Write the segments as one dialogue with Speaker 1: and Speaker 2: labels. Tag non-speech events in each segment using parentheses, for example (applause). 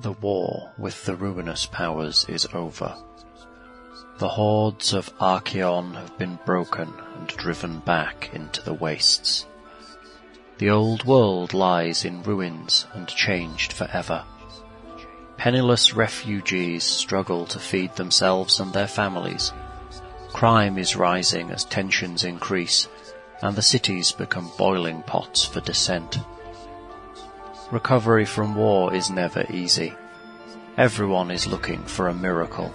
Speaker 1: The war with the ruinous powers is over. The hordes of Archaon have been broken and driven back into the wastes. The old world lies in ruins and changed forever. Penniless refugees struggle to feed themselves and their families. Crime is rising as tensions increase and the cities become boiling pots for dissent. Recovery from war is never easy. Everyone is looking for a miracle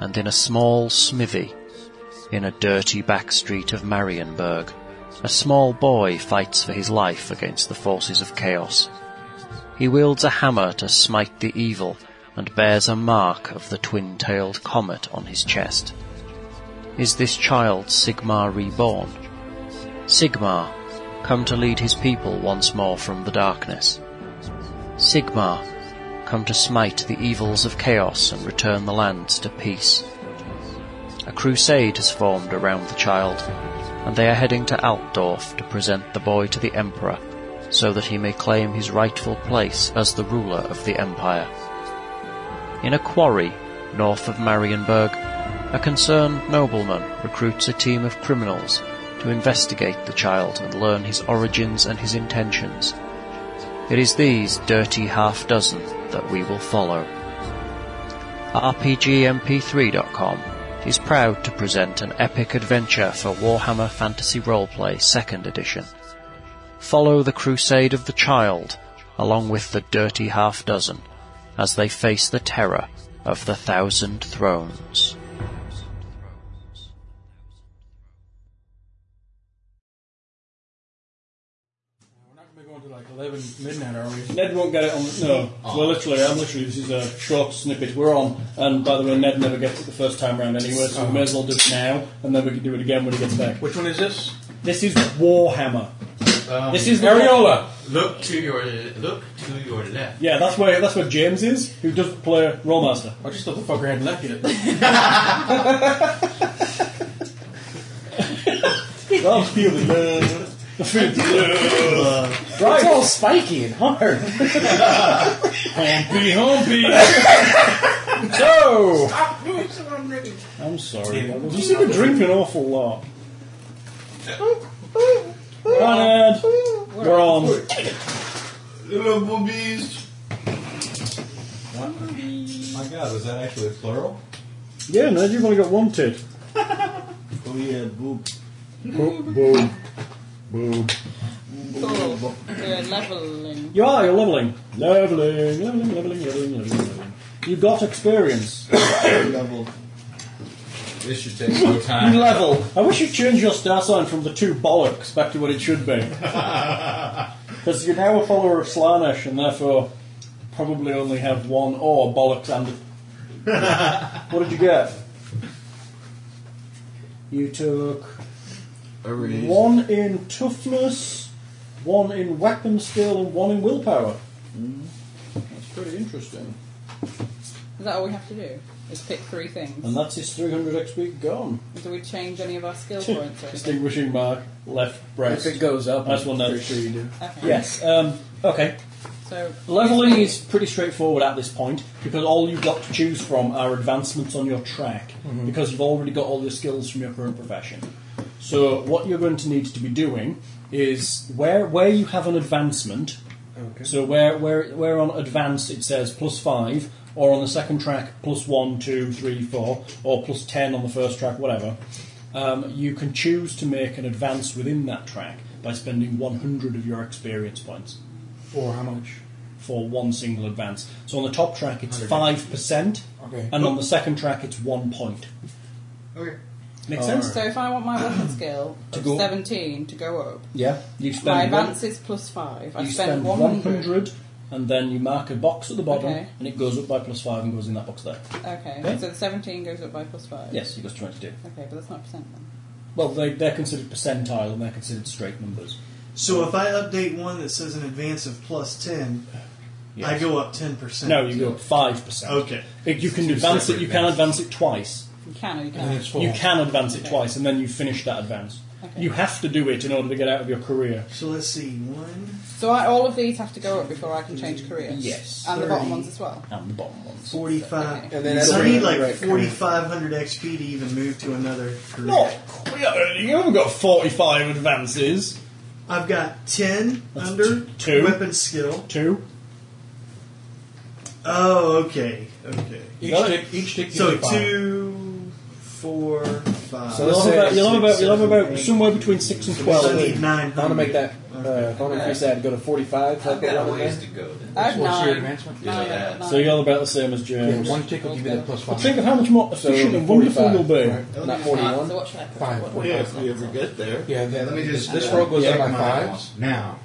Speaker 1: and in a small smithy in a dirty back street of Marienburg, a small boy fights for his life against the forces of chaos. He wields a hammer to smite the evil and bears a mark of the twin-tailed comet on his chest. Is this child Sigmar reborn? Sigmar, come to lead his people once more from the darkness. Sigmar, come to smite the evils of chaos and return the lands to peace. A crusade has formed around the child, and they are heading to Altdorf to present the boy to the Emperor, so that he may claim his rightful place as the ruler of the Empire. In a quarry, north of Marienburg, a concerned nobleman recruits a team of criminals to investigate the child and learn his origins and his intentions. It is these dirty half dozen that we will follow. RPGMP3.com is proud to present an epic adventure for Warhammer Fantasy Roleplay 2nd Edition. Follow the crusade of the child along with the dirty half dozen as they face the terror of the Thousand Thrones.
Speaker 2: We're not going to be going to like 11 midnight, are we?
Speaker 3: Ned won't get it on. No, well, literally, I'm literally. This is a short snippet. We're on, and by the way, Ned never gets it the first time round anyway, so we may as well do it now, and then we can do it again when he gets back.
Speaker 2: Which one is this?
Speaker 3: This is Warhammer. this is
Speaker 2: Ariola!
Speaker 4: Look to your look to your left.
Speaker 3: Yeah, that's where that's where James is, who does play Rollmaster.
Speaker 2: I just thought the fucker hadn't left yet.
Speaker 3: Well, feel the nerve. I feel the nerve. Right,
Speaker 5: It's all spiky and hard.
Speaker 3: Humpy, humpy. so, I'm sorry. You seem to drink an awful lot. Bye, Ned. We're on.
Speaker 4: Little boobies.
Speaker 6: My God, was that actually a plural?
Speaker 3: Yeah, Ned, you've only got one tit.
Speaker 6: Oh yeah, boob.
Speaker 3: Boom, boom, boom.
Speaker 7: Cool. We're leveling.
Speaker 3: You are, you're leveling. Leveling, leveling, leveling, leveling, leveling, leveling. You got experience.
Speaker 6: (coughs) Level. This should take no time.
Speaker 3: You level. I wish you'd change your star sign from the two bollocks back to what it
Speaker 6: (laughs)
Speaker 3: should be. Because you're now a follower of Slanesh and therefore probably only have one or bollocks and.
Speaker 6: (laughs)
Speaker 3: what did you get? You took. One in toughness, one in weapon skill, and one in willpower.
Speaker 2: That's pretty interesting.
Speaker 7: Is that all we have to do? Is pick three things?
Speaker 3: And that's his 300 XP gone.
Speaker 7: Do we change any of our skill points? or anything?
Speaker 3: Distinguishing mark, left
Speaker 5: If
Speaker 3: breast.
Speaker 5: it goes up,
Speaker 3: That's one
Speaker 5: I'm
Speaker 3: that-
Speaker 5: pretty sure you do.
Speaker 7: Okay.
Speaker 3: Yes. Um, okay.
Speaker 7: So
Speaker 3: Leveling is pretty straightforward at this point because all you've got to choose from are advancements on your track because you've already got all your skills from your current profession. So what you're going to need to be doing is where where you have an advancement.
Speaker 5: Okay.
Speaker 3: So where where where on advanced it says plus five, or on the second track plus one, two, three, four, or plus ten on the first track, whatever. Um, you can choose to make an advance within that track by spending 100 of your experience points
Speaker 2: Or how much?
Speaker 3: for one single advance. So on the top track it's five percent,
Speaker 2: Okay.
Speaker 3: and on the second track it's one point.
Speaker 4: Okay.
Speaker 3: Make
Speaker 2: Alright.
Speaker 3: sense?
Speaker 7: So if I want my weapon skill
Speaker 3: To
Speaker 7: of
Speaker 3: go-
Speaker 7: 17 to go up,
Speaker 3: Yeah. You
Speaker 7: my
Speaker 3: spend one,
Speaker 7: advance is plus 5. I
Speaker 3: you
Speaker 7: spend
Speaker 3: spend
Speaker 7: 100.
Speaker 3: 100, and then you mark a box at the bottom,
Speaker 7: Okay.
Speaker 3: and it goes up by plus five and goes in that box there.
Speaker 7: Okay,
Speaker 3: Okay.
Speaker 7: so the 17 goes up by plus 5.
Speaker 3: Yes, it goes to 22.
Speaker 7: Okay, but that's not percent then.
Speaker 3: Well, they, they're considered percentile and they're considered straight numbers.
Speaker 8: So if I update one that says an advance of plus 10, I
Speaker 3: Yes.
Speaker 8: go up 10%.
Speaker 3: No, you go up 5%.
Speaker 8: Okay.
Speaker 3: It- You can advance it,
Speaker 6: separate
Speaker 3: you can advance it twice.
Speaker 7: You can or you
Speaker 2: And
Speaker 7: can't.
Speaker 2: it's full.
Speaker 3: You can advance it
Speaker 7: Okay.
Speaker 3: twice, and then you finish that advance.
Speaker 7: Okay.
Speaker 3: You have to do it in order to get out of your career.
Speaker 8: So let's see. One,
Speaker 7: So I, all of these have to go up before I can change careers.
Speaker 3: Yes.
Speaker 7: And the bottom
Speaker 8: Thirty.
Speaker 7: ones as well.
Speaker 3: And the bottom ones.
Speaker 8: forty-five.
Speaker 7: Okay.
Speaker 5: And then that's
Speaker 8: so I
Speaker 5: where
Speaker 8: need
Speaker 5: you
Speaker 8: like
Speaker 5: write career.
Speaker 8: 4,500 XP to even move to another career.
Speaker 3: Not quite. You haven't got 45 advances.
Speaker 8: I've got 10
Speaker 3: That's
Speaker 8: under
Speaker 3: t- two.
Speaker 8: weapon skill.
Speaker 3: Two.
Speaker 8: Oh, okay. Okay.
Speaker 2: Each
Speaker 3: Got
Speaker 2: tick, each tick. gives
Speaker 8: So
Speaker 2: you five.
Speaker 8: two, four, five.
Speaker 5: So
Speaker 3: You'll have
Speaker 5: let's say
Speaker 3: about, you'll have
Speaker 5: six,
Speaker 3: about, you'll have
Speaker 5: seven,
Speaker 3: about
Speaker 5: eight.
Speaker 3: somewhere between 6 and
Speaker 8: I
Speaker 3: 12.
Speaker 8: need 900.
Speaker 5: I want to make that. Uh, I want to
Speaker 7: Okay.
Speaker 5: increase that and go to 45.
Speaker 6: I've got
Speaker 5: Like that
Speaker 6: a
Speaker 5: one
Speaker 6: ways
Speaker 5: again.
Speaker 6: to go. then.
Speaker 7: I have
Speaker 5: What's your
Speaker 7: nine.
Speaker 5: advancement?
Speaker 7: Nine,
Speaker 6: Yeah.
Speaker 7: nine.
Speaker 3: So you're about the same as
Speaker 5: Yeah,
Speaker 3: James.
Speaker 5: one tick will give you that plus five.
Speaker 3: Think of how much more
Speaker 5: So
Speaker 3: efficient and wonderful
Speaker 5: 45,
Speaker 3: you'll be.
Speaker 5: right? Not
Speaker 7: So
Speaker 5: 41.
Speaker 7: what should I put?
Speaker 5: Five.
Speaker 7: What-
Speaker 5: Yeah, if
Speaker 6: we ever get there.
Speaker 5: Yeah, then
Speaker 6: Let me just.
Speaker 5: This roll goes
Speaker 6: Yeah,
Speaker 5: up by
Speaker 6: my
Speaker 5: fives.
Speaker 6: Now.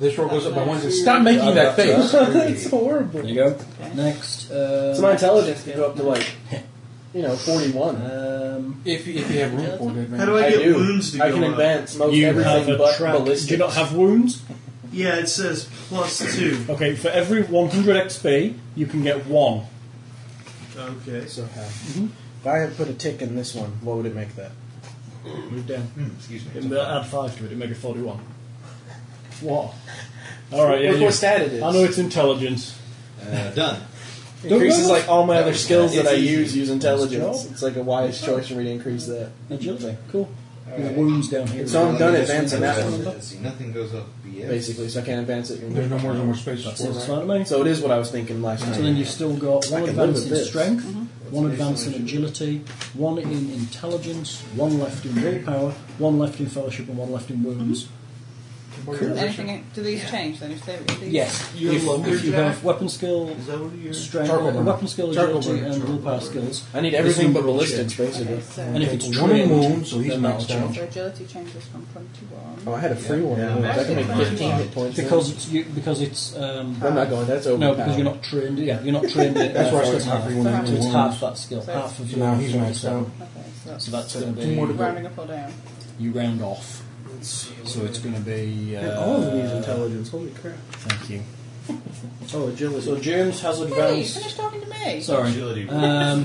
Speaker 5: This roll goes up by one.
Speaker 6: Stop making that face.
Speaker 5: (laughs) it's horrible.
Speaker 3: There you go. Next. Uh,
Speaker 5: So my intelligence can go up to like, you know, 41.
Speaker 3: um,
Speaker 5: If you, if you have room for it, man.
Speaker 8: How do I get
Speaker 5: do.
Speaker 8: wounds to
Speaker 5: I
Speaker 8: go
Speaker 5: can
Speaker 8: up?
Speaker 5: advance most
Speaker 3: you have
Speaker 5: everything
Speaker 3: a
Speaker 5: but
Speaker 3: track. Do
Speaker 5: ballistics.
Speaker 3: you not have wounds?
Speaker 8: Yeah, it says plus two.
Speaker 3: Okay, for every 100 XP, you can get one.
Speaker 8: Okay.
Speaker 5: So how? If I had put a tick in this one, what would it make that?
Speaker 3: Move down.
Speaker 6: Excuse me.
Speaker 3: And they'll add 5 to it, it'll make it 41.
Speaker 5: (laughs)
Speaker 3: What? Alright, yeah.
Speaker 5: Look
Speaker 3: you-
Speaker 5: what stat it is.
Speaker 3: I know it's intelligence.
Speaker 6: Uh, done.
Speaker 5: It increases like all my other skills that
Speaker 6: It's
Speaker 5: I
Speaker 6: easy.
Speaker 5: use use intelligence.
Speaker 3: job.
Speaker 5: It's like a wise choice for me to increase that.
Speaker 3: Agility. Cool. There's wounds down here.
Speaker 5: So I'm done advancing
Speaker 6: Nothing
Speaker 5: that
Speaker 6: goes
Speaker 5: one,
Speaker 6: up. See, Nothing goes up. BS.
Speaker 5: basically. So I can't advance it.
Speaker 9: There's no more, no more space
Speaker 3: That
Speaker 9: for
Speaker 3: sounds
Speaker 9: it.
Speaker 3: fine to me.
Speaker 5: So it is what I was thinking last
Speaker 3: So
Speaker 5: night.
Speaker 3: then you've still got one
Speaker 5: I can
Speaker 3: advance
Speaker 5: live
Speaker 3: in
Speaker 5: with this.
Speaker 3: strength, one
Speaker 6: What's the
Speaker 3: advance in
Speaker 6: next one?
Speaker 3: agility, one in intelligence, one left in willpower, one left in fellowship, and one left in wounds.
Speaker 7: Anything? Do these change then? If they if these
Speaker 3: Yes,
Speaker 2: Your
Speaker 3: if, if you
Speaker 2: lumberjack?
Speaker 3: have weapon skill,
Speaker 8: Is that what you're.
Speaker 3: strength,
Speaker 5: Charcoal
Speaker 3: uh,
Speaker 5: burner.
Speaker 3: weapon skill,
Speaker 5: Charcoal
Speaker 3: agility,
Speaker 5: burner.
Speaker 3: and willpower skills.
Speaker 5: I need everything but
Speaker 3: This one
Speaker 5: ballistics, basically.
Speaker 7: Okay, so,
Speaker 3: And if it's
Speaker 9: One in
Speaker 3: trained,
Speaker 9: wound, so he's
Speaker 5: Then
Speaker 9: knocked
Speaker 5: I'll
Speaker 9: down.
Speaker 7: uh, so agility changes from twenty-one.
Speaker 5: Oh, I had a free one.
Speaker 6: Yeah,
Speaker 5: of those. I can
Speaker 6: actually
Speaker 5: make
Speaker 6: fine.
Speaker 5: 15 hit points. then.
Speaker 3: because it's you, because it's um,
Speaker 5: I'm not going. That's over.
Speaker 3: no because you're not trained. Yeah, you're
Speaker 9: (laughs)
Speaker 3: not trained. at,
Speaker 9: That's
Speaker 3: uh,
Speaker 9: why I
Speaker 3: for
Speaker 9: said
Speaker 3: it's
Speaker 9: half
Speaker 3: half.
Speaker 9: you want
Speaker 3: So
Speaker 9: to
Speaker 3: it's
Speaker 9: do
Speaker 3: half
Speaker 9: wounds.
Speaker 3: that skill,
Speaker 7: So
Speaker 3: half of
Speaker 9: So
Speaker 3: your.
Speaker 9: now he's maxed
Speaker 3: so
Speaker 9: out.
Speaker 7: Okay, so that's
Speaker 3: so that's going
Speaker 9: Two more
Speaker 3: to
Speaker 9: to
Speaker 3: be
Speaker 9: go.
Speaker 7: rounding up or down.
Speaker 3: you round off. So it's going to be uh,
Speaker 5: all of them use intelligence. Holy crap!
Speaker 3: Thank you.
Speaker 5: Oh, agility.
Speaker 3: So James has
Speaker 7: Hey, you
Speaker 3: advanced.
Speaker 7: finished talking to me.
Speaker 3: Sorry.
Speaker 6: Agility.
Speaker 3: Um,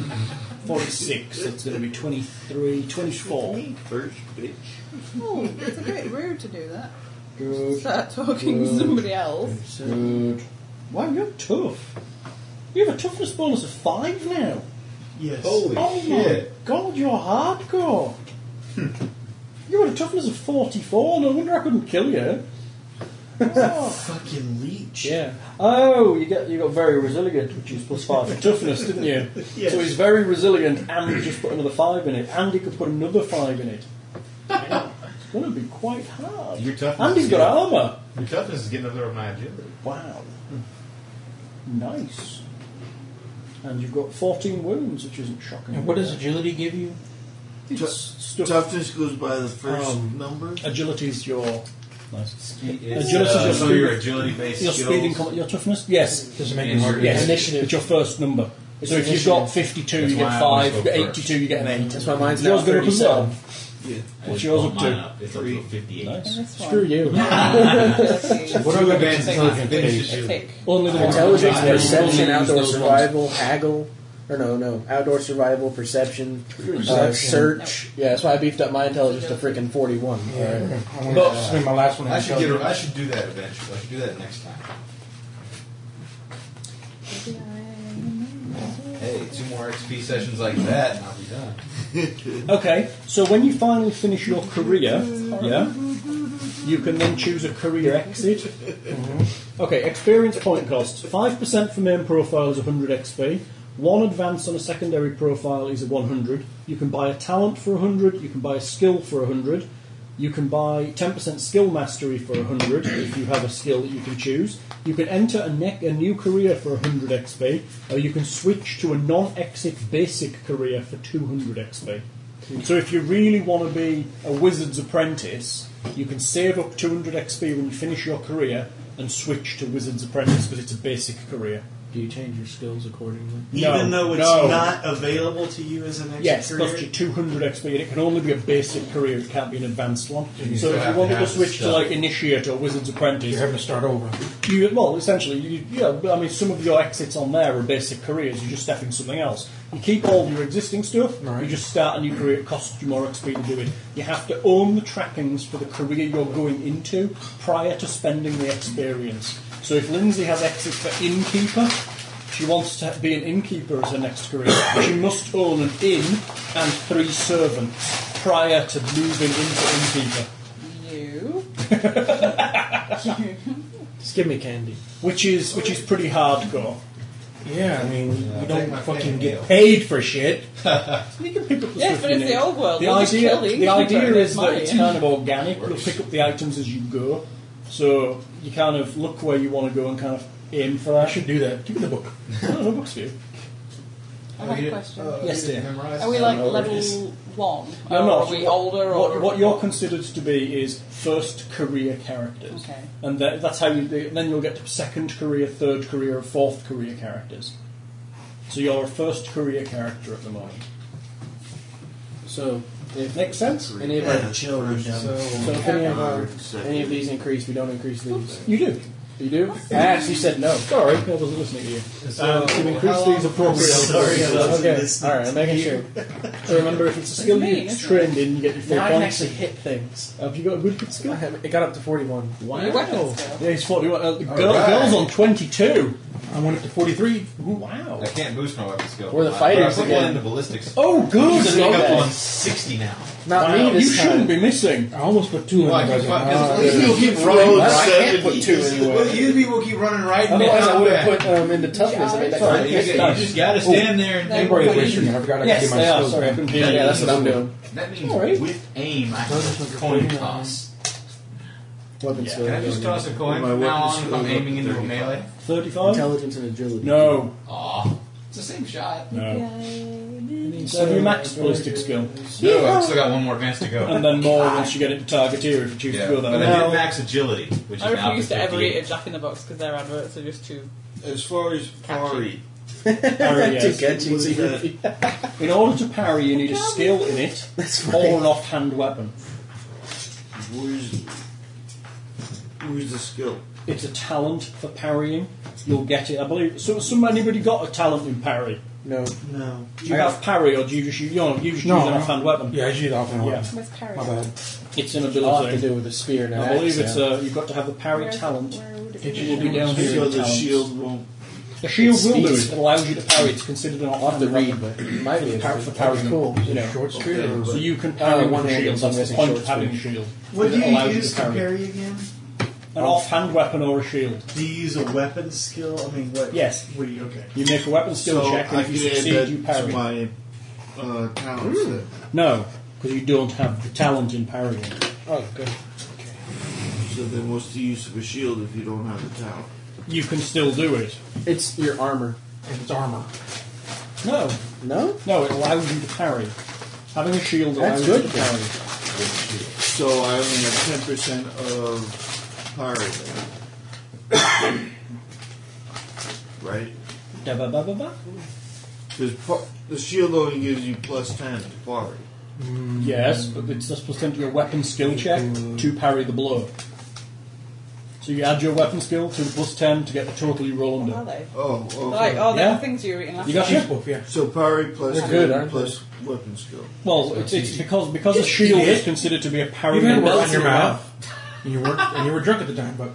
Speaker 3: 46. It's going to be 23, 24.
Speaker 6: First bitch.
Speaker 7: Oh, it's a bit rude to do that.
Speaker 5: Good.
Speaker 7: Start talking to somebody else.
Speaker 5: Good.
Speaker 3: Wow, you're tough. You have a toughness bonus of 5 now.
Speaker 8: Yes.
Speaker 6: Holy
Speaker 3: oh
Speaker 6: shit.
Speaker 3: my god, you're hardcore. Hmm. you had a toughness of 44. No wonder I couldn't kill you.
Speaker 8: Fucking leech.
Speaker 3: Yeah. Oh, you get you got very resilient, which is plus five for toughness, didn't you?
Speaker 8: Yes.
Speaker 3: So he's very resilient, and he just put another five in it, and he could put another five in it. it's going to be quite hard.
Speaker 4: Your toughness
Speaker 3: and he's
Speaker 4: is
Speaker 3: got
Speaker 4: good.
Speaker 3: armor.
Speaker 4: Your toughness is getting up there with my agility.
Speaker 3: Wow. Nice. And you've got fourteen wounds, which isn't shocking.
Speaker 9: And what does agility give you?
Speaker 3: It's stuff.
Speaker 10: Toughness goes by the first
Speaker 3: Um,
Speaker 10: number.
Speaker 3: Agility's your. Nice.
Speaker 6: It's,
Speaker 3: Agility
Speaker 6: uh,
Speaker 3: just-
Speaker 6: so your agility based
Speaker 3: Your
Speaker 6: skills.
Speaker 3: speed and com- your toughness. Yes.
Speaker 9: Does it make
Speaker 6: And
Speaker 9: you
Speaker 6: market-
Speaker 3: Yes.
Speaker 5: Initiative.
Speaker 3: It's your first number.
Speaker 5: It's
Speaker 3: so if you've got 52,
Speaker 6: That's
Speaker 3: you get
Speaker 6: why I
Speaker 3: 5.
Speaker 6: always
Speaker 3: You've
Speaker 6: go
Speaker 3: got
Speaker 6: first.
Speaker 3: 82, you get an 8.
Speaker 5: That's why mine's
Speaker 3: Yours
Speaker 5: now
Speaker 3: go up as
Speaker 5: 37.
Speaker 3: well.
Speaker 6: I
Speaker 3: What's
Speaker 6: just
Speaker 3: yours
Speaker 6: bumped
Speaker 3: up to?
Speaker 6: mine It's up to 58.
Speaker 3: Nice.
Speaker 7: And this one. (laughs)
Speaker 5: Screw you.
Speaker 6: What are the bands
Speaker 9: intelligence
Speaker 6: finishes
Speaker 7: Tick.
Speaker 6: you?
Speaker 7: Tick.
Speaker 3: Only the one
Speaker 5: Intelligence,
Speaker 6: I don't
Speaker 5: perception,
Speaker 9: use
Speaker 5: outdoor
Speaker 9: those
Speaker 5: survival, haggle. Or no, no. Outdoor survival, perception, Uh,
Speaker 9: Perception.
Speaker 5: search. Yeah, that's why I beefed up my intelligence to freaking 41.
Speaker 9: Yeah. I want to spend my last one. in
Speaker 6: I should get.
Speaker 9: intelligence.
Speaker 6: A, I should do that eventually. I should do that next time. Hey, two more XP sessions like that, and I'll be done. (laughs)
Speaker 3: Okay, so when you finally finish your career, yeah, you can then choose a career exit. Okay, experience point costs. 5% for main profile is 100 XP. One advance on a secondary profile is 100. You can buy a talent for 100. You can buy a skill for 100. You can buy 10% skill mastery for 100 if you have a skill that you can choose. You can enter a, ne- a new career for 100 XP, or you can switch to a non exit basic career for 200 XP. So if you really want to be a wizard's apprentice, you can save up 200 XP when you finish your career and switch to wizard's apprentice because it's a basic career.
Speaker 5: Do you change your skills accordingly?
Speaker 3: No,
Speaker 8: Even though it's
Speaker 3: no.
Speaker 8: not available to you as an extra
Speaker 3: Yes,
Speaker 8: career.
Speaker 3: plus your 200 XP, and it can only be a basic career, it can't be an advanced one. so
Speaker 6: still
Speaker 3: if you
Speaker 6: have to
Speaker 3: wanted to
Speaker 6: have
Speaker 3: switch to
Speaker 6: stuff.
Speaker 3: like initiate or wizard's apprentice,
Speaker 9: You're having to start over.
Speaker 3: You, well, essentially, you, yeah. but I mean, some of your exits on there are basic careers. You're just stepping something else. You keep all of your existing stuff. You
Speaker 9: Right.
Speaker 3: just start a new career. It costs you more XP to do it. You have to own the trappings for the career you're going into prior to spending the experience. So if Lindsay has exit for innkeeper, she wants to be an innkeeper as her next career. she must own an inn and three servants prior to moving into innkeeper.
Speaker 7: You.
Speaker 5: Just give me candy.
Speaker 3: Which is which is pretty hardcore.
Speaker 9: Yeah, I mean, we
Speaker 6: take
Speaker 9: don't
Speaker 6: my
Speaker 9: fucking
Speaker 6: fucking
Speaker 9: get
Speaker 6: deal.
Speaker 9: paid for shit.
Speaker 3: (laughs) You can pick up the
Speaker 7: Yes,
Speaker 3: stuff
Speaker 7: but
Speaker 3: you
Speaker 7: it's the
Speaker 3: need.
Speaker 7: old world.
Speaker 3: The
Speaker 7: We'll just
Speaker 3: idea,
Speaker 7: kill the
Speaker 3: the
Speaker 7: innkeeper
Speaker 3: idea
Speaker 7: and
Speaker 3: is
Speaker 7: make
Speaker 3: that it's
Speaker 7: money.
Speaker 3: kind of organic. You'll pick up the items as you go, so you kind of look where you want to go and kind of aim for
Speaker 9: I
Speaker 3: that.
Speaker 9: should do that. Give me the book.
Speaker 3: (laughs) No, no books for you.
Speaker 7: I have a question.
Speaker 3: Yes,
Speaker 6: you didn't
Speaker 3: dear.
Speaker 6: Uh, memorize
Speaker 7: Are we
Speaker 6: that?
Speaker 7: like
Speaker 6: I don't know
Speaker 7: level
Speaker 6: where it is.
Speaker 7: one?
Speaker 3: No,
Speaker 7: or
Speaker 3: no,
Speaker 7: Are we older?
Speaker 3: What,
Speaker 7: or
Speaker 3: what you're considered to be is first career characters,
Speaker 7: Okay.
Speaker 3: and that, that's how you. Then you'll get to second career, third career, and fourth career characters. So you're a first career character at the moment.
Speaker 5: So, if
Speaker 3: Makes sense.
Speaker 5: any of our
Speaker 8: children.
Speaker 5: so if any of our any of these increase, we don't increase these.
Speaker 3: You do.
Speaker 5: You do? I asked. You said no.
Speaker 3: Sorry, I wasn't listening to you.
Speaker 6: So,
Speaker 3: Um, you increase these appropriately.
Speaker 8: Sorry, I wasn't
Speaker 5: Okay.
Speaker 8: listening
Speaker 5: All right. I'm making sure.
Speaker 3: So remember, if it's a skill
Speaker 7: It's me,
Speaker 3: you
Speaker 7: isn't it?
Speaker 3: trained in, you get your full
Speaker 5: Now I can
Speaker 3: points.
Speaker 5: actually hit things.
Speaker 3: Have you got a good good
Speaker 5: I
Speaker 3: skill?
Speaker 5: have- It got up to 41.
Speaker 3: Wow.
Speaker 7: Your weapon skill.
Speaker 3: Yeah, he's 41. Uh, the girl,
Speaker 6: right.
Speaker 3: girl's on 22.
Speaker 9: I went up to 43.
Speaker 3: Wow.
Speaker 6: I can't boost my weapon skill.
Speaker 5: We're the
Speaker 6: But
Speaker 5: fighters
Speaker 6: I put
Speaker 5: again.
Speaker 6: one into ballistics.
Speaker 3: Oh, good.
Speaker 6: Just
Speaker 5: okay.
Speaker 6: up on 60 now.
Speaker 5: Not
Speaker 3: Wow,
Speaker 5: me
Speaker 3: you
Speaker 5: this time.
Speaker 3: shouldn't be missing.
Speaker 9: I almost put two in
Speaker 6: Why?
Speaker 9: my
Speaker 6: Because
Speaker 9: resume.
Speaker 6: because
Speaker 5: Uh,
Speaker 9: Ah,
Speaker 6: these people keep running.
Speaker 5: Well, I
Speaker 6: right
Speaker 5: can't
Speaker 6: at
Speaker 5: put
Speaker 6: me.
Speaker 5: two anyway.
Speaker 6: You people keep running right
Speaker 5: Otherwise, I
Speaker 6: now.
Speaker 5: would have put um, into toughness. I made that
Speaker 6: Right, you,
Speaker 5: kind
Speaker 6: get-
Speaker 5: of
Speaker 6: you just gotta stand there and
Speaker 7: They
Speaker 6: think.
Speaker 7: were-
Speaker 9: Temporary wishing. I forgot I could
Speaker 3: Yes,
Speaker 9: do my
Speaker 3: they are.
Speaker 9: skills
Speaker 3: Sorry, I
Speaker 9: back.
Speaker 3: couldn't hear
Speaker 5: Yeah,
Speaker 3: you.
Speaker 6: Yeah,
Speaker 5: that's what I'm doing.
Speaker 6: That means
Speaker 3: Alright.
Speaker 6: with aim, I have a coin toss.
Speaker 5: Weapon skill.
Speaker 6: Can I just toss a coin
Speaker 4: My
Speaker 6: from now
Speaker 4: weapon's
Speaker 6: on if I'm
Speaker 4: still
Speaker 6: aiming into a
Speaker 4: 35.
Speaker 6: melee?
Speaker 3: 35?
Speaker 5: Intelligence and agility.
Speaker 3: No.
Speaker 6: Aw. It's the same shot.
Speaker 3: No. So have your max ballistic skill.
Speaker 6: No, I've still got one more advance to go.
Speaker 3: And then more once you get into targeteer if you choose
Speaker 6: Yeah,
Speaker 3: to go
Speaker 6: but
Speaker 3: that
Speaker 6: I
Speaker 3: way.
Speaker 6: did max agility, which
Speaker 7: I
Speaker 6: is now
Speaker 7: refuse to ever eat
Speaker 6: 58.
Speaker 7: at Jack in the Box because their adverts are just too.
Speaker 4: As far as party,
Speaker 3: Parry,
Speaker 5: Too
Speaker 3: yes.
Speaker 5: good,
Speaker 4: What is
Speaker 5: cheesy.
Speaker 4: that?
Speaker 3: In order to parry, you need a skill in it
Speaker 5: That's
Speaker 3: or
Speaker 5: right.
Speaker 3: an offhand weapon.
Speaker 4: where's where's the skill?
Speaker 3: It's a talent for parrying. You'll get it, I believe. So, some anybody got a talent in parry?
Speaker 5: No.
Speaker 8: No.
Speaker 3: Do you
Speaker 9: I got-
Speaker 3: have parry, or do you just use, you know, you just
Speaker 9: No,
Speaker 3: use an
Speaker 9: no.
Speaker 3: offhand weapon?
Speaker 9: Yeah, I should off and
Speaker 3: Yeah.
Speaker 9: on.
Speaker 7: Where's Perry?
Speaker 9: My bad.
Speaker 3: It's an
Speaker 5: I'll have to
Speaker 3: ability.
Speaker 5: do it with a spear now.
Speaker 3: I believe it's uh, you've got to have the parry talent. It will be down here.
Speaker 4: So
Speaker 3: in
Speaker 4: the
Speaker 3: talents.
Speaker 4: shield won't.
Speaker 3: The shield will do it.
Speaker 5: Speed.
Speaker 3: It allows you to parry. It's considered an
Speaker 5: I'll have
Speaker 3: offhand
Speaker 5: to read,
Speaker 3: weapon.
Speaker 5: but it might be
Speaker 3: Power for
Speaker 5: That was
Speaker 3: parrying.
Speaker 5: cool.
Speaker 3: You know,
Speaker 9: Short spear.
Speaker 4: Okay.
Speaker 9: or-
Speaker 3: so you can parry
Speaker 5: Uh,
Speaker 3: with
Speaker 5: one-handed,
Speaker 3: shields. That's the
Speaker 5: something
Speaker 3: point
Speaker 5: short
Speaker 3: of having a
Speaker 5: spear.
Speaker 3: shield.
Speaker 8: What do
Speaker 3: It allows
Speaker 8: you
Speaker 3: you
Speaker 8: use
Speaker 3: to
Speaker 8: to
Speaker 3: parry.
Speaker 8: parry again?
Speaker 3: An offhand weapon or a shield.
Speaker 8: Do you use a weapon skill? I mean, what?
Speaker 3: Yes.
Speaker 8: What do you? Okay.
Speaker 3: You make a weapon skill
Speaker 4: so
Speaker 3: check, and
Speaker 4: I
Speaker 3: if you
Speaker 4: can add
Speaker 3: succeed,
Speaker 4: that
Speaker 3: you
Speaker 4: to
Speaker 3: parry.
Speaker 4: my uh, talents. then.
Speaker 3: No, because you don't have the talent in parrying.
Speaker 5: Oh, good.
Speaker 4: So then, what's the use of a shield if you don't have the talent?
Speaker 3: You can still do it.
Speaker 5: It's your armor.
Speaker 9: If it's armor.
Speaker 3: No,
Speaker 5: No?
Speaker 3: no, it allows you to parry. Having a shield
Speaker 5: That's
Speaker 3: allows
Speaker 5: good.
Speaker 3: you to parry.
Speaker 4: So I only have ten percent of party. right?
Speaker 3: Da-ba-ba-ba-ba.
Speaker 4: Because the shield only gives you plus ten to party.
Speaker 3: Yes, but it's just plus 10 to your weapon skill check to parry the blow. So you add your weapon skill to the plus 10 to get the total you roll
Speaker 7: What are
Speaker 3: under.
Speaker 7: they?
Speaker 4: Oh, okay.
Speaker 7: Like, oh, they're
Speaker 3: Yeah.
Speaker 7: the things you were eating last
Speaker 3: You got
Speaker 9: Sheep
Speaker 3: your,
Speaker 9: book, yeah.
Speaker 4: So parry plus
Speaker 5: They're good, aren't
Speaker 4: plus weapon skill.
Speaker 3: well, it's, it's because because a shield is considered to be a
Speaker 9: You
Speaker 3: parry.
Speaker 9: had
Speaker 3: weapon.
Speaker 9: work on your mouth. And you weren't, and you were drunk at the time, but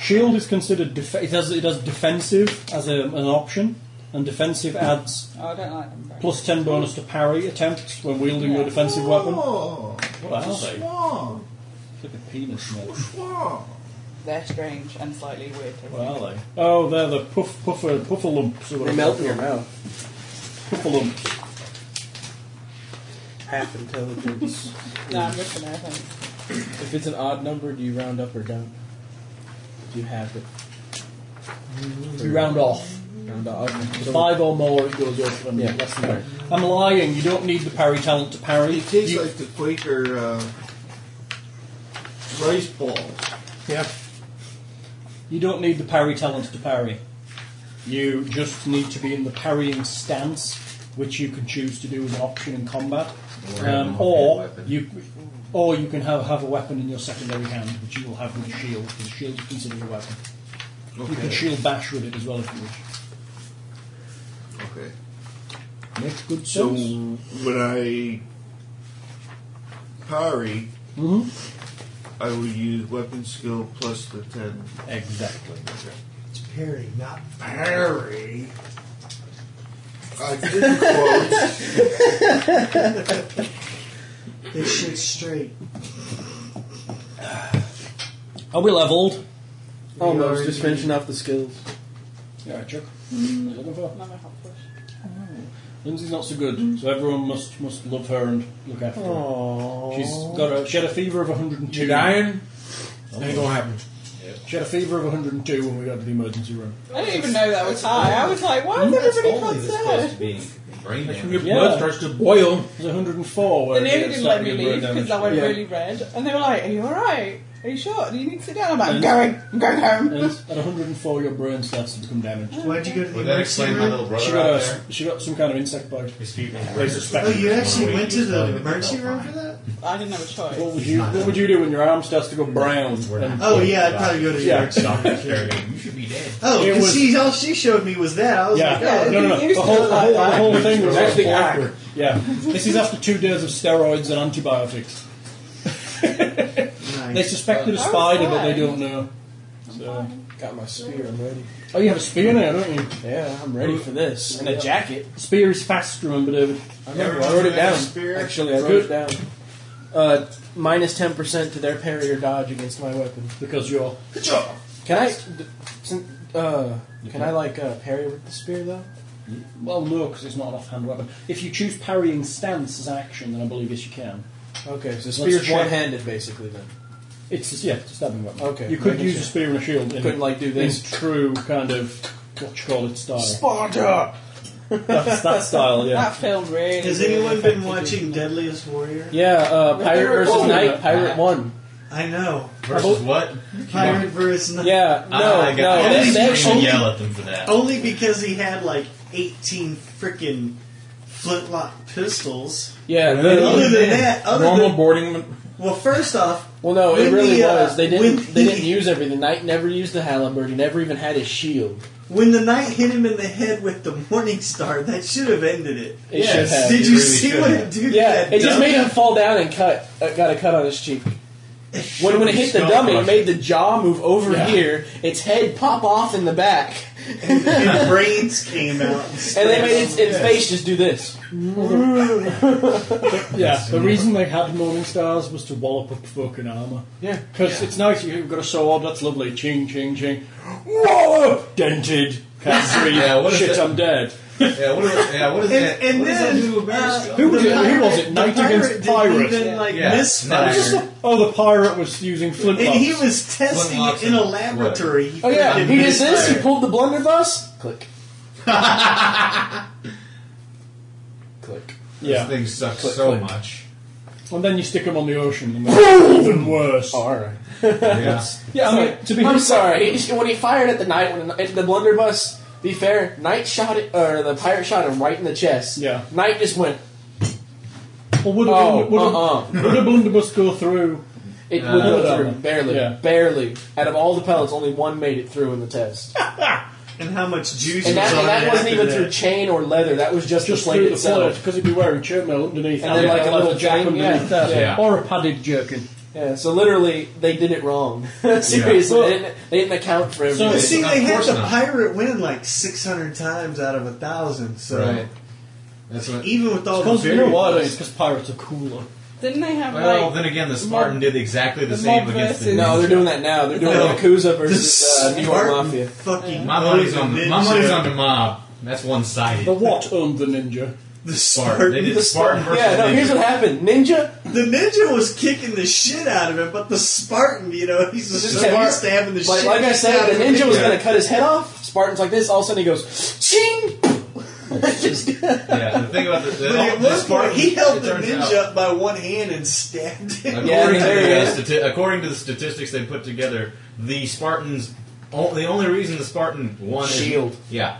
Speaker 3: Shield is considered def- it has it has defensive as a, an option, and defensive adds
Speaker 7: Oh, I don't like them. very
Speaker 3: plus ten bonus to parry attempts when wielding your defensive weapon.
Speaker 4: Oh,
Speaker 3: What are they?
Speaker 4: swamp.
Speaker 3: It's like a penis. mate.
Speaker 4: Swamp.
Speaker 7: much. They're strange and slightly weird. to me.
Speaker 3: What are they? Oh, they're the puff puffer puffer lumps. or
Speaker 5: They
Speaker 3: whatever.
Speaker 5: melt in your mouth.
Speaker 3: Puffer lumps.
Speaker 5: Half intelligence.
Speaker 7: No, I'm just gonna. I think.
Speaker 5: if it's an odd number, do you round up or down? If you have it. Mm-hmm.
Speaker 3: You round off.
Speaker 5: Round up. Okay.
Speaker 3: Five or more, it goes up. And
Speaker 5: Yeah.
Speaker 3: less than that. I'm lying. You don't need the parry talent to parry.
Speaker 4: It tastes
Speaker 3: You-
Speaker 4: like the Quaker uh, rice balls.
Speaker 9: yeah.
Speaker 3: You don't need the parry talent to parry. You just need to be in the parrying stance, which you can choose to do as an option in combat,
Speaker 6: Or have an
Speaker 3: um,
Speaker 6: offhand
Speaker 3: or
Speaker 6: weapon.
Speaker 3: you, or you can have, have a weapon in your secondary hand, which you will have with a shield. Because a shield is considered a weapon. You can
Speaker 4: Okay.
Speaker 3: shield bash with it as well if you wish.
Speaker 4: Okay.
Speaker 3: Makes good
Speaker 4: So
Speaker 3: sense.
Speaker 4: when I parry,
Speaker 8: Mm-hmm.
Speaker 4: I will use weapon skill plus the ten.
Speaker 3: exactly.
Speaker 8: It's parry, not parry.
Speaker 4: I did quote.
Speaker 8: (laughs) This shit's straight.
Speaker 3: Are we leveled?
Speaker 5: Almost just finishing off the skills.
Speaker 3: Yeah, Chuck. What are you looking for?
Speaker 7: Another hot push.
Speaker 3: Lindsay's not so good, so everyone must must love her and look after her.
Speaker 5: Aww.
Speaker 3: She's got a she had a fever of 102.
Speaker 9: You dying? Ain't gonna happen.
Speaker 3: She had a fever of 102 when we got to the emergency room.
Speaker 7: I didn't even know that was high. I was like, why is everybody
Speaker 6: only this close
Speaker 7: concerned?
Speaker 6: to being brain
Speaker 9: When
Speaker 6: damage.
Speaker 9: your
Speaker 3: Yeah.
Speaker 9: blood starts to boil.
Speaker 3: It was 104
Speaker 7: They
Speaker 3: when
Speaker 7: nearly
Speaker 3: it
Speaker 7: didn't let
Speaker 3: started
Speaker 7: me
Speaker 3: getting
Speaker 7: leave
Speaker 3: burned
Speaker 7: because I
Speaker 3: down.
Speaker 7: went
Speaker 5: Yeah.
Speaker 7: really red. And they were like, are you alright? Are you sure? Do you need to sit down? I'm like, I'm going. I'm going home.
Speaker 3: And at 104, your brain starts to become damaged.
Speaker 8: Why'd you go to the
Speaker 6: Would that
Speaker 8: emergency
Speaker 6: explain my
Speaker 8: room?
Speaker 6: little brother
Speaker 3: She
Speaker 6: out
Speaker 3: got
Speaker 6: there?
Speaker 3: a, she got some kind of insect bite.
Speaker 6: His feet were
Speaker 8: Oh, you actually went to the emergency room for that?
Speaker 7: I didn't have a choice.
Speaker 3: What would you What would you do when your arm starts to go brown? And
Speaker 8: Oh yeah, I'd probably go to the
Speaker 3: Yeah.
Speaker 8: emergency room.
Speaker 5: (laughs)
Speaker 6: Doctor Kerrigan, you should be dead.
Speaker 8: Oh,
Speaker 3: It
Speaker 8: because
Speaker 3: was-
Speaker 8: she all she showed me was that. I was
Speaker 3: yeah,
Speaker 8: (laughs) like, oh,
Speaker 3: no, no, no. The whole, the whole, the whole thing was
Speaker 9: That's the
Speaker 3: awkward. Yeah, this is after two days of steroids and antibiotics. They
Speaker 8: nice.
Speaker 3: suspected a
Speaker 7: Oh,
Speaker 3: spider, but they
Speaker 7: fine.
Speaker 3: don't know. So.
Speaker 5: Got my spear. I'm ready.
Speaker 3: Oh, you have a spear now, don't you?
Speaker 5: Yeah, I'm ready for this. And a jacket.
Speaker 3: Spear is fast, remember, David.
Speaker 5: I remember. I wrote it down. Actually, I wrote it down. Uh, minus ten percent to their parry or dodge against my weapon.
Speaker 3: Because you're.
Speaker 5: Can I? d- sin- Uh, can I like uh, parry with the spear though?
Speaker 3: Well, no, because it's not an offhand weapon. If you choose parrying stance as action, then I believe yes, you can.
Speaker 5: Okay, so
Speaker 3: check.
Speaker 5: spear's one-handed basically then.
Speaker 3: It's just, yeah, it's a stabbing weapon.
Speaker 5: Okay,
Speaker 3: You could
Speaker 5: making
Speaker 3: use a
Speaker 5: sure.
Speaker 3: spear and a shield. In,
Speaker 5: Couldn't like do
Speaker 3: in
Speaker 5: this.
Speaker 3: true kind of what you call it style.
Speaker 5: Sparta.
Speaker 3: (laughs) That's that style,
Speaker 7: That
Speaker 3: yeah.
Speaker 7: film really.
Speaker 8: Has
Speaker 7: really
Speaker 8: anyone been
Speaker 7: affected
Speaker 8: watching
Speaker 7: me.
Speaker 8: Deadliest Warrior?
Speaker 5: Yeah, uh, pirate versus
Speaker 3: Oh,
Speaker 5: knight.
Speaker 3: yeah.
Speaker 5: Pirate one.
Speaker 8: I know.
Speaker 6: Versus what?
Speaker 8: Pirate versus Knight.
Speaker 5: Yeah, no,
Speaker 6: I, I
Speaker 5: no.
Speaker 6: got
Speaker 5: that's
Speaker 6: I should
Speaker 5: actually-
Speaker 6: yell at them for that.
Speaker 8: Only because he had like 18 freaking flintlock pistols.
Speaker 5: yeah.
Speaker 8: Other
Speaker 5: Really,
Speaker 8: than that, other
Speaker 9: Normal
Speaker 8: than,
Speaker 9: boarding.
Speaker 8: well, first off,
Speaker 5: well, no, it
Speaker 8: When
Speaker 5: really
Speaker 8: the, uh,
Speaker 5: was. They
Speaker 8: when
Speaker 5: didn't. They
Speaker 8: the-
Speaker 5: didn't use everything. Knight never used the halberd. He never even had
Speaker 8: (laughs)
Speaker 5: his shield.
Speaker 8: when the knight hit him in the head with the Morning Star, that should have ended it.
Speaker 5: It
Speaker 6: Yes.
Speaker 5: should have.
Speaker 8: Did
Speaker 6: it
Speaker 8: you
Speaker 6: really
Speaker 8: see
Speaker 6: should
Speaker 8: what
Speaker 6: have.
Speaker 8: it did?
Speaker 5: Yeah,
Speaker 8: that
Speaker 5: it just
Speaker 8: dummy?
Speaker 5: made
Speaker 8: (laughs)
Speaker 5: him fall down and cut. Uh, got a cut on his cheek. When, when it hit the
Speaker 6: Skull
Speaker 5: dummy, it
Speaker 6: crusher.
Speaker 5: made the jaw move over here, its head pop off in the back, and
Speaker 8: and brains came out.
Speaker 5: they made its, its face just do this.
Speaker 3: Yeah, the reason they had Morning Stars was to wallop up fucking armour.
Speaker 5: Yeah.
Speaker 3: Because it's nice, you've got a sword, that's lovely, ching, ching, ching. Whoa! Dented,
Speaker 5: (laughs)
Speaker 3: can't breathe,
Speaker 6: Yeah, what is
Speaker 3: shit,
Speaker 6: that?
Speaker 3: I'm dead.
Speaker 6: Yeah, what is, yeah, what is
Speaker 8: And,
Speaker 6: that?
Speaker 8: and
Speaker 6: what does that
Speaker 8: then
Speaker 6: do with bear
Speaker 8: uh,
Speaker 6: skull?
Speaker 3: Who was
Speaker 8: the
Speaker 3: it? Who was it?
Speaker 8: the
Speaker 3: Knight
Speaker 8: pirate
Speaker 3: against
Speaker 8: didn't
Speaker 3: pirate.
Speaker 8: Even, like
Speaker 6: Yeah.
Speaker 8: misfire.
Speaker 6: Knight.
Speaker 3: Oh, the pirate was using flintlocks.
Speaker 8: And he was testing
Speaker 6: Flintlocks
Speaker 8: it in a
Speaker 6: and-
Speaker 8: laboratory.
Speaker 5: Oh yeah,
Speaker 8: freaking
Speaker 5: he did this. He
Speaker 8: misfired.
Speaker 5: pulled the blunderbuss. (laughs) Click. Click.
Speaker 6: This
Speaker 3: Yeah.
Speaker 6: thing sucks
Speaker 5: Click,
Speaker 6: so
Speaker 5: click. (laughs)
Speaker 6: much.
Speaker 3: And then you stick them on the ocean, and they're even worse.
Speaker 5: All right.
Speaker 6: Yeah.
Speaker 3: Yeah, I mean, to be
Speaker 5: I'm sorry. He- When he fired at the knight, when the, at the blunderbuss, be fair, knight shot it, or the pirate shot him right in the chest.
Speaker 3: Yeah.
Speaker 5: Knight just went.
Speaker 3: Well, would a,
Speaker 5: Oh,
Speaker 3: would, a,
Speaker 5: uh-uh.
Speaker 3: would a blunderbuss go through?
Speaker 5: It would go
Speaker 3: Uh,
Speaker 5: through barely,
Speaker 3: yeah.
Speaker 5: barely. Out of all the pellets, only one made it through in the test,
Speaker 8: And how much juice
Speaker 5: and that,
Speaker 8: was on
Speaker 5: and that
Speaker 8: it
Speaker 5: wasn't
Speaker 8: after
Speaker 5: even
Speaker 8: that.
Speaker 5: through chain or leather. That was just,
Speaker 3: Just
Speaker 5: the plate
Speaker 3: through the floor,
Speaker 5: itself.
Speaker 3: because he'd be wearing chainmail underneath,
Speaker 5: And then like a little
Speaker 3: jack
Speaker 5: thing,
Speaker 3: underneath
Speaker 5: yeah.
Speaker 3: that.
Speaker 6: Yeah.
Speaker 3: Or a padded jerkin.
Speaker 5: Yeah, so literally, they did it wrong. (laughs) Seriously,
Speaker 3: Well-
Speaker 5: they, didn't, they didn't account for
Speaker 3: So-
Speaker 5: everything.
Speaker 8: But see, they had the
Speaker 6: Unfortunate.
Speaker 8: pirate win like 600 times out of a thousand. So
Speaker 6: Right. That's what.
Speaker 8: even with all
Speaker 3: Because
Speaker 8: the
Speaker 3: you know why?
Speaker 8: variables,
Speaker 3: It's because pirates are cooler.
Speaker 7: Didn't they have
Speaker 6: Well,
Speaker 7: like?
Speaker 6: then again, the Spartan did exactly the
Speaker 7: the
Speaker 6: same
Speaker 7: mob
Speaker 6: against the.
Speaker 7: versus-
Speaker 5: no, they're doing that now. They're doing
Speaker 8: No.
Speaker 5: Yakuza
Speaker 8: the
Speaker 5: versus uh, New York
Speaker 8: Spartan
Speaker 5: Mafia.
Speaker 8: Fucking
Speaker 6: My money's on the, my
Speaker 8: ninja.
Speaker 6: money's on the mob. That's one sided.
Speaker 3: The what owned the ninja?
Speaker 8: the
Speaker 6: Spartan. They
Speaker 8: Spartan.
Speaker 6: did Spartan versus
Speaker 5: Yeah, no,
Speaker 6: Ninja.
Speaker 5: here's what happened. Ninja,
Speaker 8: The ninja was kicking the shit out of him, but the Spartan, you know, he's
Speaker 5: Just
Speaker 8: just,
Speaker 5: kept-
Speaker 8: Spartan stabbing the
Speaker 5: like,
Speaker 8: shit.
Speaker 5: like I said,
Speaker 8: out of
Speaker 5: the
Speaker 8: him.
Speaker 5: ninja was
Speaker 6: Yeah.
Speaker 5: going to cut his head off. Spartan's like this. All of a sudden, he goes, ching! Just-
Speaker 6: yeah, the thing about the, the,
Speaker 8: But
Speaker 6: all-
Speaker 8: at
Speaker 6: the
Speaker 8: one point,
Speaker 6: Spartan.
Speaker 8: he held
Speaker 6: it
Speaker 8: the
Speaker 6: turns
Speaker 8: ninja
Speaker 6: out-
Speaker 8: up by one hand and stabbed him.
Speaker 6: According,
Speaker 5: Yeah,
Speaker 6: to
Speaker 5: there
Speaker 6: the,
Speaker 5: it
Speaker 6: uh, stati- according to the statistics they put together, the Spartans. o- the only reason the Spartan won is-
Speaker 5: Shield.
Speaker 6: yeah.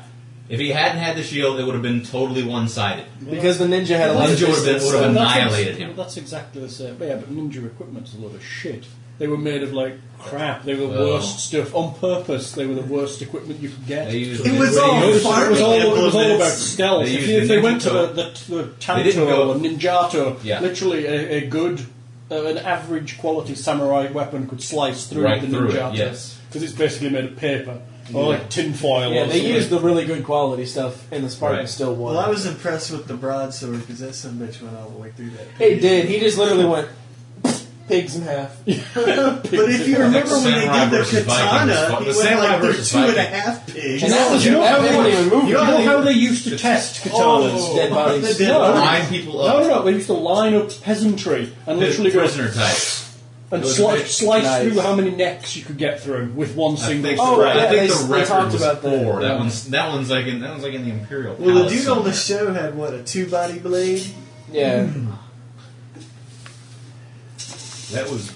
Speaker 6: If he hadn't had the shield, it would have been totally one sided.
Speaker 5: because the ninja had a lot of
Speaker 6: Ninja would have been-
Speaker 5: distance.
Speaker 6: would have
Speaker 3: And
Speaker 6: annihilated
Speaker 3: that's,
Speaker 6: him.
Speaker 3: That's exactly the same. But yeah, but ninja equipment's a lot of shit. They were made of like crap. They were the
Speaker 6: Well.
Speaker 3: worst stuff on purpose. They were the worst equipment you could get.
Speaker 6: They used
Speaker 8: It was
Speaker 6: they
Speaker 8: all
Speaker 6: used-
Speaker 8: farming
Speaker 3: It was all, it was all about
Speaker 8: implements.
Speaker 3: stealth.
Speaker 6: They
Speaker 3: if,
Speaker 6: used
Speaker 3: you, if
Speaker 6: the
Speaker 3: they went to the,
Speaker 6: ninjato.
Speaker 3: the, the
Speaker 6: They didn't
Speaker 3: Tanto
Speaker 6: go-
Speaker 3: or Ninjato,
Speaker 6: Yeah.
Speaker 3: literally a, a good, uh, an average quality samurai weapon could slice through
Speaker 6: Right
Speaker 3: the
Speaker 6: through it,
Speaker 3: Ninjato.
Speaker 6: yes.
Speaker 3: Because it's basically made of paper. Or like tin foil.
Speaker 5: Yeah,
Speaker 3: or
Speaker 5: they
Speaker 3: something.
Speaker 5: used the really good quality stuff, and the Spartan
Speaker 6: Right.
Speaker 5: still won.
Speaker 8: Well, I was impressed with the broadsword because that some bitch went all the way through that.
Speaker 5: It did. He just literally went pigs in half.
Speaker 8: But if you remember when they
Speaker 6: Samurai
Speaker 8: did the
Speaker 6: versus Vikings,
Speaker 8: katana,
Speaker 6: fuck.
Speaker 8: he
Speaker 6: The
Speaker 8: went
Speaker 6: samurai
Speaker 8: like through
Speaker 6: versus
Speaker 8: two and a
Speaker 6: Vikings.
Speaker 8: half pigs.
Speaker 5: And that was
Speaker 3: You know how
Speaker 5: that
Speaker 3: they-
Speaker 5: wasn't even moving.
Speaker 3: You know how they used to test katanas?
Speaker 5: dead
Speaker 8: The
Speaker 5: bodies.
Speaker 8: dead
Speaker 3: No.
Speaker 8: body.
Speaker 6: line Oh, people
Speaker 3: No,
Speaker 6: up.
Speaker 3: no, no. They used to line up peasantry and literally go
Speaker 6: prisoner types.
Speaker 3: and
Speaker 6: Those
Speaker 3: sli-
Speaker 6: big-
Speaker 3: slice
Speaker 5: Nice.
Speaker 3: through how many necks you could get through with one
Speaker 6: I think,
Speaker 3: single.
Speaker 6: the-
Speaker 5: Oh,
Speaker 6: I
Speaker 5: yeah,
Speaker 6: think
Speaker 5: they-
Speaker 6: the
Speaker 5: they
Speaker 6: record
Speaker 5: talked
Speaker 6: was
Speaker 5: about that.
Speaker 6: four. That
Speaker 5: Yeah.
Speaker 6: one's that one's like in that one's like in the Imperial.
Speaker 8: Well, the
Speaker 6: Palace
Speaker 8: dude on the
Speaker 6: somewhere.
Speaker 8: show had what a two body blade.
Speaker 5: (laughs) Yeah.
Speaker 6: That was.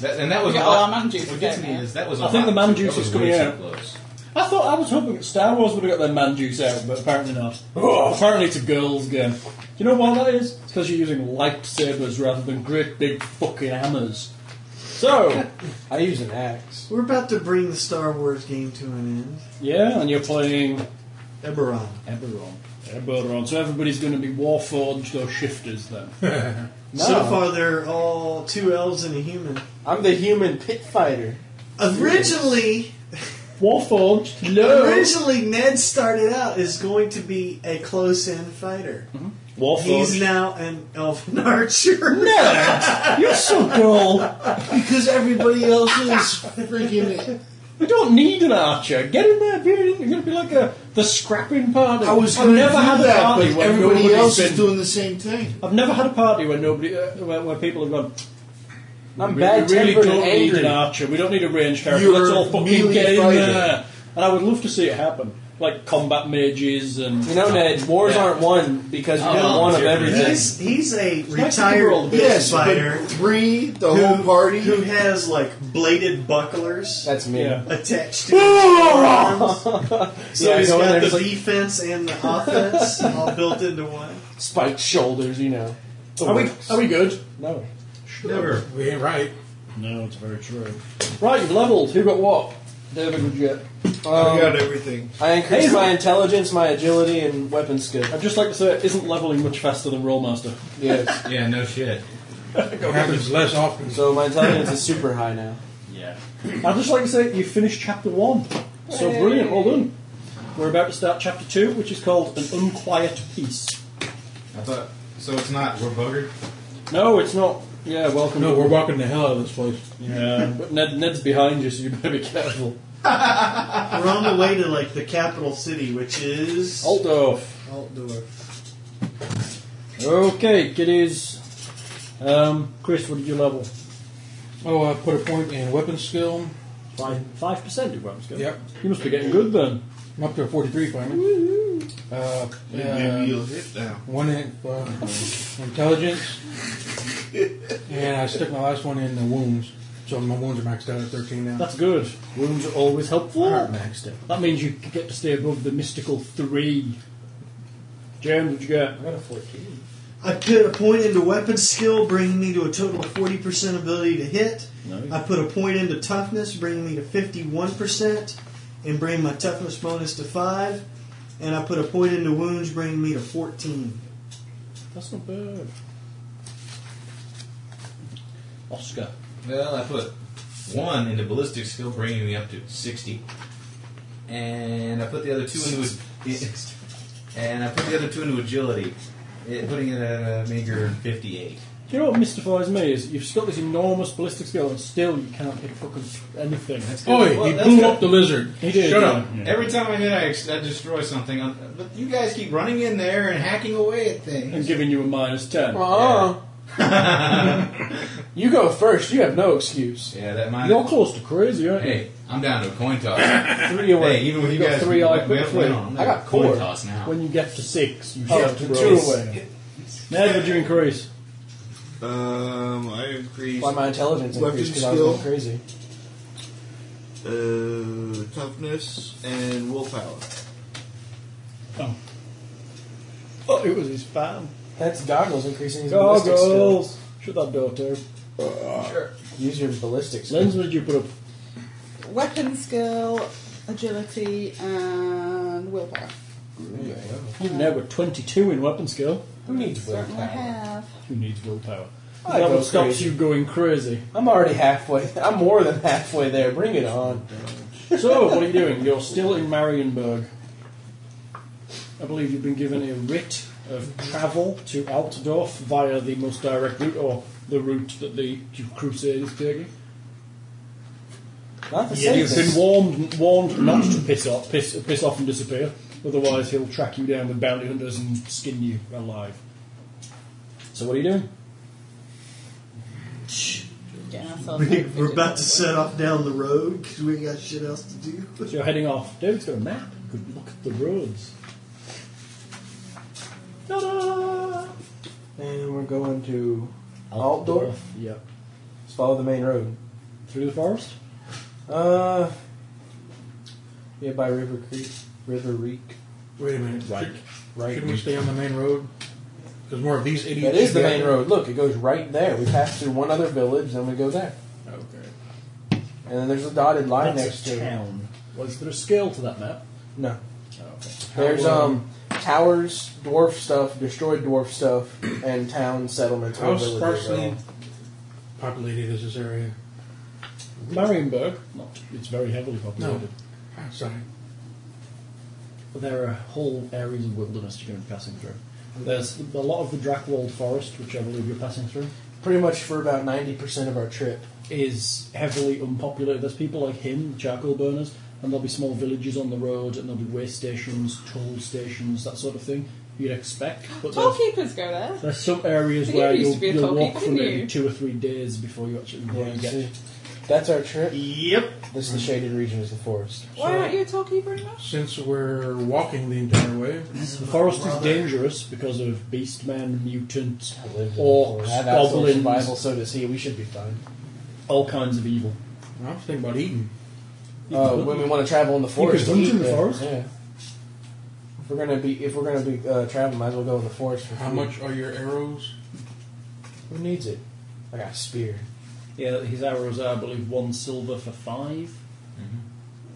Speaker 6: That, and that was
Speaker 7: We got
Speaker 6: a lot-
Speaker 7: all our man juices
Speaker 6: What gets me
Speaker 7: there.
Speaker 6: is that was. a
Speaker 3: I think
Speaker 6: lot
Speaker 3: the man
Speaker 6: too-
Speaker 3: juice
Speaker 6: that was
Speaker 3: is coming
Speaker 6: way too
Speaker 3: out.
Speaker 6: close.
Speaker 3: I thought I was hoping that Star Wars would have got their man juice out, but apparently not. Oh, apparently it's a girls' game. Do you know why that is? It's because you're using lightsabers rather than great big fucking hammers. So
Speaker 5: I used an axe.
Speaker 8: We're about to bring the Star Wars game to an
Speaker 3: yeah, and you're playing
Speaker 8: end. Eberron.
Speaker 3: Eberron. Eberron. So everybody's going to be warforged or shifters
Speaker 4: (laughs)
Speaker 3: then.
Speaker 5: No.
Speaker 8: So far, they're all two elves and a human.
Speaker 5: I'm the human pit fighter.
Speaker 8: Originally,
Speaker 3: warforged. Hello.
Speaker 8: originally Ned started out as going to be a close in fighter. He's
Speaker 3: Warforged.
Speaker 8: now an elven (laughs) archer.
Speaker 3: No, you're so cool.
Speaker 4: Because everybody else is freaking.
Speaker 3: We don't need an archer. Get in there. Be, you're going to be like a the scrapping party.
Speaker 4: I was
Speaker 3: I've
Speaker 4: going to
Speaker 3: never had a
Speaker 4: that,
Speaker 3: party
Speaker 4: but
Speaker 3: where
Speaker 4: everybody
Speaker 3: nobody's
Speaker 4: else
Speaker 3: been-
Speaker 4: is doing the same thing.
Speaker 3: I've never had a party where nobody, uh, where, where people have gone.
Speaker 5: I'm
Speaker 3: We,
Speaker 5: bad
Speaker 3: we really
Speaker 5: tempered and
Speaker 3: don't need an
Speaker 5: angry.
Speaker 3: archer. We don't need a ranged character.
Speaker 4: You're
Speaker 3: Let's all fucking
Speaker 4: merely
Speaker 3: get in
Speaker 4: fighting.
Speaker 3: there. And I would love to see it happen, like combat mages and.
Speaker 5: You know, Ned, wars aren't won because
Speaker 3: Oh,
Speaker 5: we got one
Speaker 3: (laughs)
Speaker 5: of everything.
Speaker 8: He's, he's a
Speaker 3: nice to cover all
Speaker 8: retired
Speaker 3: the
Speaker 8: yes,
Speaker 4: Yes, but
Speaker 8: fighter
Speaker 4: three, the
Speaker 8: who,
Speaker 4: whole party.
Speaker 8: who has like bladed
Speaker 4: (laughs)
Speaker 8: bucklers
Speaker 5: That's me.
Speaker 3: Yeah.
Speaker 8: attached to his arms. So
Speaker 5: Yeah,
Speaker 8: he's
Speaker 5: go in
Speaker 8: got
Speaker 5: there,
Speaker 8: the
Speaker 5: it's like-
Speaker 8: defense and the offense all built into one.
Speaker 5: Spiked shoulders, you know. The
Speaker 3: Are we?
Speaker 5: works.
Speaker 3: Are we good?
Speaker 5: No.
Speaker 6: Never.
Speaker 9: We ain't right.
Speaker 3: No, it's very true. Right, you've leveled. Who got what? David would get.
Speaker 4: I got
Speaker 5: Um,
Speaker 4: everything.
Speaker 5: I increased my intelligence, my agility, and weapon skill.
Speaker 3: I'd just like to say, it isn't leveling much faster than Rollmaster.
Speaker 5: Yes.
Speaker 6: Yeah,
Speaker 9: (laughs)
Speaker 6: no shit.
Speaker 9: It happens less often.
Speaker 5: So my intelligence is super high now.
Speaker 3: Yeah. I'd just like to say you finished chapter one. So brilliant, well done. We're about to start chapter two, which is called An Unquiet Peace.
Speaker 6: I thought so. It's not. We're buggered.
Speaker 3: No, it's not. Yeah, welcome.
Speaker 9: No, we're walking the hell out of this place.
Speaker 3: Yeah, but Ned, Ned's behind you, so you better be careful.
Speaker 8: We're on the way to like the capital city, which is
Speaker 4: Oh.
Speaker 3: Altdorf.
Speaker 8: Altdorf.
Speaker 3: Okay, kiddies. Um, Chris, what did you level?
Speaker 9: Oh, I put a point in weapon skill.
Speaker 3: Five five percent of weapons.
Speaker 9: Yep.
Speaker 3: You must be getting good then.
Speaker 9: I'm up to a 43 finally. Uh,
Speaker 4: Maybe
Speaker 9: yeah,
Speaker 4: you'll hit now.
Speaker 9: one in uh, intelligence. and I stuck my last one in the wounds. So my wounds are maxed out at 13 now.
Speaker 3: That's good. Wounds are always helpful.
Speaker 9: Aren't maxed out.
Speaker 3: That means you get to stay above the mystical three. James, what'd you get?
Speaker 5: I got a 14.
Speaker 8: I put a point into weapon skill, bringing me to a total of 40% ability to hit. I put a point into toughness, bringing me to 51%, and bring my toughness bonus to 5. And I put a point into wounds, bringing me to 14.
Speaker 3: That's not bad. Oscar.
Speaker 6: Well, I put one into ballistic skill, bringing me up to sixty, and I put the other two into
Speaker 9: (laughs)
Speaker 6: and I put the other two into agility, it, putting it at a meager fifty-eight.
Speaker 3: Do you know what mystifies me is you've got this enormous ballistic skill and still you can't hit fucking anything.
Speaker 9: Oi,
Speaker 6: Well,
Speaker 9: he
Speaker 6: that's
Speaker 9: blew
Speaker 6: good.
Speaker 9: up the lizard.
Speaker 3: He did,
Speaker 9: Shut
Speaker 3: yeah.
Speaker 9: up.
Speaker 6: Every time I hit, I, ex- I destroy something. i but you guys keep running in there and hacking away at
Speaker 3: And
Speaker 6: things.
Speaker 3: giving you a minus ten.
Speaker 5: Uh-uh. you go first. You have no excuse.
Speaker 6: Yeah, that might.
Speaker 3: You're close to crazy, aren't you?
Speaker 6: Hey, I'm down to a coin (laughs) toss.
Speaker 5: Three away.
Speaker 6: hey, even with you
Speaker 3: got
Speaker 6: guys,
Speaker 3: three, I
Speaker 6: we
Speaker 3: put
Speaker 6: have
Speaker 3: three.
Speaker 6: win on.
Speaker 5: I got
Speaker 6: coin
Speaker 5: four.
Speaker 6: toss now.
Speaker 3: When you get to six, you
Speaker 5: Oh,
Speaker 3: shift
Speaker 5: two
Speaker 3: to
Speaker 5: away.
Speaker 3: Ned, would you increase?
Speaker 4: Um, I increased
Speaker 5: Why my intelligence
Speaker 4: Weapon
Speaker 5: increased because I was
Speaker 4: skill.
Speaker 5: going crazy.
Speaker 4: uh, toughness and willpower.
Speaker 3: Oh. Oh, it was his fan.
Speaker 5: That's goggles increasing his ballistic skill.
Speaker 3: Goggles! Shut that door, too.
Speaker 5: Use your ballistics.
Speaker 3: Lens, what did you put up?
Speaker 7: Weapon skill, agility, and willpower.
Speaker 3: You've now got 22 in weapon skill.
Speaker 5: Who needs
Speaker 7: Certainly
Speaker 5: willpower?
Speaker 7: have.
Speaker 3: Who needs willpower?
Speaker 5: I
Speaker 3: that
Speaker 5: go
Speaker 3: one stops
Speaker 5: crazy.
Speaker 3: you going crazy.
Speaker 5: I'm already halfway. (laughs) I'm more than halfway there. Bring it on.
Speaker 3: So, what are you doing? You're still in Marienburg. I believe you've been given a writ of travel to Altdorf via the most direct route, or the route that the crusade is taking.
Speaker 5: Not the
Speaker 3: You've been
Speaker 5: safest.
Speaker 3: warned, warned not to piss off, piss, piss off and disappear. Otherwise, he'll track you down with bounty hunters and skin you alive. So, what are you doing?
Speaker 7: Getting ourselves
Speaker 8: We- (laughs) We're about to set off down the road because we ain't got shit else to do.
Speaker 3: So, you're heading off. David's got a map. Good look at the roads. Ta-da!
Speaker 5: And we're going to Altdorf.
Speaker 3: Yep.
Speaker 5: Just follow the main road.
Speaker 3: Through the forest?
Speaker 5: Uh, yeah, by River Creek, River Reek.
Speaker 9: Wait a minute.
Speaker 3: Right.
Speaker 9: Should,
Speaker 5: Right.
Speaker 9: Shouldn't we stay on the main road? Because more of these idiots.
Speaker 5: That is the
Speaker 9: should be
Speaker 5: main
Speaker 9: out-
Speaker 5: road. Look, it goes right there. We pass through one other village, then we go there,
Speaker 9: Okay.
Speaker 5: and then there's a dotted line
Speaker 3: That's
Speaker 5: next to
Speaker 3: a
Speaker 5: it.
Speaker 3: town. Was there a scale to that map?
Speaker 5: No,
Speaker 3: Oh, okay.
Speaker 5: there's um towers, dwarf stuff, destroyed dwarf stuff, and town settlements. or
Speaker 9: How
Speaker 5: villages are
Speaker 9: sparsely
Speaker 5: all.
Speaker 9: populated is this area?
Speaker 3: Marienburg, not, it's very heavily populated.
Speaker 9: Outside.
Speaker 3: But there are whole areas of wilderness you're going to be passing through. There's a lot of the Drackwald Forest, which I believe you're passing through,
Speaker 5: pretty much for about ninety percent of our trip.
Speaker 3: is heavily unpopulated. There's people like him, the charcoal burners, and there'll be small villages on the road, and there'll be way stations, toll stations, that sort of thing you'd expect. But
Speaker 7: Toll
Speaker 3: there's,
Speaker 7: keepers go there.
Speaker 3: there's some areas
Speaker 7: You
Speaker 3: where
Speaker 7: used to
Speaker 3: you'll,
Speaker 7: be a
Speaker 3: you'll
Speaker 7: toll
Speaker 3: walk
Speaker 7: keeper,
Speaker 3: for
Speaker 7: didn't
Speaker 3: maybe
Speaker 7: you?
Speaker 3: two or three days before you actually before you
Speaker 5: you
Speaker 3: get
Speaker 5: see. That's our trip.
Speaker 8: Yep.
Speaker 5: This is the shaded region is the forest.
Speaker 7: Why aren't you a toll keeper anymore?
Speaker 9: Since we're walking the entire way,
Speaker 3: The forest is dangerous because of beastmen, mutants,
Speaker 5: I lived in the
Speaker 3: orcs,
Speaker 5: forest. I have outdoor
Speaker 3: goblins.
Speaker 5: survival, so does he. We should be fine.
Speaker 3: all kinds of evil.
Speaker 9: I was thinking about eating.
Speaker 5: Uh,
Speaker 3: Oh,
Speaker 5: when we want to travel in the forest,
Speaker 3: hunt
Speaker 5: we eat
Speaker 3: in the
Speaker 5: there.
Speaker 3: forest?
Speaker 5: Yeah. If we're gonna be, if we're gonna be uh, traveling, might as well go in the forest. For
Speaker 9: How
Speaker 5: food.
Speaker 9: much are your arrows?
Speaker 5: Who needs it? I got a spear.
Speaker 3: Yeah, his arrows are, I believe, one silver for 5 Mm-hmm.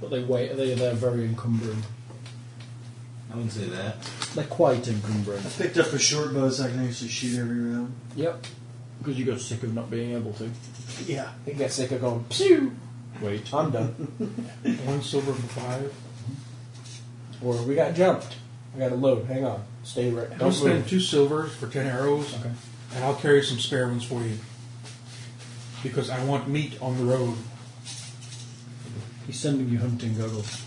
Speaker 3: but they weigh they they're very encumbering.
Speaker 6: I wouldn't say that.
Speaker 3: They're quite
Speaker 8: I
Speaker 3: encumbering.
Speaker 8: picked up a short bow so I can actually shoot every round.
Speaker 3: Yep, because you got sick of not being able to.
Speaker 8: Yeah.
Speaker 5: I think I got sick of going pew.
Speaker 3: Wait,
Speaker 5: I'm done.
Speaker 9: One silver for five.
Speaker 5: or we got jumped. I got to load. Hang on. Stay right.
Speaker 9: I'll
Speaker 5: Don't
Speaker 9: spend
Speaker 5: move.
Speaker 9: two silvers for ten arrows,
Speaker 3: Okay.
Speaker 9: and I'll carry some spare ones for you. Because I want meat on the road.
Speaker 3: he's sending you hunting goggles.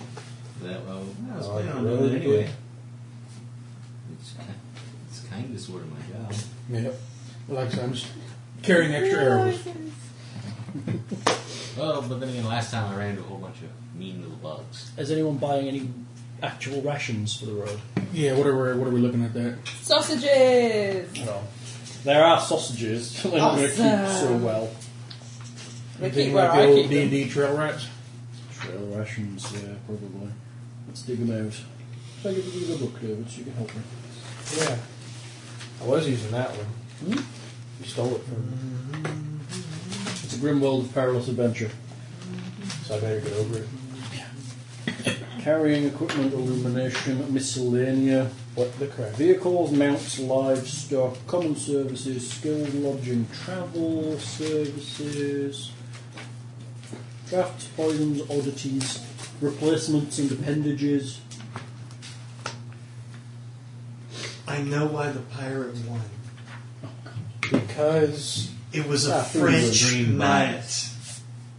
Speaker 6: That well, I was
Speaker 5: Oh,
Speaker 6: planning
Speaker 5: you
Speaker 6: on
Speaker 5: really
Speaker 6: doing it
Speaker 5: did.
Speaker 6: anyway. It's kind, it's kind of sort of my job.
Speaker 9: Yep. Like I said, I'm just carrying extra arrows.
Speaker 6: Well, but then again, last time I ran into a whole bunch of mean little bugs.
Speaker 3: Is anyone buying any actual rations for the road?
Speaker 9: Yeah, what are we, what are we looking at that?
Speaker 7: Sausages!
Speaker 3: No. There are sausages. (laughs) They're not going to keep so
Speaker 7: Awesome.
Speaker 3: well.
Speaker 7: um, They
Speaker 9: Anything
Speaker 7: keep where
Speaker 9: like the
Speaker 7: I
Speaker 9: old
Speaker 7: keep
Speaker 9: D
Speaker 7: them.
Speaker 9: and D trail rats?
Speaker 3: Trail rations, yeah, probably. Let's dig them out. Take a give you the book, David, so you can help me.
Speaker 5: Yeah. I was using that one.
Speaker 3: Hmm?
Speaker 5: You stole it from me,
Speaker 3: It's a grim world of perilous adventure.
Speaker 5: so I better get over it.
Speaker 3: (coughs) Carrying equipment, illumination, miscellanea,
Speaker 5: What the crap?
Speaker 3: vehicles, mounts, livestock, common services, skilled lodging, travel services, drafts, poisons, oddities, replacements and appendages.
Speaker 8: I know why the pirate won.
Speaker 5: Because
Speaker 8: It was a
Speaker 5: Ah, food
Speaker 6: was a
Speaker 8: French
Speaker 6: dream
Speaker 8: knight.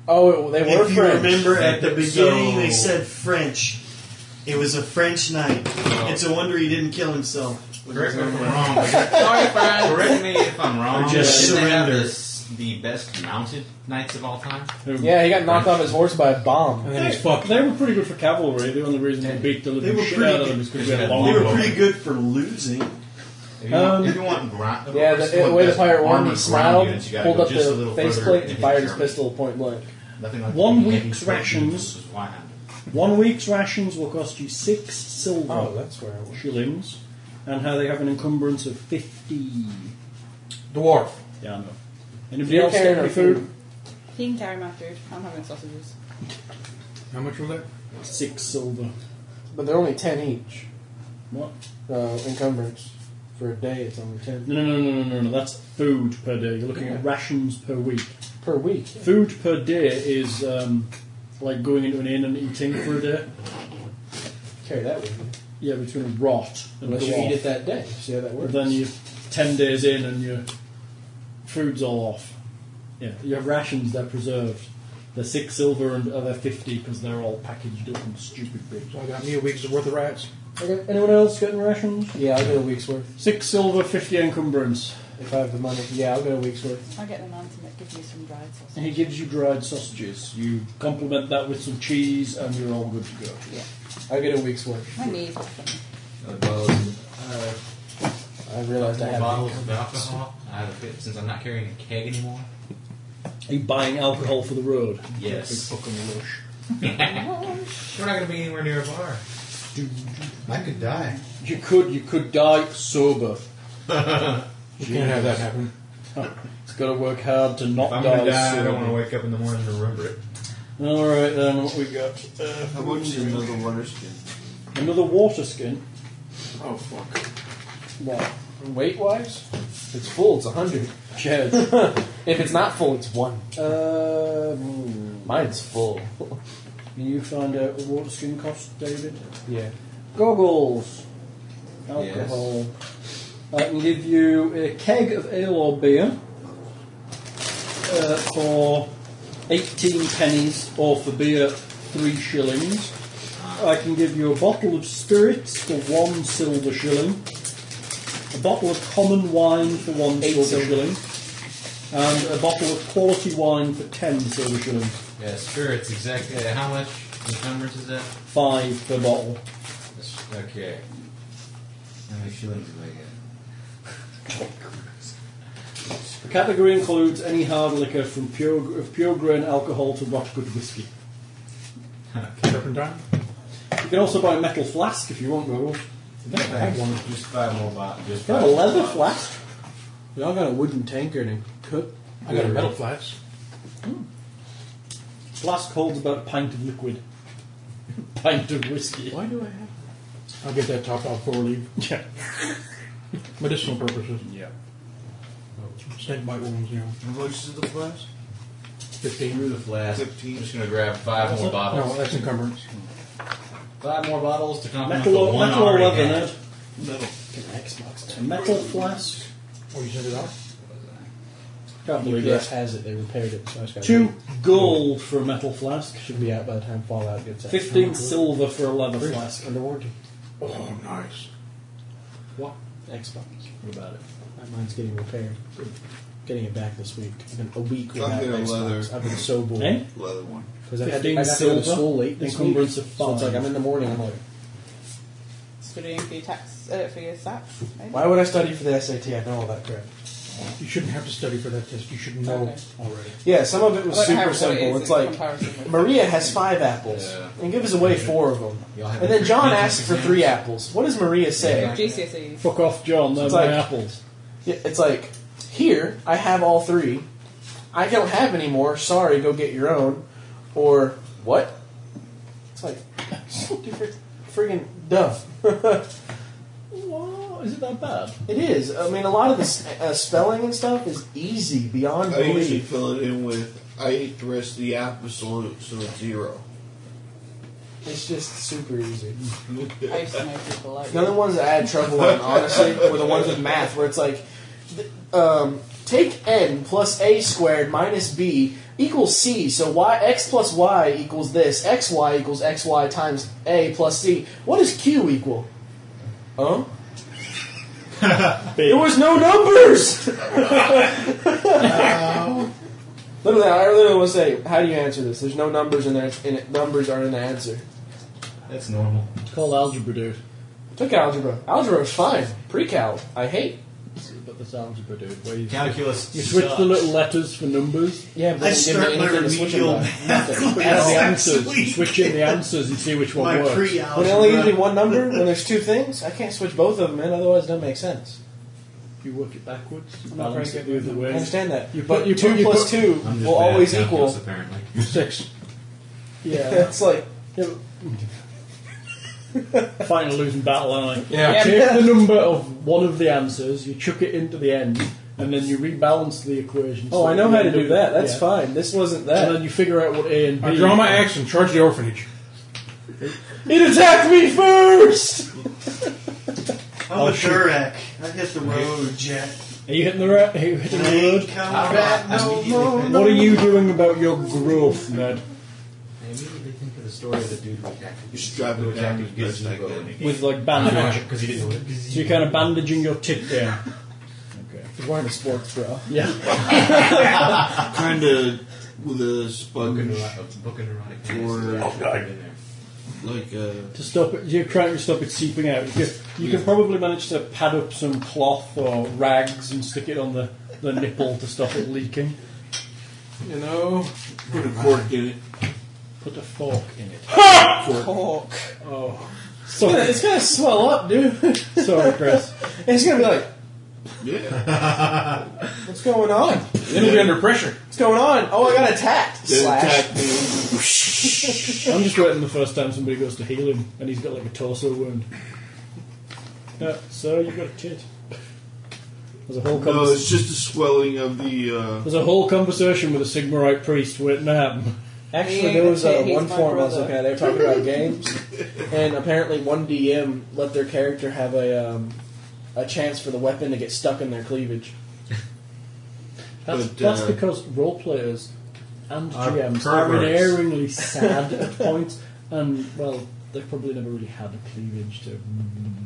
Speaker 5: oh, they were
Speaker 8: If you
Speaker 5: friends.
Speaker 8: remember at the beginning, they
Speaker 6: So-
Speaker 8: said French. It was a French knight. It's a wonder he didn't kill himself.
Speaker 6: Correct me if I'm wrong. but- Sorry, Brad. Correct me if I'm wrong.
Speaker 8: Just
Speaker 6: but didn't they have
Speaker 8: surrender.
Speaker 6: this- the best mounted knights of all time?
Speaker 5: Yeah, he got knocked off his horse by a bomb.
Speaker 9: And then he's
Speaker 3: Fuck,
Speaker 9: fucked.
Speaker 3: they were pretty good for cavalry. The only reason they beat the
Speaker 8: They
Speaker 3: living
Speaker 8: were
Speaker 3: shit
Speaker 8: pretty
Speaker 3: out of
Speaker 8: good.
Speaker 3: them is because we had a
Speaker 8: They
Speaker 3: long
Speaker 8: were
Speaker 3: bow.
Speaker 8: pretty good for losing.
Speaker 6: If you want,
Speaker 3: Um,
Speaker 6: if you want grind,
Speaker 5: Yeah, the, the way the pirate won, he smiled, pulled up the faceplate, and fired his pistol point blank.
Speaker 6: Nothing like
Speaker 3: One
Speaker 6: being
Speaker 3: week's
Speaker 6: heavy
Speaker 3: rations.
Speaker 6: threatened, which is why I'm-
Speaker 3: One week's rations will cost you six silver.
Speaker 8: Oh,
Speaker 5: that's where I was.
Speaker 3: shillings, and how they have an encumbrance of 50.
Speaker 9: Dwarf.
Speaker 3: Yeah, I know. Anybody else get any food?
Speaker 7: He can carry my food. I'm having sausages.
Speaker 9: How much was that?
Speaker 3: Six silver.
Speaker 5: But they're only ten each.
Speaker 3: What?
Speaker 5: Uh, encumbrance for a day. It's only ten
Speaker 3: No, no, no, no, no, no. That's food per day. You're looking at rations per week.
Speaker 5: per week.
Speaker 3: Food per day is um, like going into an inn and eating for a day.
Speaker 5: Carry that with you,
Speaker 3: Yeah, but it's going to rot and
Speaker 5: unless
Speaker 3: go
Speaker 5: you
Speaker 3: off.
Speaker 5: eat it that day. See how that
Speaker 3: But
Speaker 5: works.
Speaker 3: then you're ten days in and your food's all off. Yeah, your rations they're preserved. They're six silver and uh, they're fifty because they're all packaged up and stupid big.
Speaker 9: So I got me a week's worth of rats.
Speaker 3: Okay, anyone else getting rations?
Speaker 5: yeah, I'll get a week's worth
Speaker 3: Six silver, fifty encumbrance.
Speaker 5: if I have the money. Yeah, I'll get a week's worth.
Speaker 7: I'll get the man to make- give you some dried sausages.
Speaker 8: (laughs)
Speaker 3: And he gives you dried sausages. You complement that with some cheese, and you're all good to go.
Speaker 5: I'll get a week's worth.
Speaker 7: My knees are fucking-
Speaker 6: Uh, bottles, uh,
Speaker 5: I realized I have.
Speaker 6: bottles of alcohol. I have a fit since I'm not carrying a keg anymore.
Speaker 3: Are you buying alcohol for the road?
Speaker 6: Yes. (laughs)
Speaker 3: Big fucking rush.
Speaker 6: We're not going to be anywhere near a bar.
Speaker 4: I could die.
Speaker 3: You could, you could die sober.
Speaker 9: You can't have that happen.
Speaker 3: It's got to work hard to not
Speaker 6: If I'm
Speaker 3: die,
Speaker 6: going to die, I
Speaker 3: sober.
Speaker 6: don't want to wake up in the morning and remember it.
Speaker 3: All right then, what we got? Uh,
Speaker 4: How much is another water skin?
Speaker 3: another water skin.
Speaker 4: Oh fuck.
Speaker 3: What?
Speaker 5: Weight wise, it's full. It's a hundred.
Speaker 3: Jed.
Speaker 5: (laughs) If it's not full, it's one.
Speaker 3: uh, hmm.
Speaker 5: Mine's full.
Speaker 3: can you find out what water skin costs, David?
Speaker 5: Yeah.
Speaker 3: Goggles. Alcohol. I can give you a keg of ale or beer uh, for 18 pennies, or for beer, 3 shillings. I can give you a bottle of spirits for 1 silver shilling, a bottle of common wine for 1 silver, shilling, and a bottle of quality wine for 10 silver shilling.
Speaker 6: Yeah, spirits, exactly. Uh, how much encumbrance is that?
Speaker 3: 5 per bottle.
Speaker 6: That's- Okay. How many shillings do I get?
Speaker 3: The category includes any hard liquor from pure, of pure grain alcohol to rock good whiskey.
Speaker 9: Serpentine?
Speaker 3: You can also buy a metal flask if you want, Google.
Speaker 6: Thanks. Just five more bottles. Just
Speaker 3: You have
Speaker 6: five
Speaker 3: Oh, a leather flask?
Speaker 5: Y'all got a wooden tankard and cook.
Speaker 9: I got a metal flask.
Speaker 3: Flask holds about a pint of liquid. (laughs) pint of whiskey.
Speaker 5: Why do I have?
Speaker 9: I'll get that topped off for a
Speaker 5: (laughs)
Speaker 9: leave.
Speaker 3: Yeah.
Speaker 9: Medicinal purposes.
Speaker 3: Yeah.
Speaker 9: Snake bite wounds, you know.
Speaker 4: How much is the flask?
Speaker 9: 15.
Speaker 6: Through the flask.
Speaker 4: Fifteen.
Speaker 6: I'm just going to grab five more
Speaker 9: No,
Speaker 5: Oh.
Speaker 6: bottles.
Speaker 9: that's encumbrance.
Speaker 6: Five more bottles to complement
Speaker 3: Metal,
Speaker 6: the
Speaker 3: or,
Speaker 6: one I
Speaker 3: metal or
Speaker 6: already
Speaker 3: leather,
Speaker 6: had.
Speaker 3: Ned?
Speaker 4: Metal.
Speaker 3: A metal flask?
Speaker 9: Oh, you sent it off?
Speaker 3: Can't believe
Speaker 5: UPS
Speaker 3: that.
Speaker 5: has it. They repaired it, so I just got
Speaker 3: Two gold for a metal flask.
Speaker 5: Should be out by the time Fallout gets out.
Speaker 3: Fifteen silver for a leather flask.
Speaker 5: under warranty.
Speaker 9: Oh, nice.
Speaker 5: Xbox.
Speaker 3: What about it?
Speaker 5: My mine's getting repaired. Getting it back this week. It's been a week without
Speaker 4: get a
Speaker 5: Xbox.
Speaker 4: leather.
Speaker 5: I've been so bored.
Speaker 3: Eh?
Speaker 4: Leather one.
Speaker 5: Because I, I got
Speaker 3: 15
Speaker 5: to go to
Speaker 3: silver,
Speaker 5: school late this week.
Speaker 3: encumbrance of
Speaker 5: So it's
Speaker 3: five.
Speaker 5: like I'm in the morning. I'm like,
Speaker 7: Studying for your tax, uh, for your sacks. maybe?
Speaker 5: why would I study for the SAT? I know all that crap.
Speaker 9: You shouldn't have to study for that test. You should know
Speaker 7: Okay.
Speaker 9: already.
Speaker 5: Yeah, some of it was
Speaker 7: I don't know how
Speaker 5: super
Speaker 7: good it
Speaker 5: simple.
Speaker 7: is
Speaker 5: it's
Speaker 7: in
Speaker 5: like
Speaker 7: comparison with-
Speaker 5: Maria has five apples
Speaker 6: Yeah.
Speaker 5: and gives away four of them.
Speaker 6: Y'all have
Speaker 5: And then
Speaker 6: your
Speaker 5: John
Speaker 6: entrance
Speaker 5: asks for
Speaker 6: exams?
Speaker 5: three apples. What does Maria say?
Speaker 7: (laughs)
Speaker 6: Yeah.
Speaker 7: GCSEs.
Speaker 3: Fuck off, John. They're
Speaker 5: It's
Speaker 3: my
Speaker 5: like-
Speaker 3: apples.
Speaker 5: Yeah, It's like, here, I have all three. I don't have any more. Sorry, go get your own. Or, what? It's like, (laughs) dude, friggin' dumb. (laughs)
Speaker 3: What? Is it that bad?
Speaker 5: it is. I mean, a lot of the s- uh, spelling and stuff is easy beyond
Speaker 4: I
Speaker 6: Oh,
Speaker 4: usually
Speaker 5: belief.
Speaker 4: fill it in with I ate the rest of the apple, so so it's zero.
Speaker 5: It's just super easy.
Speaker 7: I used to know people like
Speaker 5: The only ones that I had trouble with, honestly, were the ones with math, where it's like, th- um, take n plus a squared minus b equals c. So y x plus y equals this. X y equals x y times a plus c. What does q equal? Huh? there was no numbers. (laughs) Literally, I literally want to say, how do you answer this? There's no numbers in there. In it. Numbers are in the answer.
Speaker 6: (laughs) That's normal.
Speaker 3: It's called algebra, dude.
Speaker 5: Took algebra. Algebra is fine. Pre-cal, I hate.
Speaker 3: But that's algebra, dude. Where you,
Speaker 6: Calculus.
Speaker 3: you switch
Speaker 6: sucks.
Speaker 3: the little letters for
Speaker 5: (laughs)
Speaker 3: numbers.
Speaker 5: Yeah, but
Speaker 8: I
Speaker 5: they didn't give me
Speaker 8: start my
Speaker 5: anything to switch them
Speaker 8: remedial
Speaker 5: by.
Speaker 8: math
Speaker 3: Add the
Speaker 8: class next
Speaker 3: answers.
Speaker 8: week.
Speaker 3: Switch in the answers and see which one
Speaker 8: My
Speaker 3: works.
Speaker 5: When they only gives me
Speaker 8: pre-algebra.
Speaker 5: one number, when there's two things, I can't switch both of them in, otherwise it doesn't make sense.
Speaker 3: You work it backwards. You
Speaker 5: I'm not very
Speaker 3: balance it
Speaker 5: good
Speaker 3: the other
Speaker 5: I
Speaker 3: way.
Speaker 5: understand that.
Speaker 3: You
Speaker 5: but
Speaker 3: put- you
Speaker 5: two
Speaker 3: put- you put-
Speaker 5: plus two
Speaker 6: I'm just
Speaker 5: will
Speaker 6: bad at
Speaker 5: always
Speaker 6: calculus,
Speaker 5: equal.
Speaker 6: apparently.
Speaker 5: (laughs)
Speaker 3: Six. Yeah.
Speaker 5: It's like
Speaker 3: Final losing battle, aren't I?
Speaker 9: Yeah.
Speaker 3: Take the number of one of the answers, you chuck it into the end, and then you rebalance the equation. so
Speaker 5: Oh, I know
Speaker 3: you
Speaker 5: how to
Speaker 3: end
Speaker 5: do
Speaker 3: up-
Speaker 5: that. That's
Speaker 3: yeah.
Speaker 5: fine. This wasn't
Speaker 3: And
Speaker 5: that.
Speaker 3: then you figure out what A and B.
Speaker 9: I draw my axe and charge the orphanage.
Speaker 5: It attacked me first.
Speaker 8: I'm a Durek. I hit the road, Jack.
Speaker 3: Are you hitting the right? Are you hitting the
Speaker 8: Ain't
Speaker 3: road?
Speaker 8: coming
Speaker 6: I don't know,
Speaker 8: back
Speaker 6: I
Speaker 8: no
Speaker 6: immediately
Speaker 8: more.
Speaker 6: think-
Speaker 3: What are you doing about your growth, Ned?
Speaker 6: I immediately think of the story of the dude who attacked
Speaker 4: You should drive
Speaker 6: who
Speaker 4: it
Speaker 6: attacked
Speaker 4: down
Speaker 6: his
Speaker 4: as best I
Speaker 6: gazebo
Speaker 4: can.
Speaker 6: and
Speaker 4: (laughs)
Speaker 6: he-
Speaker 3: With like bandage.
Speaker 6: because he didn't know it.
Speaker 3: So you're kind of bandaging your tit down.
Speaker 5: He's wearing a sports bra.
Speaker 3: Yeah.
Speaker 4: Kind of with a sponge,
Speaker 6: Book of neurotic
Speaker 4: Or-
Speaker 6: Oh, God.
Speaker 4: like uh,
Speaker 3: To stop it, you're trying to stop it seeping out. You, could- you can probably manage to pad up some cloth or rags and stick it on the, the nipple to stop it leaking.
Speaker 2: You know,
Speaker 4: put a cork in it.
Speaker 3: Put a fork in it.
Speaker 5: Cork.
Speaker 3: (laughs) Sorry,
Speaker 5: It's gonna swell
Speaker 3: (laughs)
Speaker 5: up, dude.
Speaker 3: sorry Chris.
Speaker 5: It's gonna be like,
Speaker 4: Yeah,
Speaker 5: what's going on?
Speaker 9: It'll be under pressure.
Speaker 5: What's going on? Oh, I got attacked.
Speaker 4: then
Speaker 5: Slash.
Speaker 4: attack me.
Speaker 3: I'm just waiting the first time somebody goes to heal him and he's got like a torso wound. Uh, sir, you've got a tit. There's a whole
Speaker 4: No,
Speaker 3: conversation.
Speaker 4: it's just a swelling of the. Uh,
Speaker 3: There's a whole conversation with a Sigmarite priest waiting to happen.
Speaker 5: Actually, there was uh,
Speaker 7: He's
Speaker 5: one
Speaker 7: my
Speaker 5: forum I was
Speaker 7: brother.
Speaker 5: looking at. They were talking
Speaker 9: (laughs)
Speaker 5: about games, and apparently one DM let their character have a um, a chance for the weapon to get stuck in their cleavage.
Speaker 3: That's,
Speaker 4: But,
Speaker 3: that's
Speaker 4: uh,
Speaker 3: because role players and
Speaker 6: Are
Speaker 3: GMs are
Speaker 6: perverts.
Speaker 3: unerringly sad
Speaker 4: (laughs)
Speaker 3: at points, and well, they've probably never really had a cleavage
Speaker 6: (laughs)
Speaker 3: to.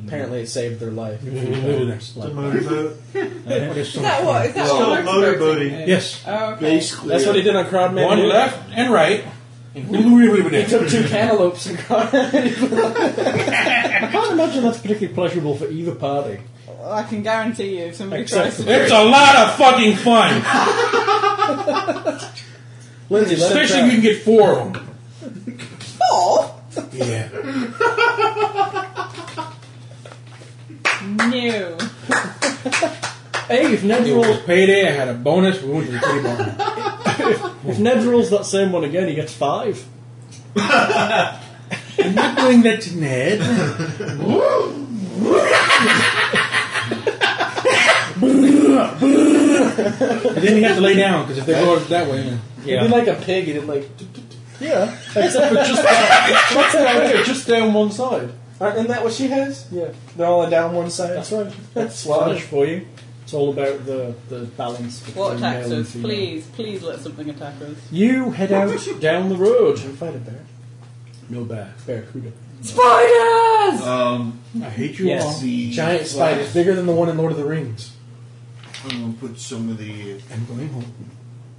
Speaker 5: Apparently, it saved their life.
Speaker 9: Mm-hmm.
Speaker 8: The
Speaker 3: Like,
Speaker 8: motorboat.
Speaker 9: Is
Speaker 7: Is that what? Is that
Speaker 8: Well,
Speaker 7: what
Speaker 8: motor
Speaker 7: motor
Speaker 8: boating.
Speaker 9: Yes.
Speaker 7: Oh, okay.
Speaker 4: basically,
Speaker 5: That's what he did on Crowd Man.
Speaker 9: One
Speaker 5: Dude.
Speaker 9: left and right. And wheelie, wheelie,
Speaker 5: He
Speaker 9: wheelie.
Speaker 5: took two cantaloupes and caught it.
Speaker 3: I can't (laughs) imagine that's particularly pleasurable for either party.
Speaker 7: Well, I can guarantee you, if somebody
Speaker 3: Except
Speaker 7: tries
Speaker 8: (laughs)
Speaker 7: to.
Speaker 9: It's a lot of fucking fun.
Speaker 5: Lindsay, let him
Speaker 9: Especially if
Speaker 5: try.
Speaker 9: you can get four of them.
Speaker 7: Oh
Speaker 9: Yeah.
Speaker 7: no!
Speaker 3: Hey, if Ned,
Speaker 9: It was
Speaker 3: rolls,
Speaker 9: payday. I had a bonus. We went to the kitty bar.
Speaker 3: if Ned rolls that same one again, he gets five.
Speaker 9: I'm not doing (laughs) that to Ned. And then you have to lay down because if they go that way, then-
Speaker 5: He did like a pig. He did like.
Speaker 3: Yeah, except for just down, just down one side.
Speaker 5: Aren't- Isn't that what she has?
Speaker 3: Yeah,
Speaker 5: They're all down one side.
Speaker 3: that's right.
Speaker 5: (laughs) That's
Speaker 3: Slash
Speaker 5: slash.
Speaker 3: for you. It's all about the, the balance. between
Speaker 7: What attacks
Speaker 3: male and
Speaker 7: us?
Speaker 3: female.
Speaker 7: Please, please let something attack us.
Speaker 3: You head out down the road.
Speaker 5: Did you fight a bear?
Speaker 3: No bear. Barracuda.
Speaker 7: Spiders!
Speaker 4: um,
Speaker 9: I hate you
Speaker 3: Yes.
Speaker 9: all.
Speaker 4: the
Speaker 5: Giant spider, bigger than the one in Lord of the Rings.
Speaker 4: I'm gonna um, put some of the
Speaker 9: I'm going home.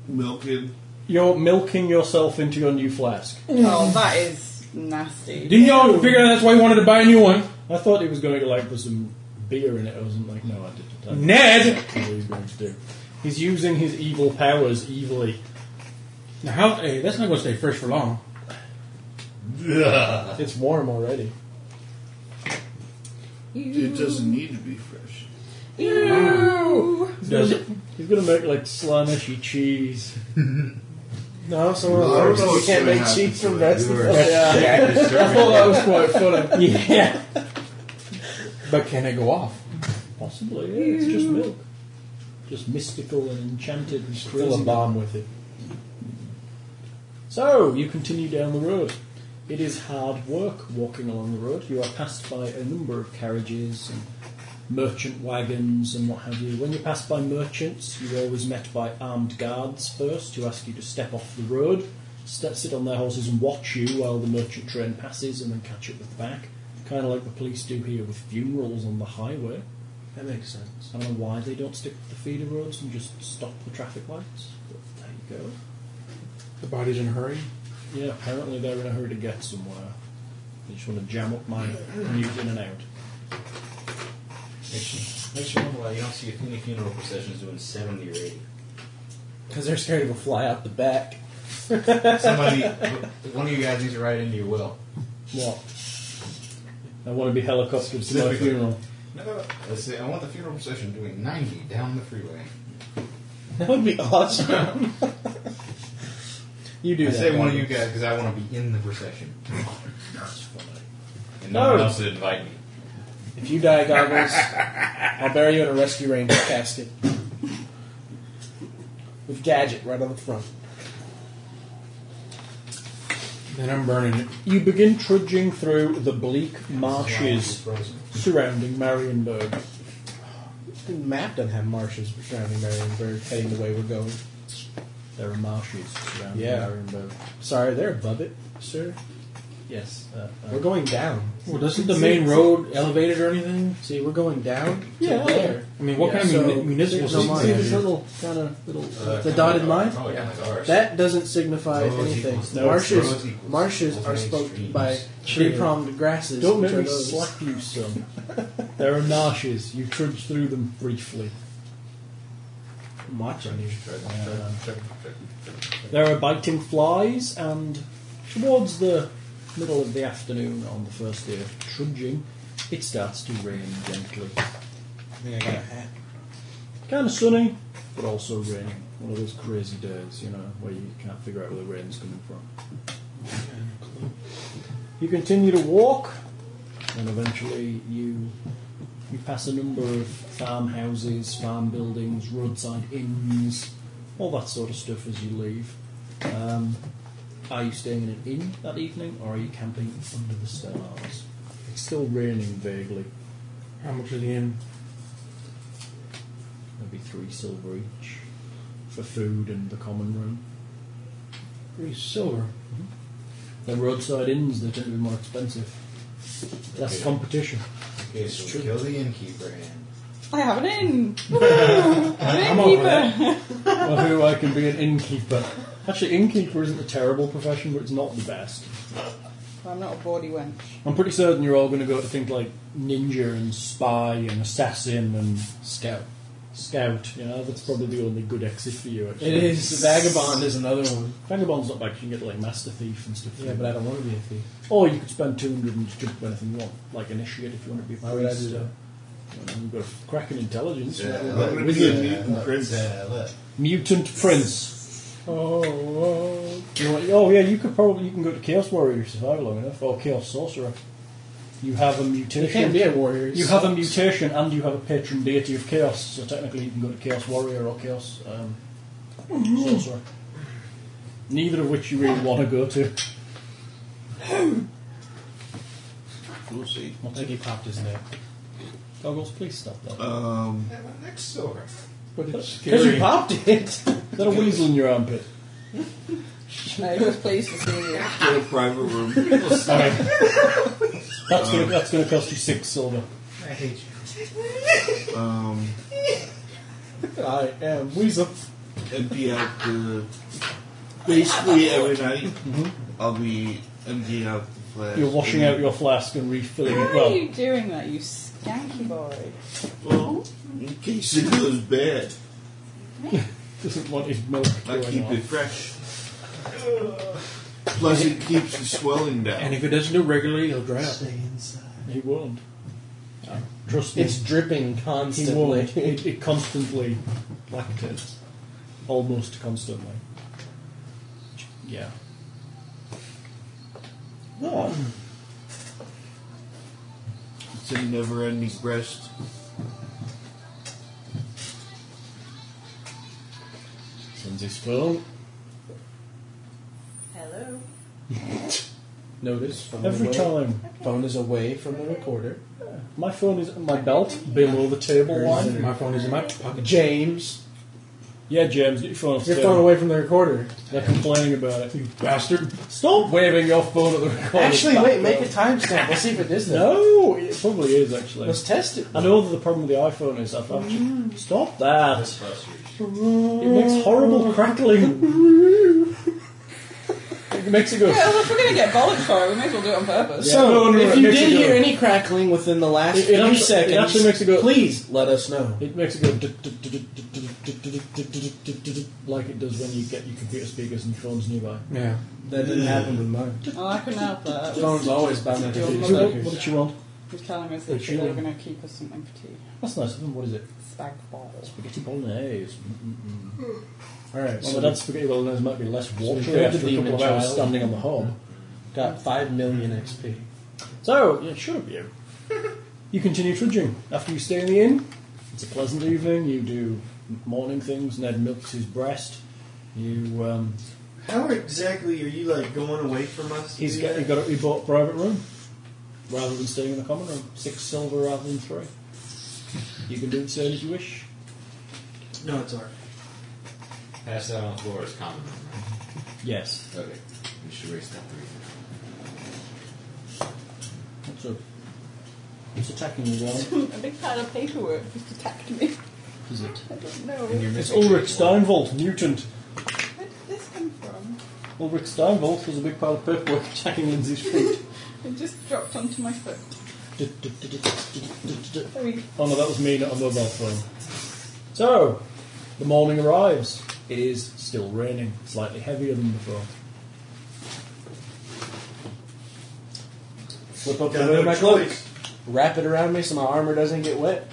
Speaker 4: milk in.
Speaker 3: You're milking yourself into your new flask.
Speaker 7: Oh, that is nasty.
Speaker 9: Didn't y'all figure out that's why you wanted to buy a new one?
Speaker 3: I thought he was going to like put some beer in it. I wasn't like, no, I didn't. I
Speaker 9: Ned!
Speaker 3: didn't know what he was going to do. He's using his evil powers evilly.
Speaker 9: Now, how, hey, that's not going to stay fresh for long.
Speaker 5: It's warm already.
Speaker 4: It doesn't need to be fresh.
Speaker 7: Ew.
Speaker 9: Does it?
Speaker 3: He's going to make like slimishy cheese.
Speaker 5: No, someone
Speaker 4: Well, I don't
Speaker 5: else.
Speaker 4: know
Speaker 5: You
Speaker 4: what's
Speaker 5: can't
Speaker 4: gonna
Speaker 5: make
Speaker 4: happen
Speaker 5: cheese
Speaker 4: to
Speaker 5: from
Speaker 4: it.
Speaker 5: vegetables.
Speaker 6: You are
Speaker 5: Yeah. I thought that was quite funny.
Speaker 3: (laughs) yeah,
Speaker 9: But can it go off?
Speaker 3: possibly. Yeah, it's just milk. Just mystical and enchanted and
Speaker 5: Fill
Speaker 3: crazy.
Speaker 5: a bomb with it.
Speaker 3: So you continue down the road. It is hard work walking along the road. You are passed by a number of carriages and merchant wagons and what have you. When you pass by merchants, you're always met by armed guards first who ask you to step off the road, st- sit on their horses and watch you while the merchant train passes and then catch it with the back. Kind of like the police do here with funerals on the highway.
Speaker 9: That makes sense.
Speaker 3: I don't know why they don't stick with the feeder roads and just stop the traffic lights. But there you go.
Speaker 9: The body's in a hurry.
Speaker 3: Yeah, apparently they're in a hurry to get somewhere. They just want to jam up my commute in and out.
Speaker 6: Makes you wonder why you don't see any funeral processions doing 70 or 80.
Speaker 5: Because they're scared it will fly out the back.
Speaker 6: Somebody, one of you guys needs to write into your will.
Speaker 3: What? I want to be helicoptered to my funeral.
Speaker 6: No, no, no. Let's say I want the funeral procession doing 90 down the freeway.
Speaker 3: That would be awesome. you do
Speaker 6: I
Speaker 3: that.
Speaker 6: say one of
Speaker 3: Ian.
Speaker 6: you guys because I want to be in the procession. and no,
Speaker 3: No.
Speaker 6: one else would invite me.
Speaker 5: If you die, goggles, I'll bury you in a rescue ranger casket with gadget right on the front.
Speaker 9: Then I'm burning it.
Speaker 3: You begin trudging through the bleak marshes surrounding Marienburg.
Speaker 5: The map doesn't have marshes surrounding Marienburg heading the way we're going.
Speaker 3: There are marshes surrounding
Speaker 5: Yeah.
Speaker 3: Marienburg.
Speaker 5: Sorry, they're above it, sir.
Speaker 3: Yes. Uh,
Speaker 5: We're
Speaker 3: uh,
Speaker 5: going down.
Speaker 9: Well, doesn't the main road elevated or anything?
Speaker 5: See, we're going down to
Speaker 3: Yeah.
Speaker 5: there.
Speaker 9: I mean, what
Speaker 5: Yeah,
Speaker 9: kind of
Speaker 5: so
Speaker 9: muni- municipal
Speaker 5: there's no
Speaker 9: system
Speaker 5: line.
Speaker 9: do
Speaker 5: See
Speaker 9: you
Speaker 5: this
Speaker 9: have?
Speaker 5: little kind of little
Speaker 6: Uh,
Speaker 5: the dotted line.
Speaker 6: Oh, yeah, like ours.
Speaker 5: That doesn't signify
Speaker 6: Rows
Speaker 5: anything.
Speaker 6: equals- no, it's rows
Speaker 5: marshes,
Speaker 6: equals-
Speaker 5: marshes
Speaker 6: equals
Speaker 5: are
Speaker 6: main
Speaker 5: spoke
Speaker 6: streams.
Speaker 5: by pre-pronged grasses.
Speaker 3: don't
Speaker 5: which
Speaker 3: make
Speaker 5: are
Speaker 3: me
Speaker 5: those.
Speaker 3: slap you, son. there are marshes. You trudge through them briefly. I'm watching you. Uh, There are biting flies, and towards the middle of the afternoon on the first day of trudging, it starts to rain gently. Kind of sunny, but also raining. One of those crazy days, you know, where you can't figure out where the rain's coming from. You continue to walk, and eventually you you pass a number of farmhouses, farm buildings, roadside inns, all that sort of stuff as you leave. Um, are you staying in an inn that evening, or are you camping under the stars? It's still raining vaguely.
Speaker 9: How much is the inn?
Speaker 3: Maybe three silver each for food and the common room.
Speaker 9: Three silver.
Speaker 3: The Mm-hmm. roadside inns they tend to be more expensive. That's
Speaker 6: Okay.
Speaker 3: competition.
Speaker 6: Okay, so we kill the innkeeper and
Speaker 7: I have an inn. Woohoo!
Speaker 3: I'm over that.
Speaker 7: Innkeeper.
Speaker 3: (laughs) well, who I can be an innkeeper. Actually, innkeeper isn't a terrible profession, but it's not the best.
Speaker 7: I'm not a bawdy wench.
Speaker 3: I'm pretty certain you're all going to go to things like ninja and spy and assassin and scout. Scout, you know, that's probably the only good exit for you. Actually.
Speaker 5: It is. Vagabond is another one.
Speaker 3: Vagabond's not bad. 'cause You can get like master thief and stuff.
Speaker 5: Yeah, but I don't want to be a thief.
Speaker 3: Or you could spend 200 and just jump to anything you want, like initiate if you want to be a priest.
Speaker 5: Why would I do
Speaker 3: or-
Speaker 5: that?
Speaker 3: you know, You've got a cracking intelligence.
Speaker 6: Yeah,
Speaker 3: You're
Speaker 6: let
Speaker 3: a
Speaker 6: me
Speaker 3: wizard.
Speaker 6: be a-
Speaker 4: Mutant prince.
Speaker 3: Mutant prince. Oh, oh. You're like, oh yeah, you could probably you can go to Chaos Warrior if you survive long enough, or Chaos Sorcerer. You have a
Speaker 5: You
Speaker 3: mutation.
Speaker 5: can't be a warrior.
Speaker 3: You have a mutation and you have a patron deity of chaos, so technically you can go to Chaos Warrior or Chaos um, Sorcerer. Neither of which you really want to go to.
Speaker 4: We'll see.
Speaker 5: I think he popped his neck.
Speaker 3: Goggles, please stop that.
Speaker 4: Um,
Speaker 6: Yeah, my next silver.
Speaker 3: but it's
Speaker 5: Because
Speaker 3: scary.
Speaker 5: you popped it.
Speaker 3: Is that a weasel in your armpit?
Speaker 7: No, he was pleased to see you.
Speaker 4: get a private room.
Speaker 3: Sorry. that's
Speaker 5: Uh,
Speaker 3: gonna that's gonna cost you six silver.
Speaker 6: I hate you.
Speaker 4: Um,
Speaker 5: (laughs) I am Weasel.
Speaker 4: empty out the. Basically, every night I'll be emptying out the flask.
Speaker 3: You're washing out your flask and refilling
Speaker 7: Why
Speaker 3: it.
Speaker 7: are
Speaker 3: Well,
Speaker 7: you doing that, you skanky boy?
Speaker 4: Well, in case it goes bad,
Speaker 3: doesn't want his milk.
Speaker 4: I
Speaker 3: going
Speaker 4: keep
Speaker 3: on.
Speaker 4: it fresh. Plus, it keeps the swelling
Speaker 9: And
Speaker 4: down.
Speaker 9: if it doesn't do regularly, it'll dry up.
Speaker 8: Stay inside.
Speaker 3: He won't. Trust me.
Speaker 5: It's dripping
Speaker 3: He won't.
Speaker 5: constantly.
Speaker 3: It, it constantly lactates. Almost constantly. Yeah.
Speaker 4: It's a never-ending breast.
Speaker 3: Lindsay's phone.
Speaker 7: Hello.
Speaker 5: Notice phone
Speaker 3: Every
Speaker 5: away.
Speaker 3: time.
Speaker 5: Phone is away from the recorder.
Speaker 3: My phone is at my belt, below the table line.
Speaker 9: My phone is in my pocket.
Speaker 5: James,
Speaker 3: Yeah, James, get your phone off the
Speaker 5: your phone
Speaker 3: table.
Speaker 5: away from the recorder.
Speaker 3: They're complaining about it.
Speaker 9: Bastard.
Speaker 3: Stop waving your phone at the recorder.
Speaker 5: Actually, wait, make a
Speaker 3: it.
Speaker 5: timestamp. Let's see if it is that.
Speaker 3: No, it probably is actually.
Speaker 5: Let's test it.
Speaker 3: I know that the problem with the iPhone is I've actually. Stop that!
Speaker 6: Plus yours.
Speaker 3: It makes
Speaker 5: (laughs)
Speaker 3: horrible crackling. it makes it go. (laughs)
Speaker 7: Yeah, well, if we're going to get bollocked for it, we may as well do it on purpose.
Speaker 5: So,
Speaker 3: No, no, no,
Speaker 5: if
Speaker 3: it
Speaker 5: you
Speaker 3: makes
Speaker 5: did
Speaker 3: it go-
Speaker 5: hear any crackling within the last
Speaker 3: It- it
Speaker 5: few
Speaker 3: actually- it
Speaker 5: seconds,
Speaker 3: actually makes it go-
Speaker 5: please let us know.
Speaker 3: It makes it go du- du- du- du- du- du- du- du- du- du- du- du- du- du- like it does when you get your computer speakers and phones nearby.
Speaker 9: Yeah.
Speaker 5: That didn't happen with mine.
Speaker 7: Oh, I couldn't help that. That was-
Speaker 5: Phone's always by my
Speaker 7: Your
Speaker 5: computer
Speaker 3: What
Speaker 7: mother.
Speaker 5: speakers.
Speaker 3: what did you want?
Speaker 7: They're telling us
Speaker 3: They're
Speaker 7: that they're
Speaker 3: chewing.
Speaker 7: going to keep us something for tea.
Speaker 3: That's nice of them. What is it?
Speaker 7: Spag balls.
Speaker 3: Spaghetti bolognese. Mm-mm-mm.
Speaker 9: All right.
Speaker 3: Well,
Speaker 9: so
Speaker 3: my dad's spaghetti bolognese might be less watery
Speaker 9: we have
Speaker 3: after
Speaker 9: to
Speaker 3: the Hmm.
Speaker 9: keep
Speaker 3: evening
Speaker 9: it
Speaker 3: I was
Speaker 9: wild.
Speaker 3: standing on the hob.
Speaker 9: got five million XP.
Speaker 3: So, yeah, shut up, you. You continue trudging. After you stay in the inn, it's a pleasant evening. You do morning things. Ned milks his breast. You, um,
Speaker 8: How exactly are you like going away from us? to
Speaker 3: he's
Speaker 8: do
Speaker 3: got, he
Speaker 8: that?
Speaker 3: got a, he bought a private room rather than staying in the common room. Six silver rather than three. You can do the same if you wish.
Speaker 8: No, it's alright.
Speaker 6: Pass that on the floor is common. right?
Speaker 3: Yes.
Speaker 6: Okay. We should raise that three.
Speaker 3: What's up? It's attacking the wall.
Speaker 7: a big pile of paperwork just attacked me. (laughs)
Speaker 3: Is it?
Speaker 7: I don't know.
Speaker 6: And you're
Speaker 3: It's
Speaker 6: missing
Speaker 3: Ulrich
Speaker 6: three.
Speaker 3: Steinvolt, mutant.
Speaker 7: Where did this come from?
Speaker 3: Ulrich Steinvolt was a big pile of paperwork (laughs) attacking Lindsay's feet.
Speaker 7: It just dropped onto my foot.
Speaker 3: oh
Speaker 7: I mean,
Speaker 3: no, that was me, not a mobile phone. So, the morning arrives. It is still raining, slightly heavier than before.
Speaker 5: Flip up the
Speaker 8: Got
Speaker 5: hood of
Speaker 8: no
Speaker 5: my cloak.
Speaker 8: choice.
Speaker 5: Wrap it around me so my armor doesn't get wet.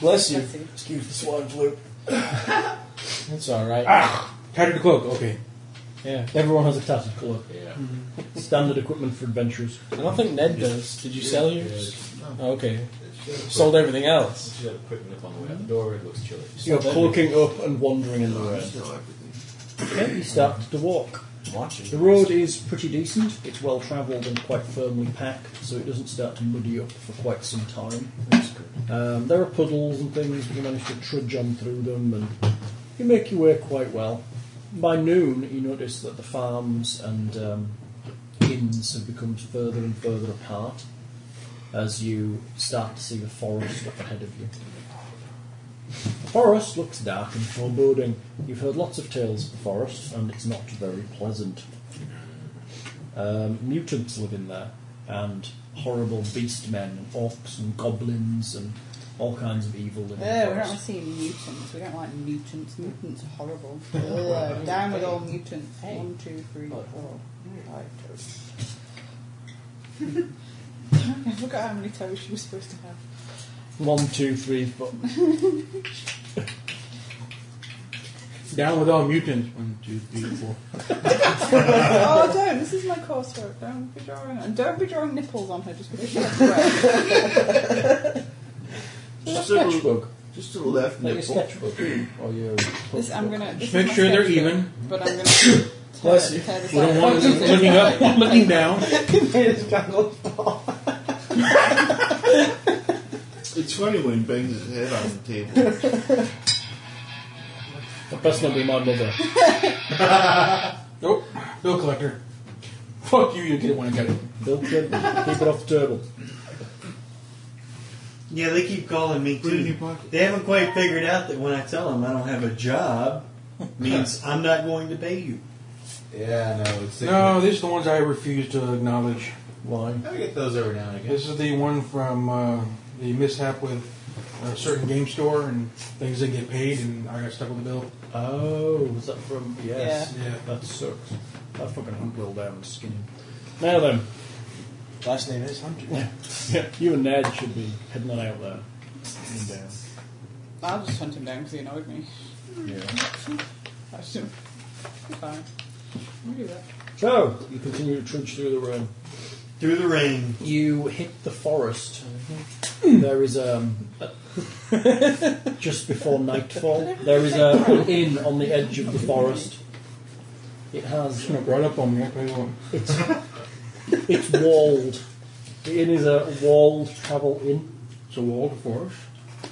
Speaker 5: Bless you.
Speaker 7: Bless you.
Speaker 5: Excuse the swine flu. That's all right.
Speaker 3: Ah!
Speaker 9: Tattered
Speaker 3: Oh,
Speaker 9: cloak. Okay.
Speaker 3: Yeah, everyone has a tattered cloak.
Speaker 6: Yeah.
Speaker 3: Standard equipment for adventurers.
Speaker 5: I don't think Ned does. Did you sell yours?
Speaker 6: Yeah.
Speaker 5: Okay.
Speaker 6: Should have a
Speaker 5: Sold everything else.
Speaker 6: quick- should have a quick nip on the way out the door. It looks chilly.
Speaker 3: You're cloaking up and wandering in the
Speaker 4: I
Speaker 3: rain.
Speaker 4: still have everything.
Speaker 3: Okay, you start to walk.
Speaker 5: Watching.
Speaker 3: The road is pretty decent. It's well travelled and quite firmly packed, so it doesn't start to muddy up for quite some time. Um, there are puddles and things, but you manage to trudge on through them, and you make your way quite well. By noon, you notice that the farms and um, inns have become further and further apart as you start to see the forest up ahead of you. The forest looks dark and foreboding. You've heard lots of tales of the forest, and it's not very pleasant. Um, mutants live in there, and horrible beast men, and orcs, and goblins, and all kinds of evil live in
Speaker 7: no,
Speaker 3: the
Speaker 7: we don't want
Speaker 3: forest.
Speaker 7: to see mutants. We don't like mutants. Mutants are
Speaker 9: (laughs)
Speaker 7: horrible. Ugh, down with all mutants. One, two, three, four, five toes. (laughs) I forgot how many toes she was supposed to have.
Speaker 3: One, two, three, four.
Speaker 9: (laughs) Down with all mutants. One, two, three, four.
Speaker 7: (laughs)
Speaker 9: (laughs)
Speaker 7: oh, don't. This is my coursework. Don't be drawing And don't be drawing nipples on her just because she has to wear it.
Speaker 9: (laughs)
Speaker 4: Just a little-
Speaker 3: Sketchbook.
Speaker 4: Just to the
Speaker 3: Like
Speaker 4: left
Speaker 3: your
Speaker 4: nipple.
Speaker 3: sketchbook. or your.
Speaker 7: This, I'm gonna, this is
Speaker 9: Make
Speaker 7: my
Speaker 9: sure they're
Speaker 7: sketchbook,
Speaker 9: even. (coughs)
Speaker 7: But I'm going to tear,
Speaker 3: Bless you.
Speaker 7: tear this
Speaker 9: We don't
Speaker 7: out.
Speaker 9: want them looking up, looking down.
Speaker 4: It's funny when he bangs his head on the
Speaker 3: (laughs)
Speaker 4: table.
Speaker 3: That best not be my mother.
Speaker 9: Nope. Bill collector. Fuck you. You didn't want to get it.
Speaker 3: Bill Clinton, keep it off the table.
Speaker 8: Yeah, they keep calling me
Speaker 4: Put it in your
Speaker 8: too.
Speaker 4: pocket.
Speaker 8: They haven't quite figured out that when I tell them I don't have a job, means I'm not going to pay you.
Speaker 6: Yeah, no. It's
Speaker 9: No, these are the ones I refuse to acknowledge.
Speaker 3: Why?
Speaker 6: I get those every now and again.
Speaker 9: This is the one from uh, the mishap with a certain game store and things didn't get paid, and I got stuck with the bill.
Speaker 3: Oh, was that from? Yes.
Speaker 9: Yeah. Yeah.
Speaker 3: That sucks. That fucking hunt Will down and skin him. Now then,
Speaker 5: Last name is Hunter.
Speaker 3: you and Ned should be heading on out there. Skin him
Speaker 7: I'll just hunt him down because he annoyed me. (laughs)
Speaker 3: down. Yeah.
Speaker 7: I just don't. Fine. We'll do that.
Speaker 3: So you continue to trudge through the room.
Speaker 8: Through the rain.
Speaker 3: You hit the forest. There is um, a- just before nightfall. There is a, an inn on the edge of the forest. It has
Speaker 9: You know, right up on me. I tell you what.
Speaker 3: it's walled. The inn is a walled travel inn.
Speaker 9: It's a wall to force.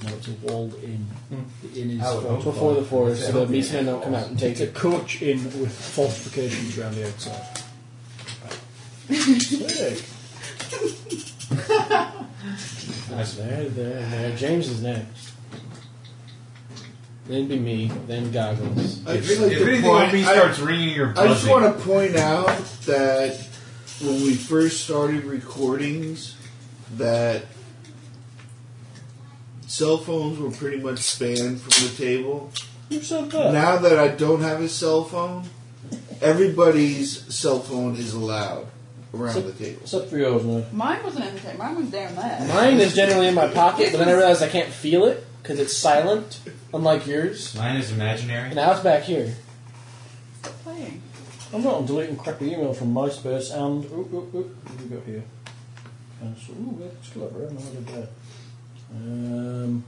Speaker 3: No, it's a walled inn. The inn is
Speaker 6: I would
Speaker 3: fort-
Speaker 6: hope
Speaker 5: Before the forest, so
Speaker 6: Yeah.
Speaker 5: the beast men don't come out and take
Speaker 3: It's a
Speaker 5: it.
Speaker 3: coach inn with fortifications around the outside. Sick.
Speaker 5: There, there, there. James is next. Then be me. Then goggles.
Speaker 4: I
Speaker 6: If,
Speaker 4: just like
Speaker 6: if
Speaker 4: to
Speaker 6: anything
Speaker 4: point-
Speaker 6: on me
Speaker 4: I-
Speaker 6: starts ringing or
Speaker 4: I just
Speaker 6: buzzing,
Speaker 4: want to point out that when we first started recordings, that cell phones were pretty much banned from the table.
Speaker 3: You said that.
Speaker 4: Now that I don't have a cell phone, everybody's cell phone is allowed. around
Speaker 2: So-
Speaker 4: the table.
Speaker 2: Except for yours, man.
Speaker 7: Mine wasn't in the tank. Mine was down there.
Speaker 5: Mine is generally in my pocket, but then I realize I can't feel it because it's silent, unlike yours.
Speaker 6: Mine is imaginary.
Speaker 5: And now it's back here.
Speaker 7: Stop playing.
Speaker 3: I'm not. I'm deleting crappy email from MySpace and. Ooh, ooh, ooh. What have we got here? Cancel. Uh, Ooh, that's clever. I'm not there. Um,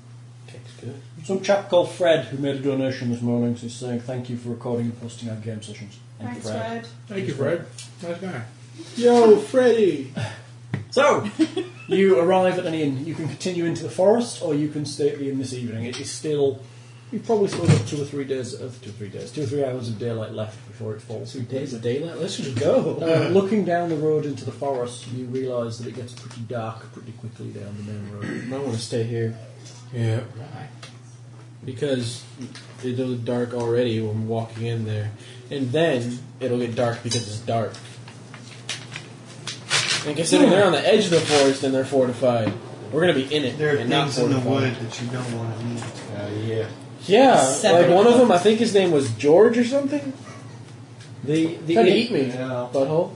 Speaker 3: text good. Some chap called Fred who made a donation this morning so he's saying thank you for recording and posting our game sessions. Thank you,
Speaker 7: Thanks, Fred.
Speaker 9: Thank you, Fred. Nice guy.
Speaker 5: Yo, Freddy! (laughs) So, you arrive at an inn.
Speaker 3: You can continue into the forest or you can stay at the inn this evening. It is still. You've probably still got two or three days, uh, two or three days, two or three hours of daylight left before it falls.
Speaker 5: Two days of daylight? Let's just go.
Speaker 3: Uh, looking down the road into the forest, you realise that it gets pretty dark pretty quickly down the main road.
Speaker 5: I want to stay here.
Speaker 9: Yeah.
Speaker 10: because it was dark already when I'm walking in there, and then it'll get dark because it's dark. And considering they're on the edge of the forest and they're fortified, we're gonna be in it
Speaker 8: There are
Speaker 10: and not
Speaker 8: things in the
Speaker 10: fortified.
Speaker 8: wood that you don't want to meet.
Speaker 6: yeah.
Speaker 10: Yeah,
Speaker 7: Separate
Speaker 10: like one of them, I think his name was George or something.
Speaker 3: The the
Speaker 10: Trying to
Speaker 3: inn-
Speaker 10: eat me, butthole.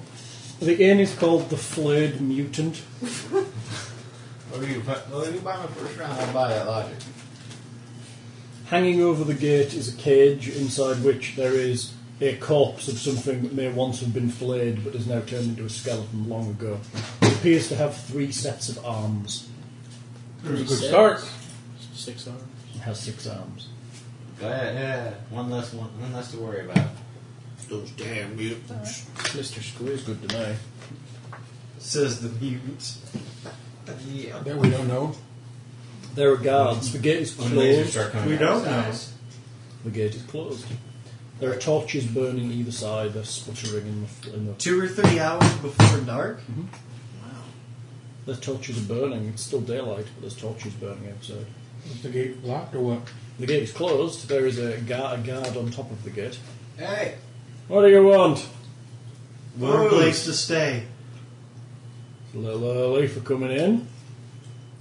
Speaker 3: The inn is called the Flayed Mutant.
Speaker 6: Oh, you, bu- oh, you buy my first round. I'll buy that logic.
Speaker 3: Hanging over the gate is a cage inside which there is a corpse of something that may once have been flayed but has now turned into a skeleton long ago. It appears to have three sets of arms.
Speaker 10: There's a
Speaker 5: good
Speaker 10: start. Six hours.
Speaker 3: It has six arms.
Speaker 6: Yeah, yeah. One less one, one less to worry about.
Speaker 4: Those damn mutants.
Speaker 10: Mr. Squid.
Speaker 1: Good to know.
Speaker 8: Says the mutant.
Speaker 6: Yeah.
Speaker 9: That we don't know.
Speaker 3: There are guards. The gate is
Speaker 6: When lasers
Speaker 3: closed.
Speaker 6: start coming
Speaker 8: We
Speaker 6: out
Speaker 8: don't
Speaker 6: of his
Speaker 8: know.
Speaker 6: eyes.
Speaker 3: The gate is closed. There are torches burning either side. They're sputtering in the, in the
Speaker 8: Two or three hours before dark.
Speaker 3: The torches are burning. It's still daylight, but there's torches burning outside.
Speaker 9: Is the gate locked or what?
Speaker 3: The gate is closed. There is a, gu- a guard on top of the gate.
Speaker 6: Hey!
Speaker 3: What do you want?
Speaker 8: Warm place to stay.
Speaker 3: It's A little early for coming in.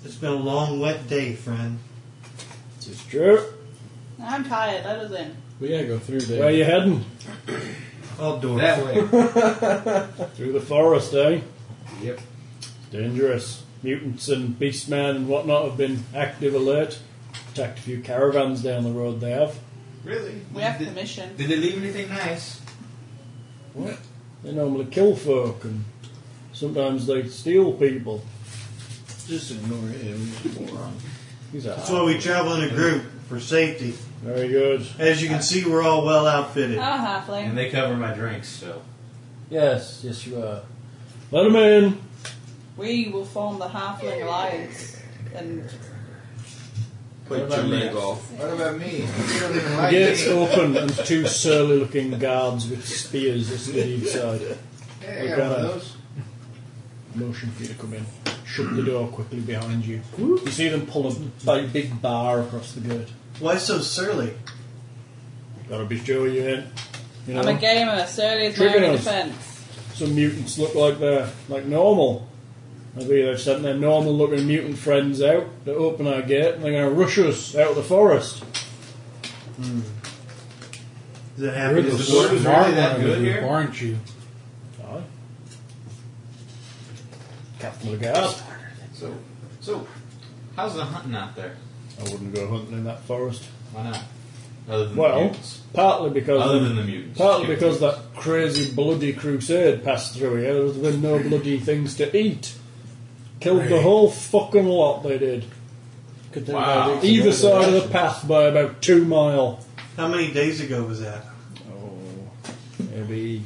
Speaker 8: It's been a long, wet day, friend.
Speaker 3: This is true.
Speaker 7: I'm tired. That is in.
Speaker 10: We gotta go through there.
Speaker 3: Where are you heading?
Speaker 8: All doors.
Speaker 6: That way.
Speaker 3: Through the forest, eh?
Speaker 6: yep.
Speaker 3: It's dangerous. Mutants and beastmen and whatnot have been active alert. Attacked a few caravans down the road they have.
Speaker 6: Really?
Speaker 7: We have
Speaker 6: did,
Speaker 7: permission.
Speaker 6: did they leave anything nice?
Speaker 3: They normally kill folk and sometimes they steal people.
Speaker 4: Just ignore him, moron.
Speaker 3: He's
Speaker 8: That's
Speaker 3: a
Speaker 8: why we travel in a group for safety.
Speaker 3: very good.
Speaker 8: As you can see, we're all well outfitted.
Speaker 7: Ah, halfling.
Speaker 6: And they cover my drinks, so.
Speaker 3: Yes, yes you are. Let him in.
Speaker 7: We will form the halfling alliance. And
Speaker 4: Play
Speaker 6: about
Speaker 4: two-man
Speaker 6: me?
Speaker 4: golf.
Speaker 6: What about me? You don't even
Speaker 3: The
Speaker 6: like
Speaker 3: gates
Speaker 6: me.
Speaker 3: open and two surly looking guards with spears are stood each side.
Speaker 6: Hey, I
Speaker 3: We're
Speaker 6: got one of
Speaker 3: gonna-
Speaker 6: those.
Speaker 3: Motion for you to come in. Shut the door quickly behind you. You see them pull a bi- big bar across the gate.
Speaker 8: Why so surly?
Speaker 3: Gotta be sure you're in. You
Speaker 7: I'm a
Speaker 3: know,
Speaker 7: gamer. Surely is my only
Speaker 3: Triggers.
Speaker 7: defense.
Speaker 3: some mutants look like they're like normal. Maybe they've sent their normal looking mutant friends out to open our gate and they're gonna rush us out of the forest.
Speaker 8: Does it
Speaker 9: You're
Speaker 8: happen?
Speaker 9: the
Speaker 6: the word
Speaker 9: smart
Speaker 6: really
Speaker 9: one
Speaker 6: that
Speaker 9: of
Speaker 6: good
Speaker 9: the group,
Speaker 6: here?
Speaker 9: aren't you?
Speaker 3: Aye. Captain of the guard.
Speaker 6: So, so, how's the hunting out there?
Speaker 3: I wouldn't go hunting in that forest.
Speaker 6: Why not? Other than the
Speaker 3: Well,
Speaker 6: mutants.
Speaker 3: partly because
Speaker 6: Other than the mutants.
Speaker 3: Partly
Speaker 6: Excuse
Speaker 3: because that crazy bloody crusade passed through here. There's been no bloody things to eat. Killed the
Speaker 9: Right.
Speaker 3: whole fucking lot they did.
Speaker 10: Could they-
Speaker 6: Wow.
Speaker 3: Either side (laughs) of the path by about two mile.
Speaker 8: How many days ago was that?
Speaker 3: Oh, maybe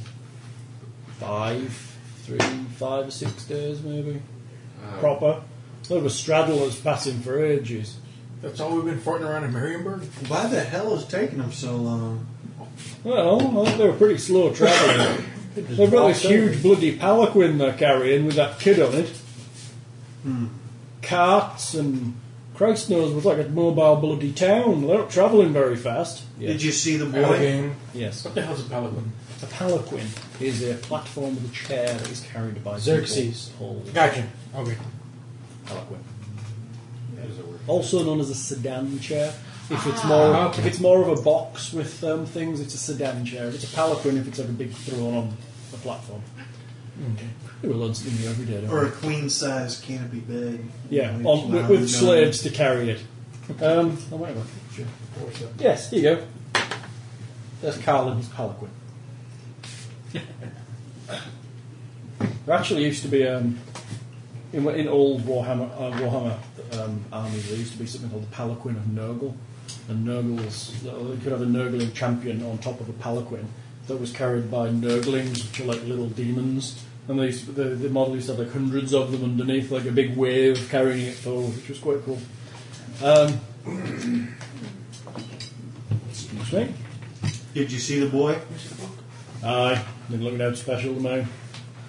Speaker 3: five, three, five or six days maybe. Proper. They were straddlers passing for ages.
Speaker 9: That's all we've been farting around in Marienburg?
Speaker 8: Why the hell is taking them so long?
Speaker 3: Well, they were pretty slow travelling. They've got this huge bloody palanquin they're carrying with that kid on it. Carts and Christ knows was like a mobile bloody town. They're not travelling very fast.
Speaker 8: Did you see the boy?
Speaker 9: Allegheny.
Speaker 3: Yes.
Speaker 9: What the hell's a paladin?
Speaker 3: A palanquin is a platform with a chair that is carried by
Speaker 10: Xerxes.
Speaker 3: people called
Speaker 9: Gotcha. Okay.
Speaker 3: palanquin.
Speaker 6: There's a word.
Speaker 3: Also known as a sedan chair. If it's more, if it's more of a box with um, things, it's a sedan chair. If it's a palanquin, if it's like a big thrown on a platform. There were loads in you every day, don't
Speaker 8: Or a
Speaker 3: we?
Speaker 8: queen size canopy bed.
Speaker 3: Yeah,
Speaker 8: Which
Speaker 3: on,
Speaker 8: my
Speaker 3: with, with
Speaker 8: own
Speaker 3: slaves to carry it. Um, oh, whatever. Yes, here you go. That's Carl and his Harlequin. there actually used to be um, in, in old Warhammer uh, Warhammer um, armies. There used to be something called the Palanquin of Nurgle, and Nurgles you could have a Nurgling champion on top of a Palanquin that was carried by Nurglings, which are like little demons. And they used to, the, the model used to have like hundreds of them underneath, like a big wave carrying it forward, which was quite cool. Um, excuse me.
Speaker 8: Did you see the boy?
Speaker 3: Aye, didn't look out special to me.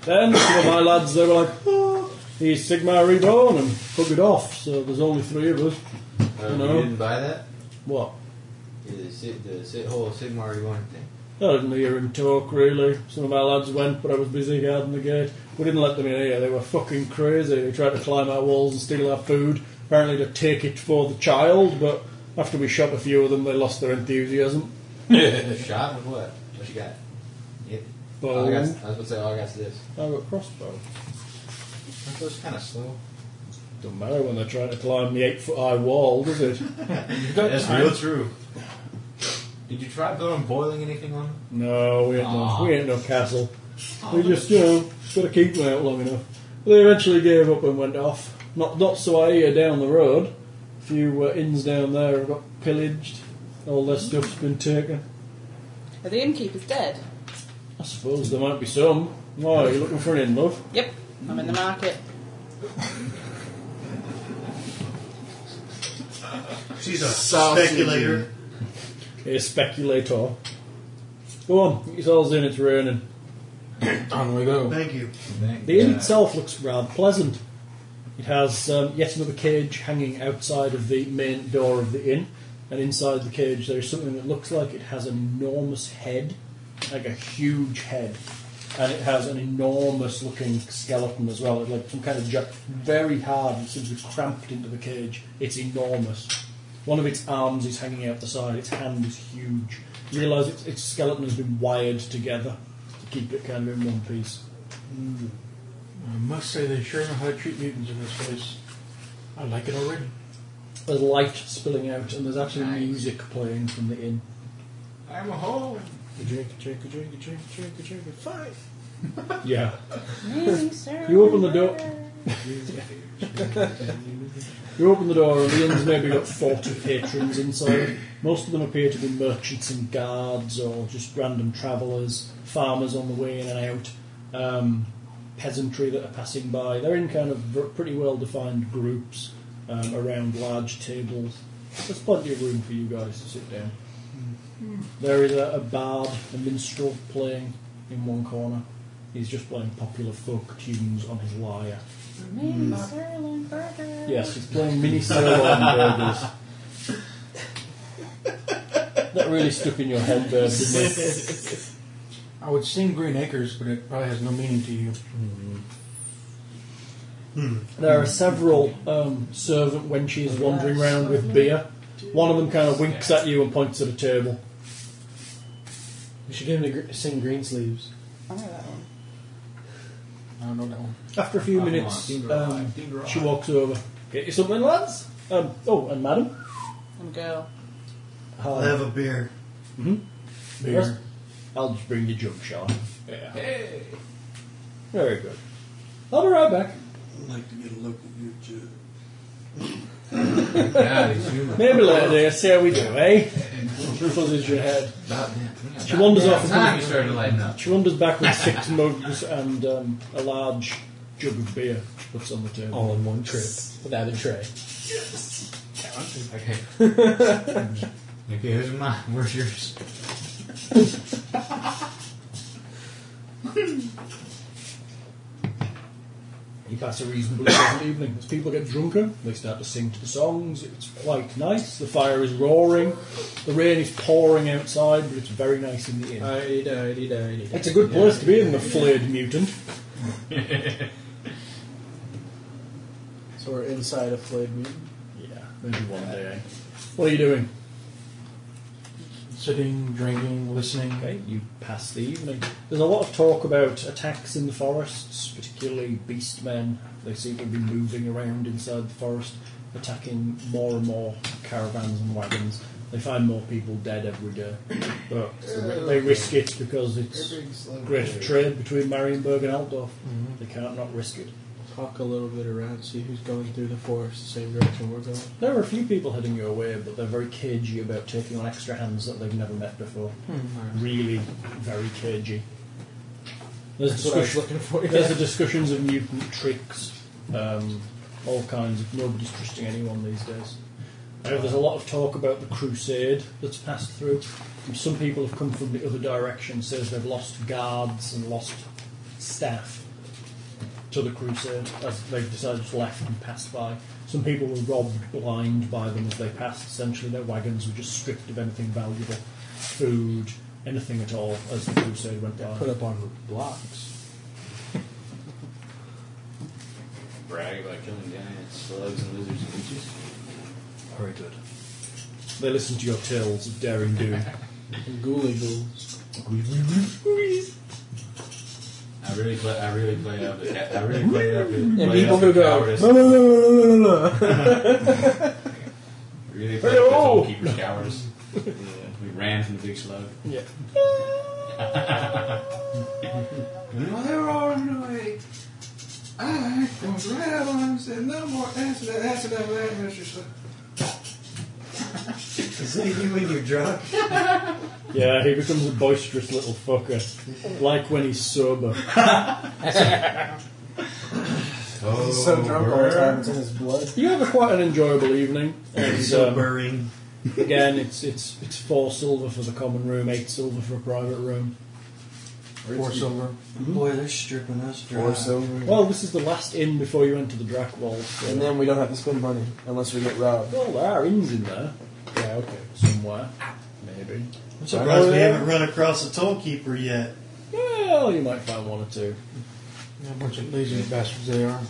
Speaker 3: Then some of my lads they were like, oh, he's Sigma reborn and buggered off, so there's only three of us.
Speaker 6: Uh,
Speaker 3: You
Speaker 6: You
Speaker 3: know.
Speaker 6: didn't buy that?
Speaker 3: What?
Speaker 6: The, si- the si- whole Sigmar you wanted
Speaker 3: (laughs)
Speaker 6: thing.
Speaker 3: I didn't hear him talk really. Some of my lads went, but I was busy guarding the gate. We didn't let them in here. They were fucking crazy. They tried to climb our walls and steal our food, apparently to take it for the child. But after we shot a few of them, they lost their enthusiasm.
Speaker 6: Shot with what? What you got? It, all I, got I was
Speaker 3: Bow.
Speaker 6: about to say, all I got is this.
Speaker 3: I got crossbow.
Speaker 6: Aren't those kind of slow?
Speaker 3: Don't matter when they're trying to climb the eight foot high wall, does it?
Speaker 6: That's real true. Did you try building boiling anything on them?
Speaker 3: No, we ain't, no,
Speaker 6: Aw.
Speaker 3: we ain't no castle. We just, you know, got to keep them out long enough. They eventually gave up and went off. Not, not so I hear down the road. A few uh, inns down there have got pillaged. All their stuff's been taken.
Speaker 7: Are the innkeepers dead?
Speaker 3: I suppose there might be some. Why, are you looking for an inn, love?
Speaker 7: Yep, I'm in
Speaker 9: (laughs)
Speaker 7: the market.
Speaker 8: She's a
Speaker 5: Sausage.
Speaker 8: speculator.
Speaker 3: A speculator. Go on, get yourselves in, it's raining.
Speaker 9: On we go.
Speaker 8: Thank you.
Speaker 6: Thank
Speaker 3: The inn
Speaker 6: God.
Speaker 3: itself looks rather pleasant. It has um, yet another cage hanging outside of the main door of the inn, and inside the cage there is something that looks like it has an enormous head, like a huge head, and it has an enormous looking skeleton as well, like some kind of jack, very hard and seems to be cramped into the cage. It's enormous. One of its arms is hanging out the side. Its hand is huge. You realise its, its skeleton has been wired together to keep it kind of in one piece.
Speaker 9: I must say they sure know how to treat mutants in this place. I like it already.
Speaker 3: There's light spilling out, and there's actually music playing from the inn.
Speaker 6: I'm a hole.
Speaker 3: Yeah.
Speaker 7: Me, sir.
Speaker 3: You open the door. You open the door, and the inn's maybe got 40 patrons inside. Most of them appear to be merchants and guards, or just random travellers, farmers on the way in and out, um, peasantry that are passing by. They're in kind of v- pretty well defined groups um, around large tables. There's plenty of room for you guys to sit down. There is a, a bard, a minstrel, playing in one corner. He's just playing popular folk tunes on his lyre.
Speaker 7: Me,
Speaker 9: Mm.
Speaker 7: sir, Limburger.
Speaker 3: Yes, he's playing (laughs) mini sirloin burgers. that really stuck in your head there, didn't it?
Speaker 9: I would sing Green Acres, but it probably has no meaning to you.
Speaker 3: There are several um, servant wenches wandering round with beer. One of them kind of winks at you and points at a table.
Speaker 10: We should get him to gr- sing Greensleeves.
Speaker 7: I know that one.
Speaker 9: I don't know that one.
Speaker 3: After a few
Speaker 6: Come on,
Speaker 3: minutes,
Speaker 6: finger
Speaker 3: um,
Speaker 6: alive, finger
Speaker 3: she
Speaker 6: alive.
Speaker 3: walks over. Get you something, lads? Um, oh, and madam?
Speaker 7: I'm a girl.
Speaker 8: I'll have a beer.
Speaker 3: Yes? I'll just bring you junk, shall I? Yeah.
Speaker 6: Hey.
Speaker 3: Very good. I'll be right back.
Speaker 8: I'd like to get a local beer too.
Speaker 6: God, he's human.
Speaker 3: Maybe later, dear. See how we do, eh? (laughs) Fuzzies your head.
Speaker 6: About damn-
Speaker 3: She wanders
Speaker 6: damn
Speaker 3: off and-
Speaker 6: Time you started to lighten up.
Speaker 3: She wanders back with six (laughs) mugs and um, a large jug of beer. She puts on the table.
Speaker 10: All in one trip. Oh, Without a tray.
Speaker 6: Okay. (laughs) okay, here's mine. Where's yours?
Speaker 3: You pass a reasonably pleasant evening. As people get drunker, they start to sing to the songs. It's quite nice. The fire is roaring. The rain is pouring outside, but it's very nice in the inn.
Speaker 10: Uh,
Speaker 3: It's a good place to be in the flayed mutant.
Speaker 5: So we're inside a flayed meat.
Speaker 3: Yeah, maybe one day. eh? What are you doing?
Speaker 9: sitting, drinking, listening.
Speaker 3: Okay, you pass the evening. There's a lot of talk about attacks in the forests, particularly beast men. They seem to be moving around inside the forest, attacking more and more caravans and wagons. They find more people dead every day, but they risk it because it's great trade between Marienburg and Altdorf.
Speaker 10: Mm-hmm.
Speaker 3: They can't not risk it.
Speaker 10: Talk a little bit around, see who's going through the forest, the same direction we're going.
Speaker 3: There are a few people heading your way, but they're very cagey about taking on extra hands that they've never met before.
Speaker 10: Hmm.
Speaker 3: Really, very cagey. There's,
Speaker 10: That's what I was
Speaker 3: discussion-
Speaker 10: looking for.
Speaker 3: there's the discussions of mutant tricks, um, all kinds of. Nobody's trusting anyone these days. Uh, there's a lot of talk about the crusade that's passed through. And some people have come from the other direction, says they've lost guards and lost staff to the crusade as they've decided to left and passed by. Some people were robbed blind by them as they passed. Essentially, their wagons were just stripped of anything valuable, food, anything at all, as the crusade went by.
Speaker 10: Put up on blocks.
Speaker 6: Brag about killing giants, slugs, and lizards and witches.
Speaker 3: Very good. They listen to your tales of daring
Speaker 5: (laughs)
Speaker 3: do.
Speaker 10: And ghouly ghouls.
Speaker 6: I really play. I really play up. it. I really play up. And
Speaker 10: And people who go, no,
Speaker 6: Really
Speaker 10: no, no, no, no, no, no.
Speaker 6: play up the goalkeeper's (laughs) cowardice. We ran from the big slug.
Speaker 3: Yeah.
Speaker 6: (laughs) Well, they were all running away. I was right out on him and said, no more answer that, answer that, answer that, Mr. Slug.
Speaker 8: Is that you when you're drunk?
Speaker 3: Yeah, he becomes a boisterous little fucker, like when he's sober.
Speaker 6: He's
Speaker 5: so drunk all the time, it's in his blood.
Speaker 3: (laughs) You have a quite an enjoyable evening. And, um,
Speaker 8: Sobering.
Speaker 3: Again, it's it's it's four silver for the common room, eight silver for a private room.
Speaker 9: Four silver.
Speaker 8: Boy, they're stripping us dry.
Speaker 5: Or silver.
Speaker 3: Well, this is the last inn before you enter the Drac Walls. so-
Speaker 5: And then we don't have to spend money unless we get robbed.
Speaker 3: well, there are inns in there. Yeah, okay, somewhere, maybe.
Speaker 8: I'm surprised we haven't run across a toll keeper yet.
Speaker 3: Well, you might find one or two.
Speaker 9: A bunch of lazy bastards they are.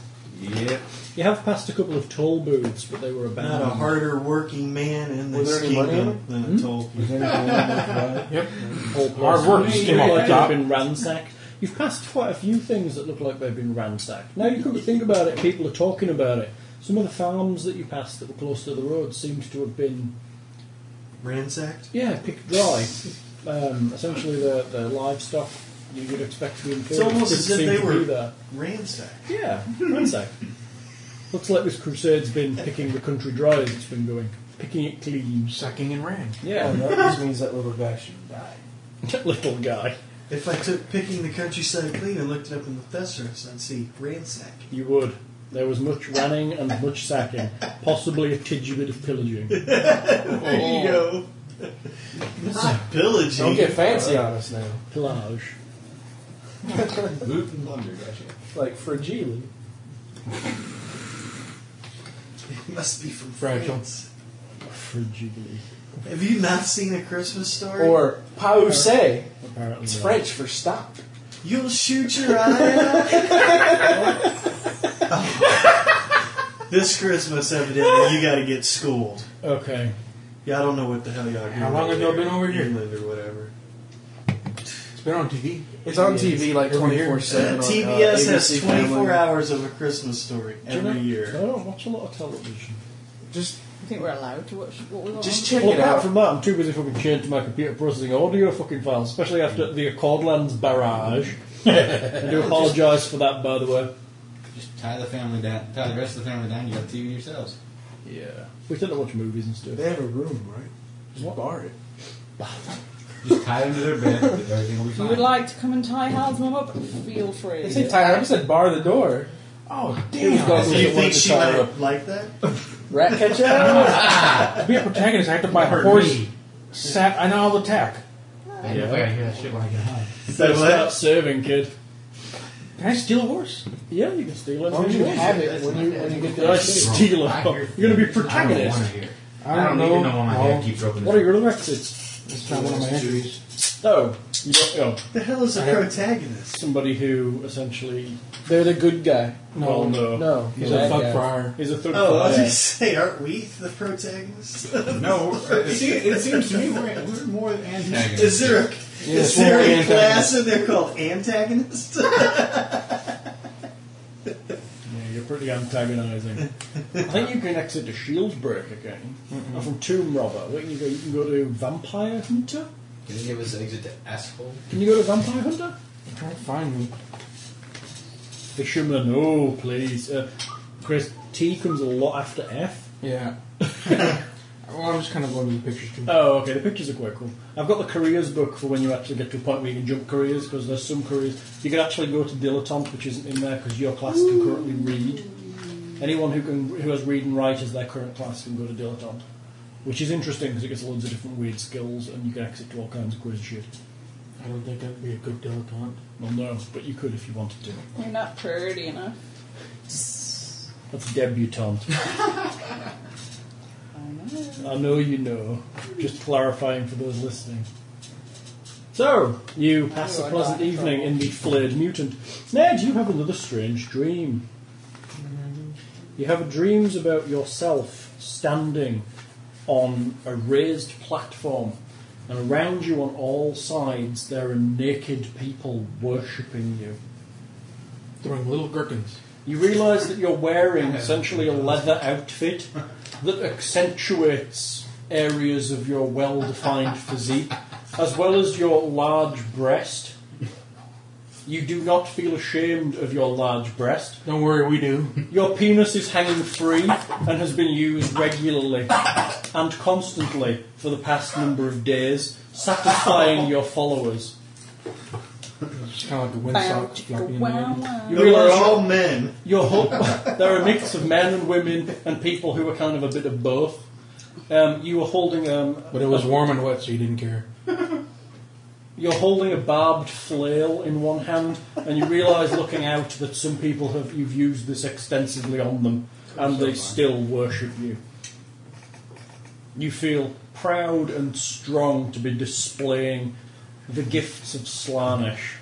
Speaker 6: Yep.
Speaker 3: You have passed a couple of toll booths, but they were
Speaker 8: Not a
Speaker 3: abandoned.
Speaker 8: harder working man in
Speaker 5: Were there
Speaker 8: this
Speaker 5: any money in
Speaker 8: kingdom than a toll keeper.
Speaker 9: Yep.
Speaker 3: whole place.
Speaker 9: Hard work just came off the
Speaker 3: Like
Speaker 9: top.
Speaker 3: they've been ransacked. You've passed quite a few things that look like they've been ransacked. Now you could think about it, people are talking about it. Some of the farms that you passed that were close to the road seemed to have been,
Speaker 8: Ransacked?
Speaker 3: yeah, picked dry. Um, essentially, the, the livestock you would expect to be in fields
Speaker 8: almost
Speaker 3: didn't
Speaker 8: as if
Speaker 3: seem
Speaker 8: they
Speaker 3: to be
Speaker 8: were-
Speaker 3: there.
Speaker 8: Ransacked.
Speaker 3: Yeah, ransacked. Looks like this crusade's been picking the country dry as it's been going, picking it clean.
Speaker 9: Sucking and ran.
Speaker 5: Oh,
Speaker 3: Yeah,
Speaker 5: that just means that little guy should
Speaker 3: (laughs)
Speaker 5: die.
Speaker 3: little guy,
Speaker 8: If I took picking the countryside clean and looked it up in the thesaurus, I'd see ransack.
Speaker 3: you would. There was much running and much sacking, possibly a tidgy bit of pillaging.
Speaker 8: There you (laughs) go. Not pillaging.
Speaker 5: Don't get fancy on us now.
Speaker 3: Plage.
Speaker 6: Loot and plunder, gotcha.
Speaker 5: Like fragile.
Speaker 8: It must be from
Speaker 9: Fragile.
Speaker 8: France.
Speaker 3: Frigidly.
Speaker 8: Have you not seen a Christmas story?
Speaker 5: Or pause.
Speaker 3: Apparently.
Speaker 5: It's
Speaker 3: not.
Speaker 5: French for stop.
Speaker 8: You'll shoot your eye out.
Speaker 9: (laughs)
Speaker 8: Oh. this Christmas, evidently, you got to get schooled.
Speaker 3: Okay.
Speaker 8: Yeah, I don't know what the hell y'all are doing.
Speaker 9: How long have y'all been over here?
Speaker 8: England or whatever.
Speaker 9: It's been on TV.
Speaker 5: It's on TV like
Speaker 9: Over
Speaker 5: 24 7.
Speaker 8: uh, TBS has 24 hours of a Christmas story
Speaker 3: Do you know-
Speaker 8: every
Speaker 3: I
Speaker 8: year.
Speaker 3: don't watch a lot of television.
Speaker 5: Just,
Speaker 7: I think we're allowed to watch what we want.
Speaker 5: just check
Speaker 3: Well,
Speaker 5: it
Speaker 3: apart
Speaker 5: out.
Speaker 3: from that, I'm too busy fucking chained to my computer processing audio fucking files, especially after the Accordlands
Speaker 8: (laughs)
Speaker 3: barrage. I do apologise for that, by the way.
Speaker 6: Just tie the family down, tie the rest of the family down, you got TV yourselves.
Speaker 3: Yeah. We tend to watch movies and stuff.
Speaker 5: They have a room, right? Just bar it.
Speaker 6: Just tie them to their bed, everything will be
Speaker 7: If you would
Speaker 6: fine.
Speaker 7: like to come and tie Hal's mum up, feel free.
Speaker 5: They say tie. I just said bar the door.
Speaker 9: Oh,
Speaker 5: It was goggles
Speaker 8: Do
Speaker 5: that
Speaker 8: you
Speaker 5: wanted
Speaker 8: think
Speaker 5: to
Speaker 8: she
Speaker 5: tie her
Speaker 8: might
Speaker 5: up.
Speaker 8: like that?
Speaker 5: Rat catcher?
Speaker 9: To be a protagonist, I have to buy a horse, sap, and all the tack.
Speaker 3: Better
Speaker 8: what?
Speaker 3: start saving, kid.
Speaker 9: Can I steal a horse?
Speaker 3: Yeah, you can steal it.
Speaker 5: Why don't you have it when you, when you get
Speaker 3: Did I
Speaker 5: there? too?
Speaker 3: steal
Speaker 6: I
Speaker 3: it?
Speaker 6: hear-
Speaker 3: (laughs) You're going to be
Speaker 6: I don't want
Speaker 3: protagonist.
Speaker 6: to hear.
Speaker 9: I don't know.
Speaker 6: even know why my
Speaker 9: Oh,
Speaker 6: dad keeps opening
Speaker 3: What are your other exits?
Speaker 9: It's not one of my entries.
Speaker 3: Oh, You don't, you know,
Speaker 8: The hell is a
Speaker 3: I have-
Speaker 8: protagonist?
Speaker 3: somebody who essentially
Speaker 10: They're the good guy.
Speaker 3: No.
Speaker 10: well, no, no,
Speaker 3: He's
Speaker 10: the
Speaker 3: a
Speaker 10: bad
Speaker 9: Fuck
Speaker 10: guy.
Speaker 9: Friar.
Speaker 3: is a third.
Speaker 8: Oh, I was
Speaker 3: yeah.
Speaker 8: gonna say, aren't we the protagonists?
Speaker 6: No, it, se- it seems to me we're, we're more antagonists.
Speaker 8: Is there a, is there
Speaker 9: we're
Speaker 8: a
Speaker 9: antagonists.
Speaker 8: class in there called antagonist?
Speaker 3: Yeah, you're pretty antagonising. (laughs) I think you can exit the Shieldbreaker game, or from Tomb Robber. Where can you go? You can go to Vampire Hunter.
Speaker 6: Can you give us an exit to asshole?
Speaker 3: Can you go to Vampire Hunter?
Speaker 9: Can't find me.
Speaker 3: The Shuman. Oh, please, uh, Chris. T comes a lot after F.
Speaker 9: Yeah.
Speaker 5: (laughs)
Speaker 9: well, I'm just kind of going to the pictures too.
Speaker 3: Oh, okay. The pictures are quite cool. I've got the careers book for when you actually get to a point where you can jump careers because there's some careers you can actually go to dilettante, which isn't in there because your class can currently read. Anyone who can who has read and write as their current class can go to dilettante, which is interesting because it gets loads of different weird skills and you can exit to all kinds of quiz shit.
Speaker 9: I don't think that'd be a good dilettante.
Speaker 3: Well, no, but you could if you wanted to.
Speaker 7: You're not pretty enough.
Speaker 3: That's debutante.
Speaker 7: I know.
Speaker 3: I know you know. Just clarifying for those listening. So, you pass
Speaker 7: Oh,
Speaker 3: a
Speaker 7: I
Speaker 3: pleasant
Speaker 7: got in
Speaker 3: evening
Speaker 7: trouble.
Speaker 3: in the flayed mutant. Ned, you have another strange dream. You have dreams about yourself standing on a raised platform, and around you on all sides there are naked people worshipping you.
Speaker 9: Throwing little gherkins.
Speaker 3: You realise that you're wearing essentially a leather outfit that accentuates areas of your well defined physique, as well as your large breast. You do not feel ashamed of your large breast.
Speaker 9: Don't worry, we do.
Speaker 3: Your penis is hanging free and has been used regularly and constantly for the past number of days, satisfying your followers.
Speaker 9: It's kind of like a
Speaker 7: Bow,
Speaker 9: windsock floppy
Speaker 7: chicka,
Speaker 9: in the
Speaker 7: wow,
Speaker 9: wind.
Speaker 7: wow.
Speaker 3: You
Speaker 8: But we're
Speaker 3: realise
Speaker 8: all men.
Speaker 3: your whole, there are a mix of men and women and people who are kind of a bit of both. Um, you were holding um,
Speaker 9: But it was warm and wet, so you didn't care.
Speaker 3: you're holding a barbed flail in one hand, and you realise looking out that some people have you've used this extensively on them, and they still worship you. You feel proud and strong to be displaying the gifts of Slanish.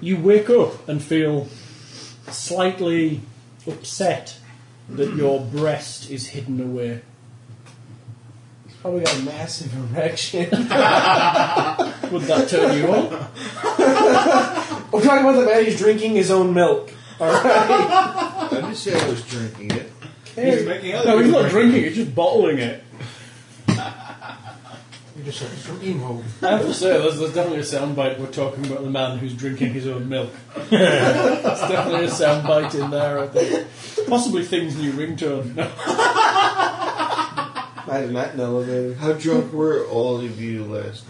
Speaker 3: You wake up and feel slightly upset that your breast is hidden away.
Speaker 5: Probably got a massive erection.
Speaker 3: (laughs) Would that turn you on?
Speaker 5: We're Oh, talking about the man who's drinking his own milk.
Speaker 4: I didn't say I was drinking it.
Speaker 6: He's making other
Speaker 3: No, he's
Speaker 6: people
Speaker 3: not drinking, he's just bottling it.
Speaker 9: You just like dream hole.
Speaker 3: I have to say, there's, there's definitely a soundbite we're talking about the man who's drinking his own (laughs) milk. There's definitely a soundbite in there, I think. Possibly things new (laughs) ringtone. No.
Speaker 5: I did not know of it.
Speaker 4: How drunk were all of you last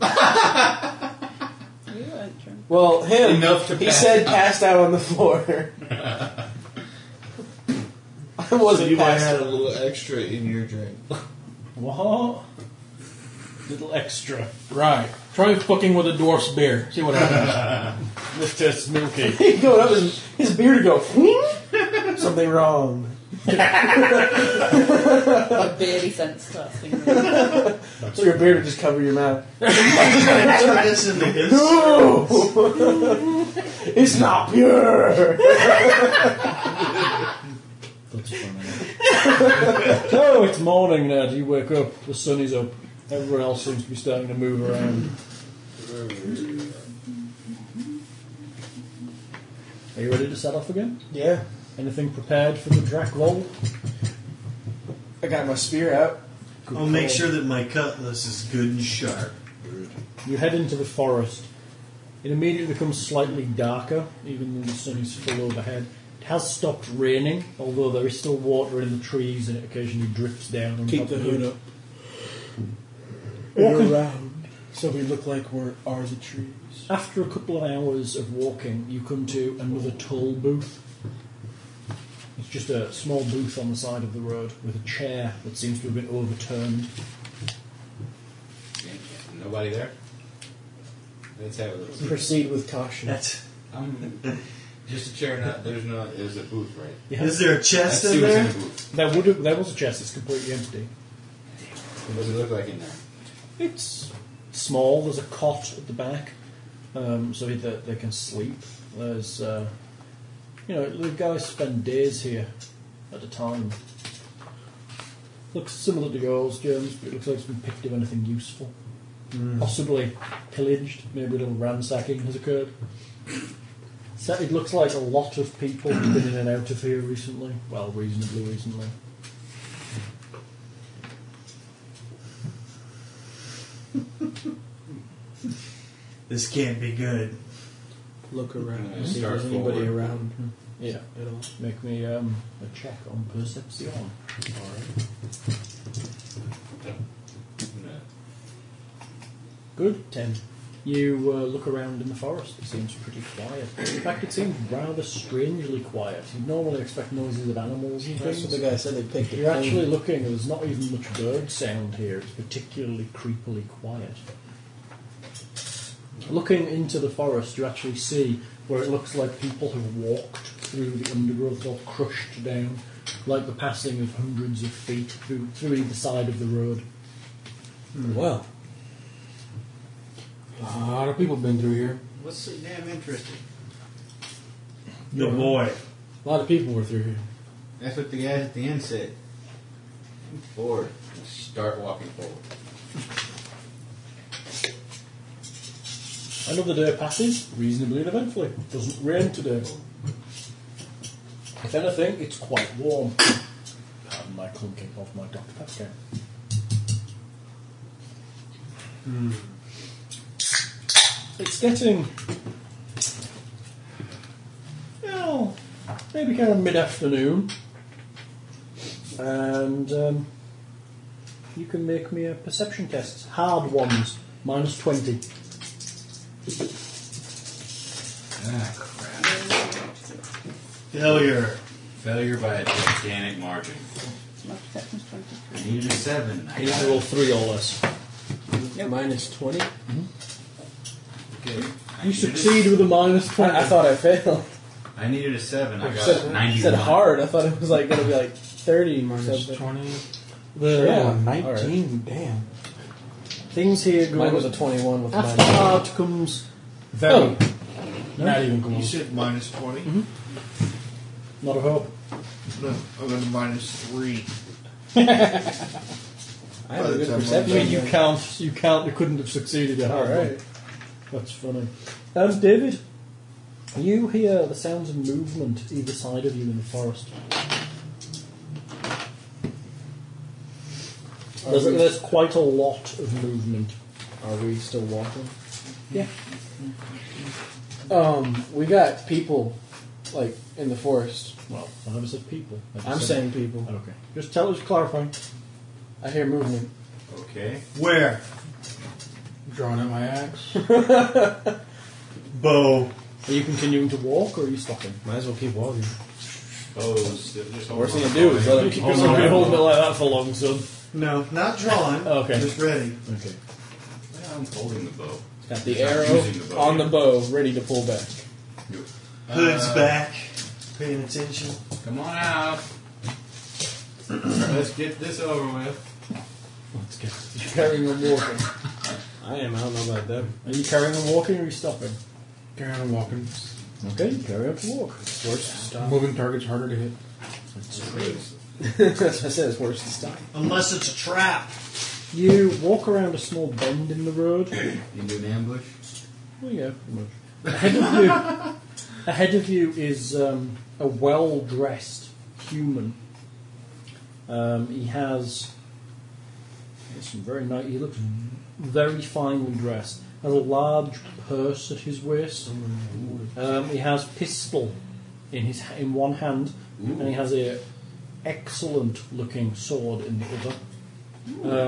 Speaker 4: night?
Speaker 7: You ain't drunk.
Speaker 5: Well, him.
Speaker 6: Enough to
Speaker 5: he
Speaker 6: pass
Speaker 5: said passed out on the floor. I wasn't
Speaker 4: You might
Speaker 5: passed
Speaker 4: have had a little extra in your drink.
Speaker 3: What? Little extra.
Speaker 9: Right. Try fucking with a dwarf's beer. See what
Speaker 5: (laughs)
Speaker 9: happens.
Speaker 3: This tastes milky.
Speaker 5: He'd go up and his beard would go, "Whing." something wrong.
Speaker 7: I barely sensed that thing.
Speaker 5: So your beard would just cover your mouth.
Speaker 8: Turn this into his.
Speaker 5: It's not pure.
Speaker 3: No, it's morning now. You wake up, the sun is up. Everyone else seems to be starting to move around. Are you ready to set off again?
Speaker 5: Yeah,
Speaker 3: Anything prepared for the drac roll?
Speaker 5: I got my spear out.
Speaker 3: Good
Speaker 8: I'll make
Speaker 3: call.
Speaker 8: sure that my cutlass is good and sharp.
Speaker 3: You head into the forest. It immediately becomes slightly darker, even though the sun is full overhead. It has stopped raining, although there is still water in the trees and it occasionally drips down. On top
Speaker 9: Keep the
Speaker 3: of you.
Speaker 9: hood up. We're around, so we look like we're are the trees.
Speaker 3: After a couple of hours of walking, you come to another toll booth. It's just a small booth on the side of the road with a chair that seems to have been overturned.
Speaker 6: Nobody there? Let's have a look.
Speaker 5: Proceed with caution.
Speaker 8: That's,
Speaker 6: I'm just a chair, not, there's no, there's a booth, right?
Speaker 8: is there a
Speaker 6: Let's
Speaker 8: chest
Speaker 6: see
Speaker 8: in
Speaker 6: what's
Speaker 8: there?
Speaker 6: in the booth.
Speaker 3: There would have, there was a chest that's completely empty.
Speaker 6: What does it look like in there?
Speaker 3: It's small. There's a cot at the back, um, so that they can sleep. There's, uh, you know, the guys spend days here at a time. Looks similar to yours, James, but it looks like it's been picked of anything useful. Possibly pillaged, maybe a little ransacking has occurred. So it looks like a lot of people have been in and out of here recently. Well, reasonably recently.
Speaker 8: This can't be good.
Speaker 10: Look around.
Speaker 6: Yeah,
Speaker 10: see if
Speaker 6: start
Speaker 10: there's anybody
Speaker 6: forward.
Speaker 10: around.
Speaker 3: Yeah.
Speaker 10: At all.
Speaker 3: Make me um, a check on perception. Good, ten. You uh, look around in the forest. It seems pretty quiet. In fact, it seems rather strangely quiet. You normally expect noises of animals and
Speaker 10: That's what the
Speaker 3: things.
Speaker 10: guy said they picked it.
Speaker 3: You're actually looking. There's not even much bird sound here. It's particularly creepily quiet. Looking into the forest, you actually see where it looks like people have walked through the undergrowth or crushed down, like the passing of hundreds of feet through, through either side of the road.
Speaker 9: Well, a lot of people been through here.
Speaker 4: What's so damn interesting?
Speaker 8: Good boy.
Speaker 10: A lot of people were through here.
Speaker 6: That's what the guys at the end said. I'm bored. Start walking forward.
Speaker 3: Another day passes reasonably and eventfully. Doesn't rain today. If anything, it's quite warm. Pardon my clunking of my Dr. Pepper. Hmm. It's getting. Well, maybe kind of mid afternoon. And um, you can make me a perception test. Hard ones, minus 20.
Speaker 6: Ah,
Speaker 8: Failure.
Speaker 6: Failure by a gigantic margin.
Speaker 7: My perception's 23.
Speaker 6: I needed a seven. I
Speaker 3: These
Speaker 6: got
Speaker 3: are all three or less.
Speaker 10: Yeah, minus 20.
Speaker 6: okay. I
Speaker 3: You
Speaker 6: needed a-
Speaker 3: succeed with a minus 20.
Speaker 10: I, I thought I failed.
Speaker 6: I needed a seven. I
Speaker 10: You
Speaker 6: got
Speaker 10: said, you
Speaker 6: ninety-one.
Speaker 10: said hard. I thought it was like going to be like 30
Speaker 9: Minus
Speaker 10: something.
Speaker 9: 20.
Speaker 3: The-
Speaker 9: Yeah,
Speaker 3: yeah.
Speaker 9: 19. Damn.
Speaker 3: Things here go.
Speaker 10: Mine was a 21 with
Speaker 3: After
Speaker 10: minus
Speaker 3: hard comes very.
Speaker 10: Oh.
Speaker 3: Not even close.
Speaker 4: You said minus 20?
Speaker 3: Mm-hmm. Oh, Not a hope.
Speaker 4: No, I'm going to
Speaker 3: (laughs)
Speaker 4: minus 3.
Speaker 10: I have a good
Speaker 3: I mean,
Speaker 10: perception.
Speaker 3: you can't. You can't. You couldn't have succeeded at hard.
Speaker 10: Alright.
Speaker 3: That's funny. Um, David, you hear the sounds of movement either side of you in the forest. There's, there's quite a lot of movement.
Speaker 10: Are we still walking?
Speaker 3: Yeah.
Speaker 10: Um, we got people, like, in the forest.
Speaker 3: Well, I never said people. I just
Speaker 10: I'm
Speaker 3: said-
Speaker 10: saying people.
Speaker 3: Okay. Just tell us, clarifying.
Speaker 10: I hear movement.
Speaker 6: Okay.
Speaker 8: Where?
Speaker 9: Drawing out my axe.
Speaker 8: Bow.
Speaker 3: Are you continuing to walk or are you stopping?
Speaker 10: Might as well keep walking.
Speaker 6: Bows. They're just all
Speaker 10: Worst thing to
Speaker 6: on
Speaker 10: do
Speaker 6: the
Speaker 10: is
Speaker 6: bottom.
Speaker 10: let him
Speaker 3: Because I've been holding it like that for long, son.
Speaker 8: No, not drawn.
Speaker 3: Okay.
Speaker 8: Just ready.
Speaker 3: Okay.
Speaker 6: Well, I'm holding the bow.
Speaker 10: Got the
Speaker 6: Not
Speaker 10: arrow
Speaker 6: using the bow
Speaker 10: on the
Speaker 6: yet.
Speaker 10: bow, ready to pull back.
Speaker 8: Hood's back. Paying attention.
Speaker 6: Come on out. Let's get this over with.
Speaker 3: Let's go. You're carrying on walking.
Speaker 10: I am. I don't know about them.
Speaker 3: Are you carrying on walking or are you stopping?
Speaker 9: Carrying on walking.
Speaker 3: Okay, you carry on to walk.
Speaker 10: Worse to
Speaker 3: (laughs)
Speaker 10: stop.
Speaker 9: Moving target's harder to hit.
Speaker 10: That's what I said. It's worse to stop.
Speaker 8: Unless it's a trap.
Speaker 3: You walk around a small bend in the
Speaker 6: (clears throat)
Speaker 3: road.
Speaker 6: Into an ambush.
Speaker 3: Well, yeah, pretty much. Ahead of you, ahead of you is um, a well-dressed human. Um, he has he's some very nice. He looks very finely dressed. Has a large purse at his waist. Um, he has pistol in his in one hand, and he has a excellent-looking sword in the other.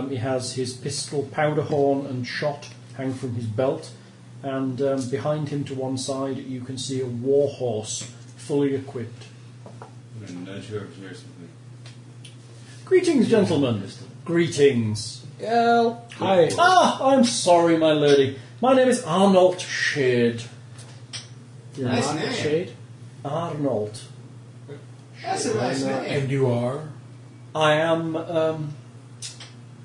Speaker 3: Um, he has his pistol, powder horn, and shot hang from his belt. And um, behind him to one side, you can see a war horse, fully equipped.
Speaker 6: I'm gonna nudge whoever's nearest with me.
Speaker 3: Greetings, gentlemen. Greetings.
Speaker 10: Girl. Hi.
Speaker 3: Ah, I'm sorry, my lady. My name is Arnold Shade.
Speaker 10: You're
Speaker 6: Nice
Speaker 10: not
Speaker 6: name.
Speaker 10: shade.
Speaker 3: Arnold.
Speaker 6: That's a nice name.
Speaker 9: And you are?
Speaker 3: I am um,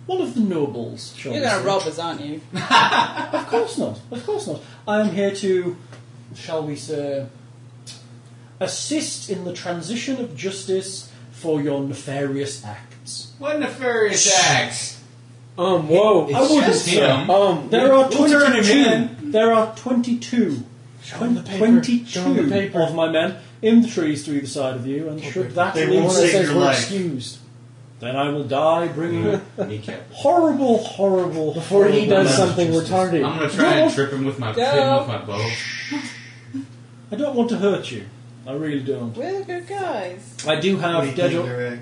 Speaker 3: One of the nobles, shall
Speaker 7: You're
Speaker 3: we
Speaker 7: going
Speaker 3: say.
Speaker 7: to rob us, aren't you?
Speaker 3: Of course not. Of course not. I am here to, shall we say, assist in the transition of justice for your nefarious acts.
Speaker 6: What nefarious acts!
Speaker 9: Um, whoa.
Speaker 3: I wouldn't
Speaker 6: just
Speaker 3: say.
Speaker 6: him.
Speaker 9: Um,
Speaker 3: There are
Speaker 9: we'll turn him in.
Speaker 3: twenty-two. There are twenty-two.
Speaker 10: him the paper.
Speaker 3: Twenty-two
Speaker 10: Show him the paper.
Speaker 3: of my men in the trees to either side of you, and should that
Speaker 8: They
Speaker 3: lead
Speaker 8: won't
Speaker 3: to
Speaker 8: save
Speaker 3: says
Speaker 8: your
Speaker 3: we're
Speaker 8: life.
Speaker 3: excused, then I will die bringing
Speaker 6: (laughs) Kneecap.
Speaker 3: horrible, horrible.
Speaker 10: Before he
Speaker 3: horrible
Speaker 10: does
Speaker 3: men.
Speaker 10: something retarded.
Speaker 6: I'm gonna try and trip him with my pin
Speaker 7: Go.
Speaker 6: with my bow.
Speaker 3: I don't want to hurt you. I really don't.
Speaker 7: We're good guys.
Speaker 3: I do
Speaker 8: What do
Speaker 3: have
Speaker 8: you think,
Speaker 3: dead.
Speaker 8: Derek?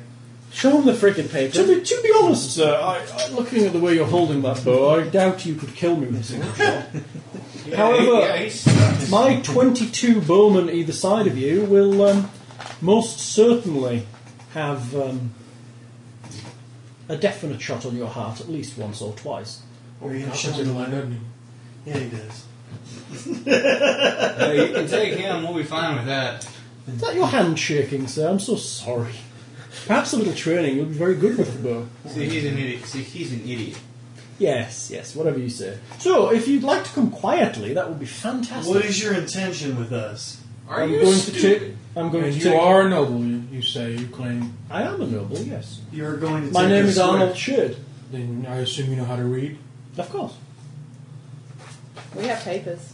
Speaker 10: Show him the freaking paper.
Speaker 3: To be, to be honest, sir, I, I, looking at the way you're holding that bow, I doubt you could kill me with a single shot.
Speaker 6: Yeah,
Speaker 3: However,
Speaker 6: he's stuck.
Speaker 3: my 22 bowmen either side of you will um, most certainly have um, a definite shot on your heart at least once or twice.
Speaker 8: Or you
Speaker 9: He
Speaker 8: know,
Speaker 9: puts it in line, doesn't he?
Speaker 8: Yeah, he does.
Speaker 6: Uh, you can take him. We'll be fine with that.
Speaker 3: Is that your hand shaking, sir? I'm so sorry. Perhaps a little training, you'll be very good with the bow.
Speaker 6: See, he's an idiot. See, he's an idiot.
Speaker 3: Yes, yes, whatever you say. So, if you'd like to come quietly, that would be fantastic.
Speaker 8: What is your intention with us?
Speaker 6: Are
Speaker 3: I'm
Speaker 6: you
Speaker 3: going
Speaker 6: stupid?
Speaker 3: to take. I'm going
Speaker 9: And
Speaker 3: to
Speaker 9: you
Speaker 3: take.
Speaker 9: are noble, you, you say, you claim.
Speaker 3: I am a noble, yes.
Speaker 8: You're going to.
Speaker 3: My
Speaker 8: take
Speaker 3: name
Speaker 8: a
Speaker 3: is
Speaker 8: swear.
Speaker 3: Arnold Sherd.
Speaker 9: Then I assume you know how to read.
Speaker 3: Of course.
Speaker 7: We have papers.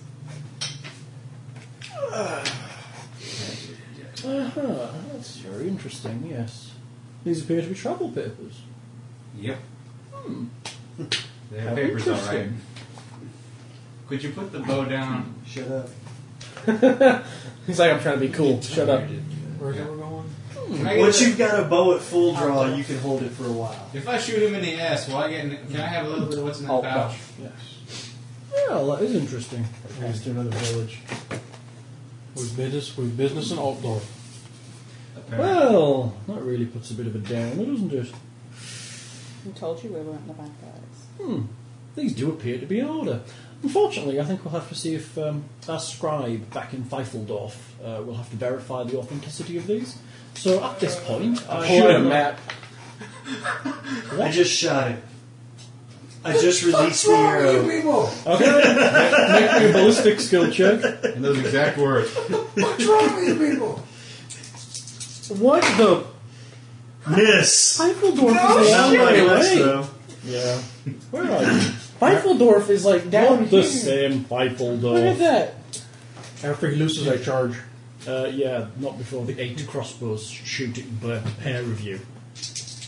Speaker 3: Uh huh. That's very interesting. Yes. These appear to be travel papers.
Speaker 6: Yep.
Speaker 3: How
Speaker 6: Their paper's all right.
Speaker 3: Hmm. interesting.
Speaker 6: Could you put the bow down?
Speaker 8: Shut up.
Speaker 10: He's like, I'm trying to be
Speaker 6: (laughs)
Speaker 10: cool. Shut up.
Speaker 9: Where's that we're going?
Speaker 6: Can I get
Speaker 8: Once
Speaker 6: a-
Speaker 8: you've got a bow at full draw, you can hold it for a while.
Speaker 6: If I shoot him in the ass, will I get? An, can I have a little bit of what's in that
Speaker 3: Oh,
Speaker 6: pouch?
Speaker 3: gosh. Well, that is interesting. Let's do another village.
Speaker 9: With business, with business in Altdorf.
Speaker 6: Apparently.
Speaker 3: Well, that really puts a bit of a downer, doesn't it?
Speaker 7: We told you we weren't the bad guys.
Speaker 3: These do appear to be in order. Unfortunately, I think we'll have to see if um, our scribe back in Pfeiffeldorf uh, will have to verify the authenticity of these. So at this point, I
Speaker 10: Pull out a
Speaker 3: shall-
Speaker 10: map.
Speaker 8: I just shot it. I just released the arrow.
Speaker 9: people?
Speaker 3: Okay. Make me a ballistic skill check.
Speaker 6: In those exact words.
Speaker 9: What's wrong with you people?
Speaker 3: What the
Speaker 8: Miss.
Speaker 3: Eiffeldorf is
Speaker 8: Not
Speaker 3: down
Speaker 8: my
Speaker 3: my
Speaker 8: miss,
Speaker 3: way.
Speaker 8: though.
Speaker 3: Yeah. Where are you? Eiffeldorf is like
Speaker 10: down
Speaker 3: Not the
Speaker 10: here.
Speaker 3: same Eiffeldorf.
Speaker 10: Look at that.
Speaker 9: After he loses, I charge.
Speaker 3: Uh, yeah, not before the eight crossbows shoot at the pair of you.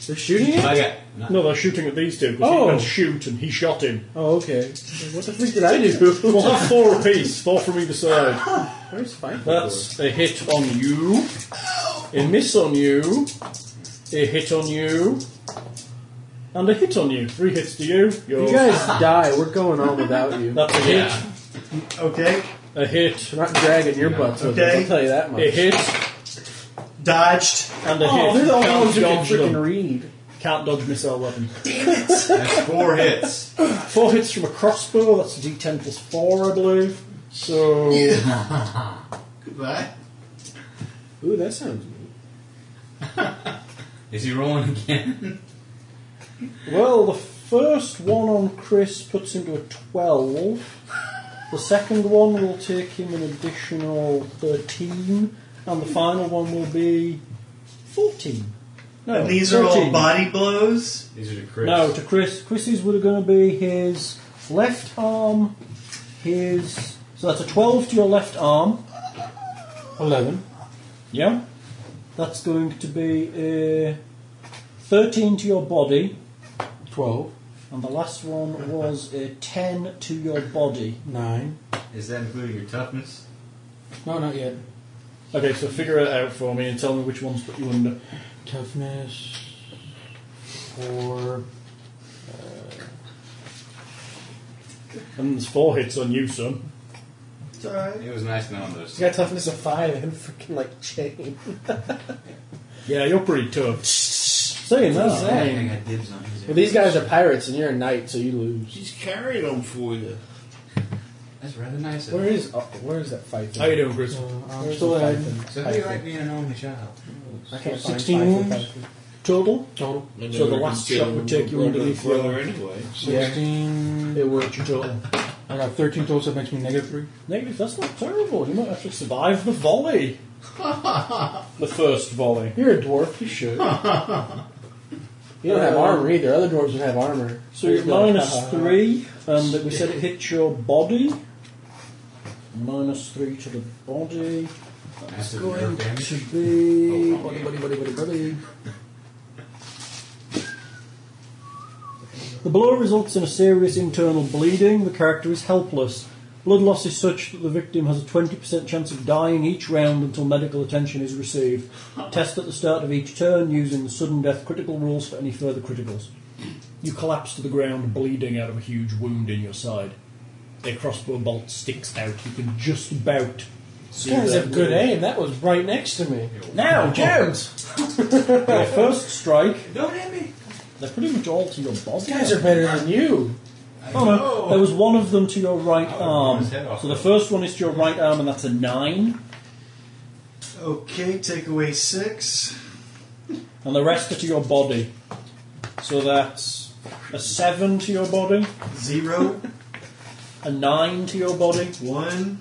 Speaker 10: They're shooting it?
Speaker 6: I got. Not,
Speaker 3: No, they're shooting at these two because
Speaker 10: Oh.
Speaker 3: he can shoot and he shot him.
Speaker 10: Oh, okay. What the freak did I do?
Speaker 3: We'll have four apiece, four from either side.
Speaker 10: Where's Fine?
Speaker 3: That's a hit on you, a miss on you, a hit on you, and a hit on you. Three hits to you. You're
Speaker 10: You guys die. We're going on without you.
Speaker 3: That's a hit,
Speaker 6: yeah.
Speaker 8: Okay.
Speaker 3: a hit,
Speaker 10: We're not dragging your butts with us.
Speaker 8: Okay.
Speaker 10: I'll tell you that
Speaker 3: a
Speaker 10: much.
Speaker 3: hit,
Speaker 8: Dodged.
Speaker 3: and a
Speaker 10: Oh,
Speaker 3: hit.
Speaker 10: they're the only
Speaker 3: Can't
Speaker 10: ones who can
Speaker 3: dodge them.
Speaker 10: freaking read.
Speaker 3: Can't dodge missile weapon.
Speaker 6: That's four hits.
Speaker 3: Four hits from a crossbow, that's a d10 plus 4, I believe. So.
Speaker 6: Goodbye.
Speaker 10: Ooh, that sounds neat.
Speaker 6: Is he rolling (laughs) again?
Speaker 3: Well, the first one on Chris puts him to a 12. The second one will take him an additional 13. And the final one will be 14. No,
Speaker 8: And these are all
Speaker 3: 13.
Speaker 8: body blows.
Speaker 6: These are the crits.
Speaker 3: No, to Chris. Chris's were going to be his left arm, his. So that's a 12 to your left arm.
Speaker 9: 11.
Speaker 3: Yeah. That's going to be a 13 to your body.
Speaker 9: 12.
Speaker 3: And the last one was a 10 to your body.
Speaker 9: 9.
Speaker 6: Is that including your toughness?
Speaker 9: No, not yet.
Speaker 3: Okay, so figure it out for me and tell me which ones put you under.
Speaker 9: Toughness. 4.
Speaker 3: And there's four hits on you, son.
Speaker 8: It's alright.
Speaker 6: It was nice knowing those.
Speaker 10: He's got toughness of 5 and freaking like chain.
Speaker 3: (laughs) Yeah, you're pretty tough. Saying that, I mean,
Speaker 6: got dibs on his.
Speaker 10: Well, these guys are pirates and you're a knight, so you lose.
Speaker 4: She's carrying them for you.
Speaker 6: That's rather nice. of
Speaker 10: Where
Speaker 6: him.
Speaker 10: is oh, where is that fight?
Speaker 3: how you doing, Chris?
Speaker 9: Uh, I'm
Speaker 10: Where's the
Speaker 9: still
Speaker 10: fight?
Speaker 9: hiding.
Speaker 6: So how do you like being an only child?
Speaker 10: I can't find
Speaker 3: 16
Speaker 10: Fife.
Speaker 3: wounds. total.
Speaker 10: Total. And
Speaker 3: So
Speaker 10: then
Speaker 3: the
Speaker 10: we
Speaker 3: last
Speaker 10: can
Speaker 3: shot
Speaker 10: do-
Speaker 3: would take you
Speaker 4: We're gonna
Speaker 3: underneath
Speaker 4: grow
Speaker 3: your
Speaker 4: anyway.
Speaker 9: Sixteen.
Speaker 3: it worked your total.
Speaker 9: I got thirteen total, so that makes me negative three.
Speaker 3: Negative, that's not terrible. You might actually survive the (laughs) volley. the first volley.
Speaker 10: You're a dwarf, you should.
Speaker 3: (laughs)
Speaker 10: you don't have armor either. Other dwarves would have armor.
Speaker 3: So you're at
Speaker 10: They're like,
Speaker 3: minus
Speaker 10: "Ha, ha, ha."
Speaker 3: three, um, that we said it hit your body. Minus three to the body. That's
Speaker 6: Massive
Speaker 3: going
Speaker 6: nerve damage.
Speaker 3: to be.
Speaker 6: Oh, wrong
Speaker 3: Body,
Speaker 6: game.
Speaker 3: body, body, body, body. The blow results in a serious internal bleeding. The character is helpless. Blood loss is such that the victim has a 20% chance of dying each round until medical attention is received. Test at the start of each turn using the sudden death critical rules for any further criticals. You collapse to the ground, bleeding out of a huge wound in your side. A crossbow bolt sticks out. You can just about.
Speaker 10: These guys have good aim. That was right next to me.
Speaker 3: Now, (laughs) Jones! your first strike.
Speaker 6: Don't hit me.
Speaker 3: They're pretty much all to your body.
Speaker 10: These guys are better than you.
Speaker 3: Oh no,
Speaker 6: No.
Speaker 3: there was one of them to your right
Speaker 6: Oh,
Speaker 3: arm.
Speaker 6: his head off.
Speaker 3: So the first one is to your right arm, and that's a nine.
Speaker 8: Okay, take away six.
Speaker 3: And the rest are to your body. So that's a seven to your body,
Speaker 8: Zero. (laughs)
Speaker 3: a nine to your body,
Speaker 8: one.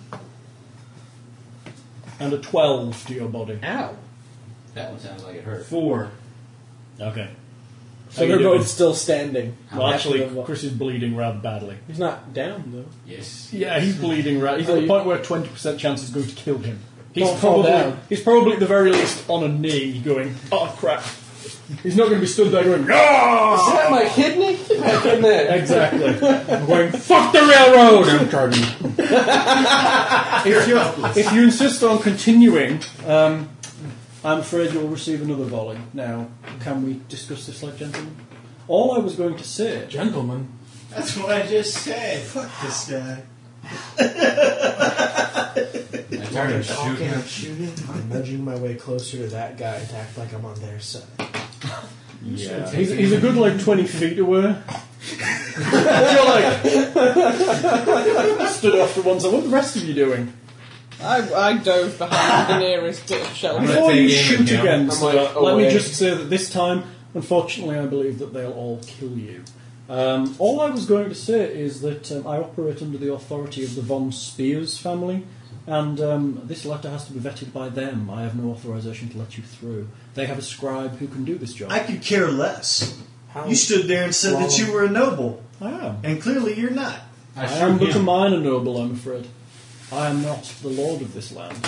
Speaker 3: and a twelve to your body.
Speaker 10: Ow.
Speaker 6: That one sounded like it hurt.
Speaker 8: Four.
Speaker 3: Okay.
Speaker 10: So they're both still standing.
Speaker 3: Well, actually,
Speaker 10: After the-
Speaker 3: Chris is bleeding rather badly.
Speaker 10: he's not down though.
Speaker 6: Yes.
Speaker 3: Yeah, he's bleeding rather. He's
Speaker 10: Oh,
Speaker 3: at the
Speaker 10: you-
Speaker 3: point where twenty percent chance is going to kill him. He's
Speaker 10: Don't fall
Speaker 3: probably
Speaker 10: down.
Speaker 3: he's probably at the very least on a knee, going, "Oh crap." He's not going to be stood there going, "Ah!"
Speaker 10: Is
Speaker 3: "No!"
Speaker 10: that my kidney? Back in
Speaker 3: (laughs)
Speaker 10: there.
Speaker 3: Exactly. I'm going, fuck the railroad! I'm charging. if, you, if you insist on continuing, um, I'm afraid you'll receive another volley. Now, can we discuss this like gentlemen? All I was going to say.
Speaker 9: Gentlemen.
Speaker 4: That's what I just said.
Speaker 8: Fuck this guy.
Speaker 6: I started shooting.
Speaker 10: I'm shooting. I'm nudging my way closer to that guy to act like I'm on their side.
Speaker 6: Yeah.
Speaker 3: He's, he's a good like 20 feet away. (laughs) You're like. stood off to one side. What are the rest of you doing?
Speaker 7: I, I dove behind the nearest bit of shelter.
Speaker 3: Before you
Speaker 6: take aim
Speaker 3: shoot
Speaker 6: again.
Speaker 3: again,
Speaker 6: I'm
Speaker 3: sir,
Speaker 10: like,
Speaker 3: let me
Speaker 10: away.
Speaker 3: just say that this time, unfortunately, I believe that they'll all kill you. Um, all I was going to say is that um, I operate under the authority of the Von Spears family, and um, this letter has to be vetted by them. I have no authorization to let you through. They have a scribe who can do this job.
Speaker 8: I could care less.
Speaker 10: How
Speaker 8: You stood there and said that you were a noble,
Speaker 3: I am.
Speaker 8: and clearly you're not.
Speaker 6: I
Speaker 3: I
Speaker 6: shoot
Speaker 3: am but a
Speaker 6: him.
Speaker 3: minor noble, I'm afraid. I am not the lord of this land.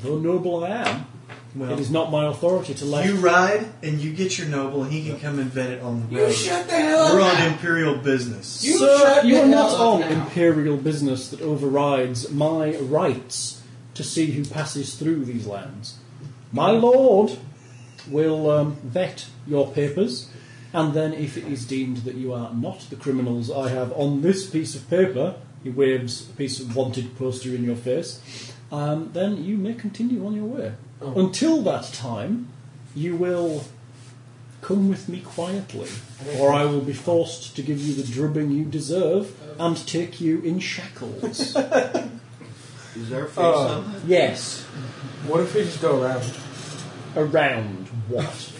Speaker 3: Though noble I am,
Speaker 8: Hmm. Well,
Speaker 3: it is not my authority to let
Speaker 8: you ride and you get your noble, and he can come and vet it on the road.
Speaker 7: shut the hell
Speaker 8: We're on imperial business.
Speaker 7: You
Speaker 3: Sir,
Speaker 7: shut
Speaker 3: you
Speaker 7: the
Speaker 3: are not
Speaker 7: hell up
Speaker 3: on
Speaker 7: now.
Speaker 3: imperial business that overrides my rights to see who passes through these lands. My lord will um, vet your papers, and then if it is deemed that you are not the criminals I have on this piece of paper, he waves a piece of wanted poster in your face, um, then you may continue on your way. Until that time, you will Come with me quietly, or I will be forced to give you the drubbing you deserve and take you in shackles.
Speaker 4: (laughs) Is there a face
Speaker 10: Uh,
Speaker 4: on
Speaker 3: yes.
Speaker 10: What if we just go around?
Speaker 3: Around what?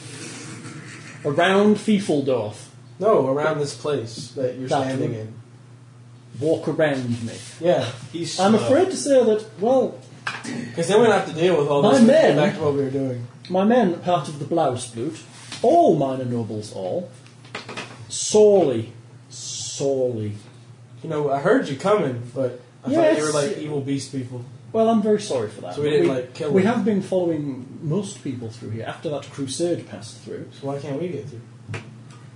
Speaker 3: Around Fiefeldorf.
Speaker 10: No, Oh, around this place that you're
Speaker 3: That
Speaker 10: standing
Speaker 3: one.
Speaker 10: in.
Speaker 3: Walk around me.
Speaker 10: Yeah,
Speaker 6: He's
Speaker 4: Oh.
Speaker 3: I'm
Speaker 6: slow.
Speaker 3: afraid to say that, well,
Speaker 10: because then we don't have to deal with all
Speaker 3: My
Speaker 10: this.
Speaker 3: men-
Speaker 10: Back to what we were doing.
Speaker 3: my men, part of the Blausblut, all minor nobles, all, sorely, sorely
Speaker 10: You know, I heard you coming, but I thought you were
Speaker 3: Yes.
Speaker 10: like evil beast people.
Speaker 3: Well, I'm very sorry for that.
Speaker 10: So we didn't, like, kill
Speaker 3: We
Speaker 10: them.
Speaker 3: have been following most people through here after that crusade passed through.
Speaker 10: So why can't we get through?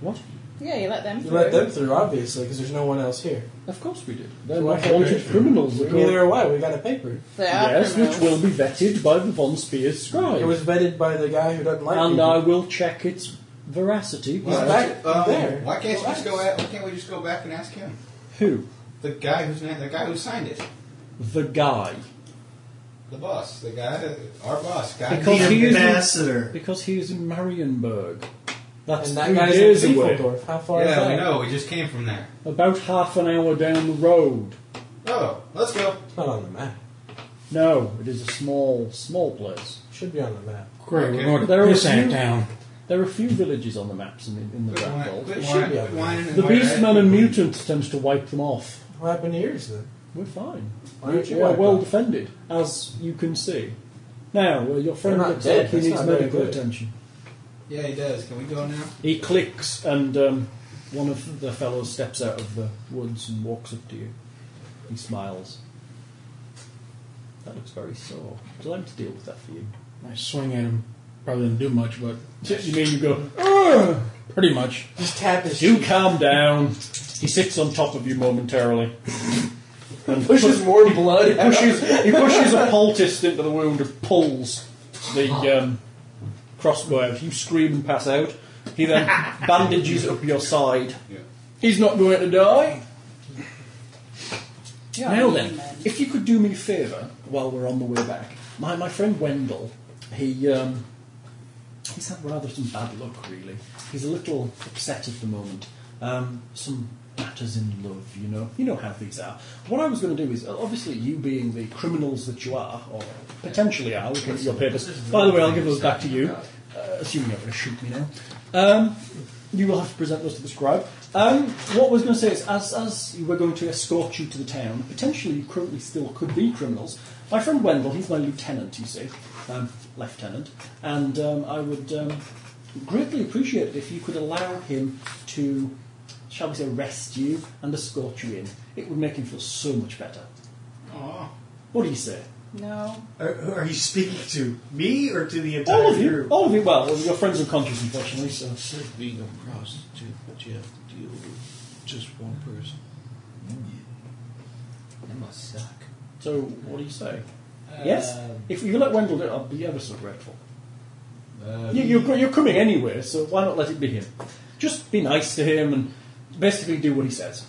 Speaker 3: What?
Speaker 7: Yeah, you let them
Speaker 10: You
Speaker 7: through.
Speaker 10: let them through, obviously, because there's no one else here.
Speaker 3: Of course we did. They're
Speaker 10: So why
Speaker 3: not
Speaker 10: can't
Speaker 3: wanted
Speaker 10: we-
Speaker 3: criminals. that go-
Speaker 10: Neither are why. We got a paper.
Speaker 7: They are
Speaker 3: yes,
Speaker 7: criminals.
Speaker 3: which will be vetted by the Von Spears scribe.
Speaker 10: It was vetted by the guy who doesn't like
Speaker 3: and
Speaker 10: people.
Speaker 3: I will check its veracity.
Speaker 10: He's
Speaker 3: by-
Speaker 10: back
Speaker 6: Um,
Speaker 10: there.
Speaker 6: Why can't you just go? At, why can't we just go back and ask him?
Speaker 3: Who?
Speaker 6: The guy who's na- the guy who signed it.
Speaker 3: The guy.
Speaker 6: The boss. The guy. Our boss. Guy.
Speaker 3: Because
Speaker 8: the
Speaker 3: he is in-
Speaker 8: ambassador.
Speaker 3: Because he is in Marienburg. That's
Speaker 10: and that
Speaker 3: three
Speaker 10: guy's
Speaker 3: days
Speaker 10: in
Speaker 3: away.
Speaker 10: Fiefeldorf. How far is
Speaker 6: yeah,
Speaker 10: that?
Speaker 6: we know. We just came from there.
Speaker 3: About half an hour down the road.
Speaker 6: Oh, let's go.
Speaker 10: It's not on the map.
Speaker 3: No, it is a small, small place.
Speaker 10: Should be on the map.
Speaker 9: Great, we're going to
Speaker 3: There was
Speaker 9: piss Ant
Speaker 3: you-
Speaker 9: Town.
Speaker 3: There are a few villages on the maps in the, in the Black Vault.
Speaker 4: But
Speaker 9: Why-
Speaker 4: shit, why in
Speaker 3: The
Speaker 4: why-
Speaker 3: Beastman and Mutant attempts to wipe them off.
Speaker 9: What happened to yours then?
Speaker 3: We're fine.
Speaker 9: Why
Speaker 3: We're,
Speaker 9: don't you
Speaker 3: we're
Speaker 9: wipe
Speaker 3: well
Speaker 9: them?
Speaker 3: defended, as you can see. Now, well, your friend
Speaker 5: They're not
Speaker 3: looks
Speaker 5: dead,
Speaker 3: like he
Speaker 5: that's
Speaker 3: needs
Speaker 5: not very
Speaker 3: medical
Speaker 5: good.
Speaker 3: attention.
Speaker 6: Yeah, he does. Can we go now?
Speaker 3: He clicks, and um, one of the fellows steps out of the woods and walks up to you. He smiles. That looks very sore. Would you like me to deal with that for you?
Speaker 9: I swing at him. Probably didn't do much, but
Speaker 3: You mean you go,
Speaker 9: pretty much.
Speaker 5: Just tap his
Speaker 3: do calm down. He sits on top of you momentarily. And
Speaker 5: Pushes more blood.
Speaker 3: He pushes, he pushes a poultice into the wound and pulls the um, crossbow out. You scream and pass out. He
Speaker 5: (laughs)
Speaker 3: then bandages up your side. He's not going to die.
Speaker 7: You're
Speaker 3: now
Speaker 7: a
Speaker 3: then,
Speaker 7: man.
Speaker 3: if you could do me a favour while we're on the way back, my, my friend Wendell, he um, he's had rather some bad luck, really. He's a little upset at the moment. Um, some matters in love, you know. You know how things are. What I was going to do is, uh, obviously, you being the criminals that you are, or potentially are, looking at your papers. By the way, I'll give those back to you, uh, assuming you're going to shoot me now. Um, you will have to present those to the scribe. Um, what I was going to say is, as, as we're going to escort you to the town, potentially you currently still could be criminals. My friend Wendell, he's my lieutenant, you see, um, lieutenant, and um, I would um, greatly appreciate it if you could allow him to, shall we say, arrest you and escort you in. It would make him feel so much better. What do you say?
Speaker 7: No.
Speaker 8: Are, who are you speaking to? Me or to the entire
Speaker 3: All of you,
Speaker 8: group?
Speaker 3: all of you. Well, your friend's unconscious, unfortunately, so.
Speaker 11: Instead being a prostitute, but you have to deal with just one person.
Speaker 6: Mm. That must suck.
Speaker 3: So, what do you say?
Speaker 11: Uh,
Speaker 3: Yes? If you let Wendell do it, I'll be ever so grateful.
Speaker 6: Uh,
Speaker 11: Um,
Speaker 3: You, you're, you're coming anyway, so why not let it be him? Just be nice to him and basically do what he says.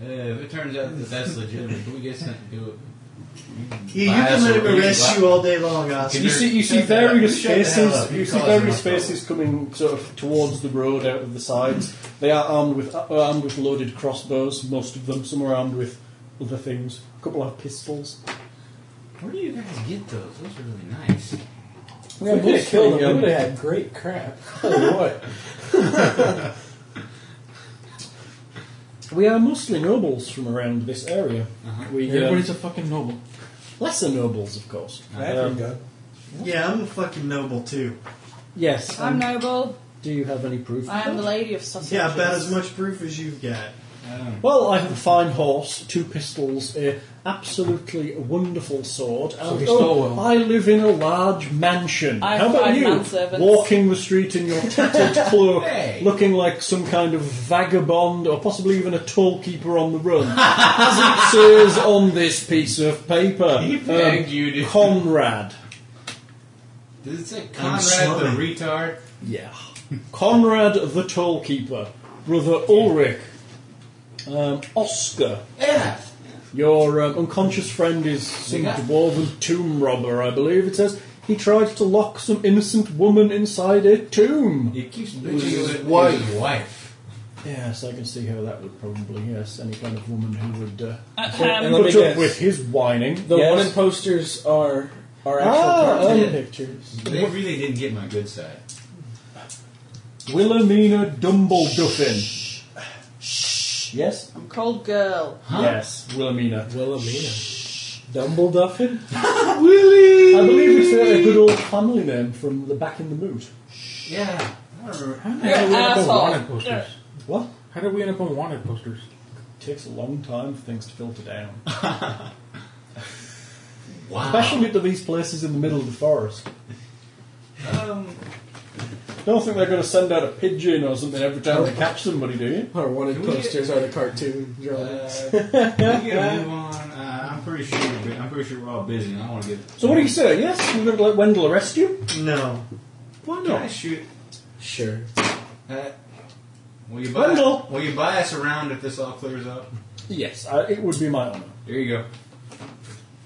Speaker 6: Uh, if it turns out that that's legitimate, can we get something to do it?
Speaker 8: Yeah, you can let him arrest you all day long,
Speaker 6: Can
Speaker 8: Oscar.
Speaker 3: You
Speaker 6: You're-
Speaker 3: see, you see
Speaker 6: shut the hell
Speaker 3: various
Speaker 6: up. Shut the hell
Speaker 3: faces.
Speaker 6: up.
Speaker 3: You
Speaker 6: You're
Speaker 3: see
Speaker 6: causing
Speaker 3: various
Speaker 6: my
Speaker 3: faces coming sort of towards the road out of the sides. They are armed with uh, armed with loaded crossbows. Most of them. Some are armed with other things. A couple have pistols.
Speaker 6: Where do you guys get those? Those are really nice.
Speaker 10: We would
Speaker 3: both
Speaker 10: have killed
Speaker 3: pretty
Speaker 10: him. We
Speaker 3: young.
Speaker 10: would have had great crap. Tell
Speaker 9: (laughs)
Speaker 10: you what.
Speaker 3: We are mostly nobles from around this area. We um,
Speaker 10: Everybody's a fucking noble.
Speaker 3: lesser nobles, of course. Um,
Speaker 9: go.
Speaker 8: Yeah, I'm a fucking noble too.
Speaker 3: yes.
Speaker 7: I'm
Speaker 3: um,
Speaker 7: noble.
Speaker 3: do you have any proof?
Speaker 7: I am the lady of sausages.
Speaker 8: Yeah, about as much proof as you've got.
Speaker 3: Well, I have a fine horse, two pistols, a absolutely wonderful sword, and
Speaker 9: he
Speaker 3: oh,
Speaker 9: stole one.
Speaker 3: I live in a large mansion.
Speaker 7: I have
Speaker 3: How about
Speaker 7: five
Speaker 3: you
Speaker 7: manservants.
Speaker 3: walking the street in your tattered cloak,
Speaker 6: Hey.
Speaker 3: looking like some kind of vagabond or possibly even a toll keeper on the run, as it says on this piece of paper,
Speaker 6: He
Speaker 3: um,
Speaker 6: pegged you, dude.
Speaker 3: Conrad.
Speaker 6: Does it say
Speaker 8: I'm
Speaker 6: Conrad the
Speaker 8: slumming.
Speaker 6: retard?
Speaker 3: Yeah, (laughs) Conrad the toll keeper, brother Ulrich, um, Oscar.
Speaker 6: Yeah.
Speaker 3: Your um, unconscious friend is some
Speaker 6: Yeah.
Speaker 3: dwarven tomb robber, I believe it says. He tried to lock some innocent woman inside a tomb.
Speaker 6: It keeps bitching
Speaker 11: his
Speaker 6: with
Speaker 11: wife.
Speaker 6: His wife.
Speaker 3: Yes, I can see how that would probably, yes, any kind of woman who would uh,
Speaker 9: Um,
Speaker 10: And let me
Speaker 3: put up
Speaker 10: guess.
Speaker 3: with his whining.
Speaker 10: The
Speaker 3: Yes.
Speaker 10: wanted posters are are actual
Speaker 3: Ah,
Speaker 10: cartoon
Speaker 3: um,
Speaker 10: pictures.
Speaker 6: They really didn't get my good side.
Speaker 3: Wilhelmina Dumbleduffin. Yes?
Speaker 7: I'm cold girl.
Speaker 3: Yes, Wilhelmina.
Speaker 10: Wilhelmina. (laughs) Dumbleduffin?
Speaker 3: I believe it's a, a good old family name from the back in the moot.
Speaker 6: Yeah. I don't remember.
Speaker 9: How did
Speaker 7: You're
Speaker 9: we end
Speaker 7: an
Speaker 9: up on
Speaker 7: asshole.
Speaker 9: wanted posters?
Speaker 3: What?
Speaker 9: How did we end up on wanted posters?
Speaker 3: takes a long time for things to filter down.
Speaker 6: (laughs) Wow.
Speaker 3: Especially to these places in the middle of the forest.
Speaker 6: Um,
Speaker 3: Don't think they're going to send out a pigeon or something every time they catch somebody, do you?
Speaker 10: Our wanted
Speaker 6: Can we get-
Speaker 10: posters are the cartoon
Speaker 6: uh,
Speaker 10: drawings.
Speaker 6: we gotta
Speaker 3: (laughs)
Speaker 6: move on. Uh, I'm pretty sure. we're bu- I'm pretty sure we're all busy. and I don't want to get.
Speaker 3: So what do you say? Yes, you're going to let Wendell arrest you?
Speaker 8: No.
Speaker 3: Why
Speaker 6: Can I
Speaker 3: not?
Speaker 6: shoot?
Speaker 10: Sure.
Speaker 6: Uh, will you buy?
Speaker 3: Wendell.
Speaker 6: Will you buy us around if this all clears up?
Speaker 3: Yes, I, it would be my honour.
Speaker 6: There you
Speaker 3: (laughs)
Speaker 6: go.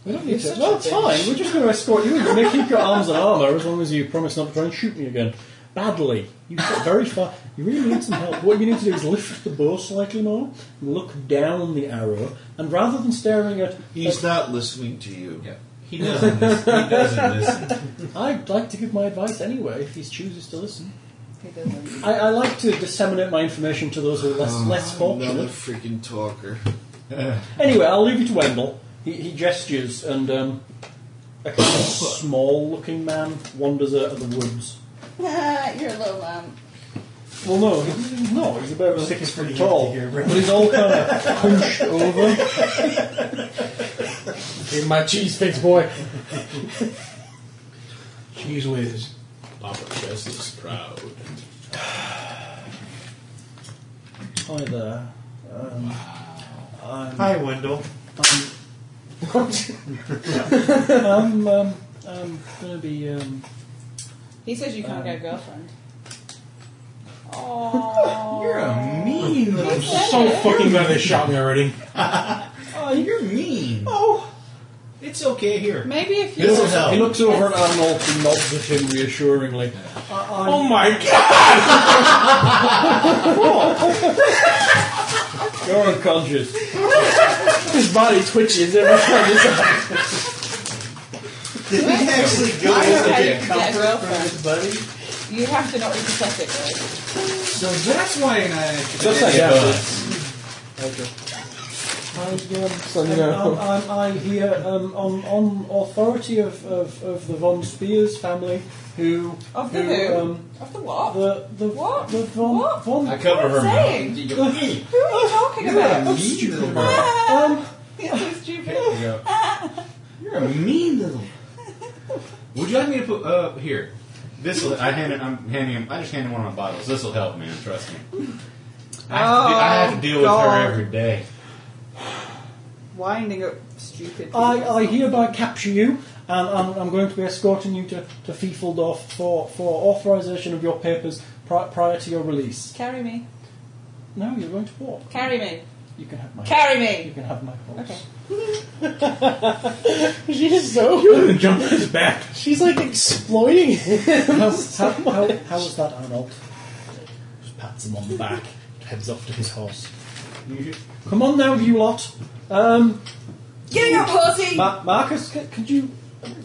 Speaker 3: We don't need to. Well, it's fine. We're just going to escort you in. You're going to keep your arms and armour as long as you promise not to try and shoot me again. Badly. You get very far. You really need some help. What you need to do is lift the bow slightly more, look down the arrow, and rather than staring at
Speaker 11: He's not listening to you.
Speaker 6: Yeah. He doesn't. listen. He doesn't listen.
Speaker 3: I'd like to give my advice anyway if he chooses to listen.
Speaker 7: He doesn't.
Speaker 3: I, I like to disseminate my information to those who are less, less
Speaker 4: Another
Speaker 3: fortunate. (laughs)
Speaker 4: freaking talker.
Speaker 3: Anyway, I'll leave you to Wendell. He, he gestures, and um, a kind of small-looking man wanders out of the woods.
Speaker 7: (laughs) You're a little um, lamb.
Speaker 3: Well, no, he- no, he's about six foot tall, but he's all kind of hunched over.
Speaker 9: Give me my cheese fix, boy. cheese whiz.
Speaker 11: Papa Chess is proud.
Speaker 3: (laughs) Hi there. (laughs) Um, I'm,
Speaker 8: Hi, Wendell.
Speaker 3: I'm, um, I'm gonna be. Um,
Speaker 7: He says you can't
Speaker 3: Um,
Speaker 7: get a girlfriend. Oh,
Speaker 11: You're a mean.
Speaker 7: He said
Speaker 9: So
Speaker 7: it.
Speaker 9: fucking glad they shot me already.
Speaker 6: Oh, you're mean.
Speaker 7: Oh,
Speaker 6: It's okay here.
Speaker 7: maybe if you.
Speaker 3: he, looks,
Speaker 6: help.
Speaker 3: he looks over at Arnold and nods at him reassuringly.
Speaker 9: Oh my god!
Speaker 3: You're unconscious.
Speaker 10: His body twitches every time. It's
Speaker 8: Did he actually go
Speaker 7: I know how you
Speaker 8: and
Speaker 7: can get a
Speaker 8: comfort from
Speaker 7: girlfriend.
Speaker 8: his buddy?
Speaker 7: You have to not be pathetic, right?
Speaker 6: So that's why I.
Speaker 3: Just like that.
Speaker 10: so you
Speaker 3: Um,
Speaker 10: know.
Speaker 3: I'm, I hear um, on, on authority of, of, of the von Spears family, who
Speaker 7: Of the who?
Speaker 3: Um,
Speaker 7: Of the what?
Speaker 3: the the
Speaker 7: What?
Speaker 3: the von
Speaker 7: What?
Speaker 3: von
Speaker 6: I cover her
Speaker 7: Saying.
Speaker 6: mouth. You're mean.
Speaker 7: Who are you talking about?
Speaker 6: Mean
Speaker 7: (laughs)
Speaker 6: little girl.
Speaker 3: um,
Speaker 7: It's so stupid.
Speaker 6: You're a mean little. Would you like me to put uh here? This will. I hand. I'm handing him. I just handed one of my bottles. This will help, man. Trust me. I have, to, de- I have to deal with
Speaker 7: God.
Speaker 6: her every day.
Speaker 7: Winding up stupid.
Speaker 3: I,
Speaker 7: people.
Speaker 3: I hereby capture you, and I'm, I'm going to be escorting you to, to Fiefeldorf for, for authorization of your papers pri- prior to your release.
Speaker 7: Carry me.
Speaker 3: No, you're going to walk.
Speaker 7: Carry me.
Speaker 3: You can have my
Speaker 7: Carry
Speaker 3: You
Speaker 7: me.
Speaker 3: can have my horse.
Speaker 7: Okay.
Speaker 3: (laughs)
Speaker 10: She's so.
Speaker 9: Jump on his back.
Speaker 10: She's like exploiting him. (laughs)
Speaker 3: How, how, how, how was that, Arnold?
Speaker 10: Just pats him on the back, heads off to his horse.
Speaker 3: Come on now, you lot. Um,
Speaker 7: Get up, horsey.
Speaker 3: Ma- Marcus, c- could you?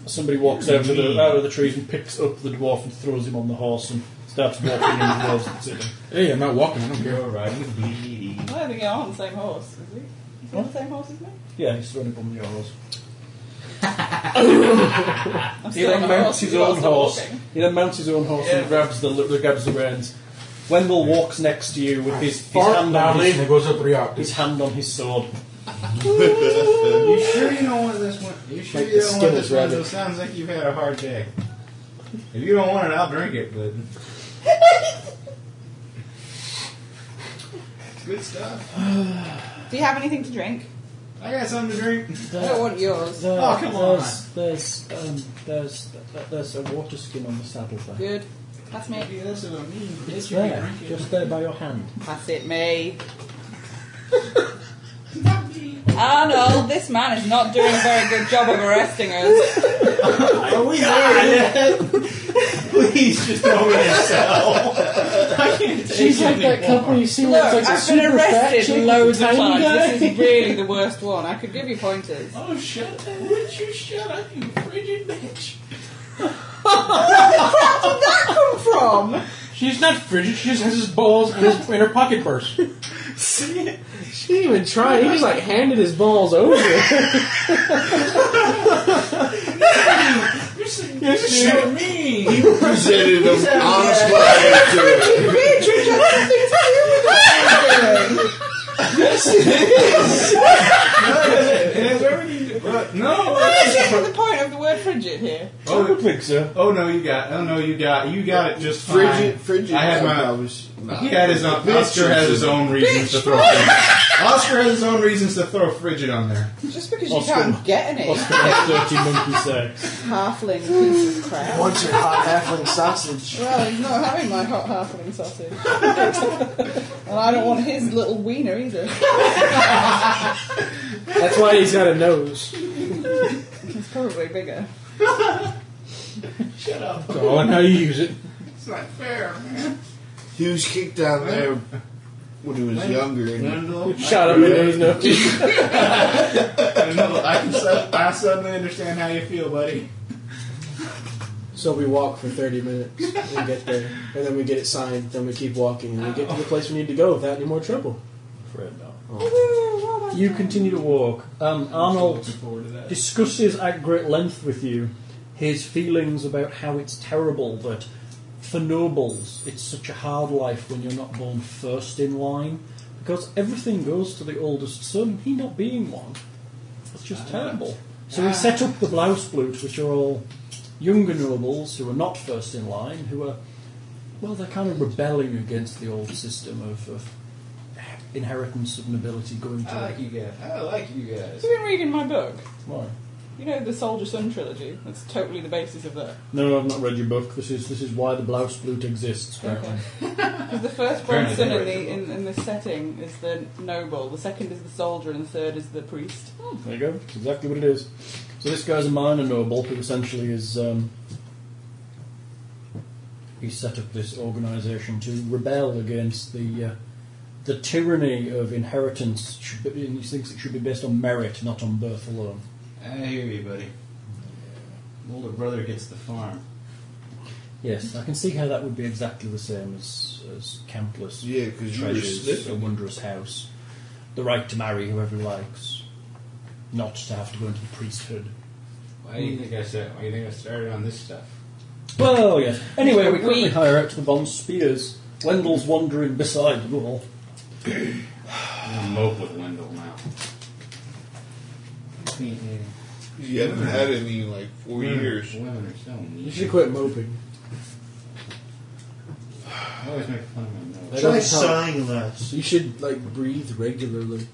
Speaker 3: Somebody walks over the, out of the trees and picks up the dwarf and throws him on the horse and starts walking in the woods. and sitting.
Speaker 9: Hey, I'm not walking. I don't care.
Speaker 6: You're riding bleedy.
Speaker 7: I don't think you're on the same horse, is he? Is he on the same horse as me?
Speaker 3: Yeah, he's thrown up on your horse.
Speaker 7: I'm
Speaker 3: He
Speaker 7: still
Speaker 3: then
Speaker 7: on the
Speaker 3: mounts
Speaker 7: horse.
Speaker 3: his
Speaker 7: you
Speaker 3: own
Speaker 7: lots are
Speaker 3: horse.
Speaker 7: walking.
Speaker 3: He then mounts his own horse and grabs the li- grabs the reins. Wendell walks next to you with his, his
Speaker 9: Fart
Speaker 3: hand on
Speaker 9: loudly,
Speaker 3: his,
Speaker 9: and it goes up three
Speaker 3: his
Speaker 9: octaves.
Speaker 3: hand on his sword.
Speaker 6: You sure you don't want this one? You sure
Speaker 10: Like
Speaker 6: you
Speaker 10: the
Speaker 6: don't
Speaker 10: Skinner's
Speaker 6: want this one?
Speaker 10: rabbit.
Speaker 6: It sounds like you've had a hard day. If you don't want it, I'll drink it. But it's good stuff.
Speaker 7: Do you have anything to drink?
Speaker 6: I got something to drink.
Speaker 7: I don't want yours.
Speaker 3: There-
Speaker 6: Oh, come on.
Speaker 3: there's, There's um, there's th- there's a water skin on the saddle there.
Speaker 7: Good. Pass me.
Speaker 6: That's what I mean.
Speaker 3: It's there, just there by your hand.
Speaker 7: Pass it me. Arnold, Oh, this man is not doing a very good job of arresting us.
Speaker 8: Are we there yet? Please just don't
Speaker 10: She's like that couple you see
Speaker 7: Look,
Speaker 10: where it's like a
Speaker 7: I've been
Speaker 10: super fat chick
Speaker 7: arrested
Speaker 10: with
Speaker 7: loads
Speaker 10: a
Speaker 7: of
Speaker 10: tiny
Speaker 7: times.
Speaker 10: guy.
Speaker 7: This is really the worst one. I could give you pointers.
Speaker 11: Oh, shut up. Would you shut up, you frigid bitch?
Speaker 7: From
Speaker 9: She's not frigid. She just has his balls in, his, in her pocket (laughs) purse.
Speaker 10: She didn't even try. He just like handed his balls over.
Speaker 11: You're
Speaker 6: (laughs)
Speaker 11: so mean.
Speaker 4: You presented him honestly to (laughs) it.
Speaker 6: No.
Speaker 7: what is it? The point of the word frigid here.
Speaker 6: Oh,
Speaker 3: I think so.
Speaker 6: Oh no, you got. Oh no, you got. You got it just
Speaker 4: Frigid,
Speaker 6: fine.
Speaker 4: frigid.
Speaker 6: I had my-
Speaker 4: I was, nah.
Speaker 6: He had his own.
Speaker 4: Bitch,
Speaker 6: Oscar has his own reasons to throw. Oscar has his own reasons to throw frigid on there.
Speaker 7: Just because you
Speaker 3: Oscar-
Speaker 7: can't get any
Speaker 3: dirty monkey sex.
Speaker 7: halfling piece of crap.
Speaker 5: What's your hot halfling sausage?
Speaker 7: Well, he's not having my hot halfling sausage. and I don't want his little wiener either.
Speaker 10: That's why he's got a nose.
Speaker 7: It's probably bigger.
Speaker 9: So I know how you use it.
Speaker 6: It's not fair, man.
Speaker 4: He was kicked out there when he was younger. And
Speaker 6: Wendell,
Speaker 10: Shot up into his
Speaker 7: (laughs)
Speaker 10: nose.
Speaker 6: Wendell, I, can, sud- I suddenly understand how you feel, buddy.
Speaker 10: So we walk for 30 minutes and get there. And then we get it signed. Then we keep walking. And we get to the place we need to go without any more trouble.
Speaker 6: Fred, no.
Speaker 3: You continue to walk. Um, Arnold discusses at great length with you his feelings about how it's terrible that for nobles it's such a hard life when you're not born first in line because everything goes to the oldest son, he not being one. It's just terrible. So we set up the Blausblut, which are all younger nobles who are not first in line, who are, well, they're kind of rebelling against the old system of, of inheritance of nobility going to
Speaker 6: I like you guys. I like you guys.
Speaker 12: Have you been reading my book?
Speaker 3: Why?
Speaker 12: You know the Soldier Son trilogy? That's totally the basis of that.
Speaker 3: No, I've not read your book. This is this is why the Blausblut exists. Apparently,
Speaker 12: Because the firstborn
Speaker 3: Apparently
Speaker 12: son
Speaker 3: they
Speaker 12: in,
Speaker 3: read
Speaker 12: the, in, in this setting is the noble, the second is the soldier, and the third is the priest.
Speaker 3: there you go. That's exactly what it is. So this guy's a minor noble who essentially is um, he set up this organisation to rebel against the uh, the tyranny of inheritance. Should be, and he thinks it should be based on merit, not on birth alone.
Speaker 6: I hear you, buddy. Older brother gets the farm.
Speaker 3: Yes, I can see how that would be exactly the same as, as countless
Speaker 4: Yeah, 'cause you were
Speaker 3: treasures,
Speaker 4: slipping.
Speaker 3: a wondrous house, the right to marry whoever he likes, not to have to go into the priesthood.
Speaker 6: Why do you think I said? Why do you think I started on this stuff?
Speaker 3: Well, yes. Anyway, we currently hire out to the Von Spears. Wendell's wandering beside the wall.
Speaker 6: I'm gonna mope with Wendell now.
Speaker 4: You haven't had any in like four
Speaker 6: Women-
Speaker 4: years.
Speaker 6: Women are so mean.
Speaker 10: You should quit moping.
Speaker 6: I always make fun of my nose.
Speaker 10: That
Speaker 8: Try
Speaker 10: doesn't help.
Speaker 8: sighing less.
Speaker 10: You should like breathe regularly.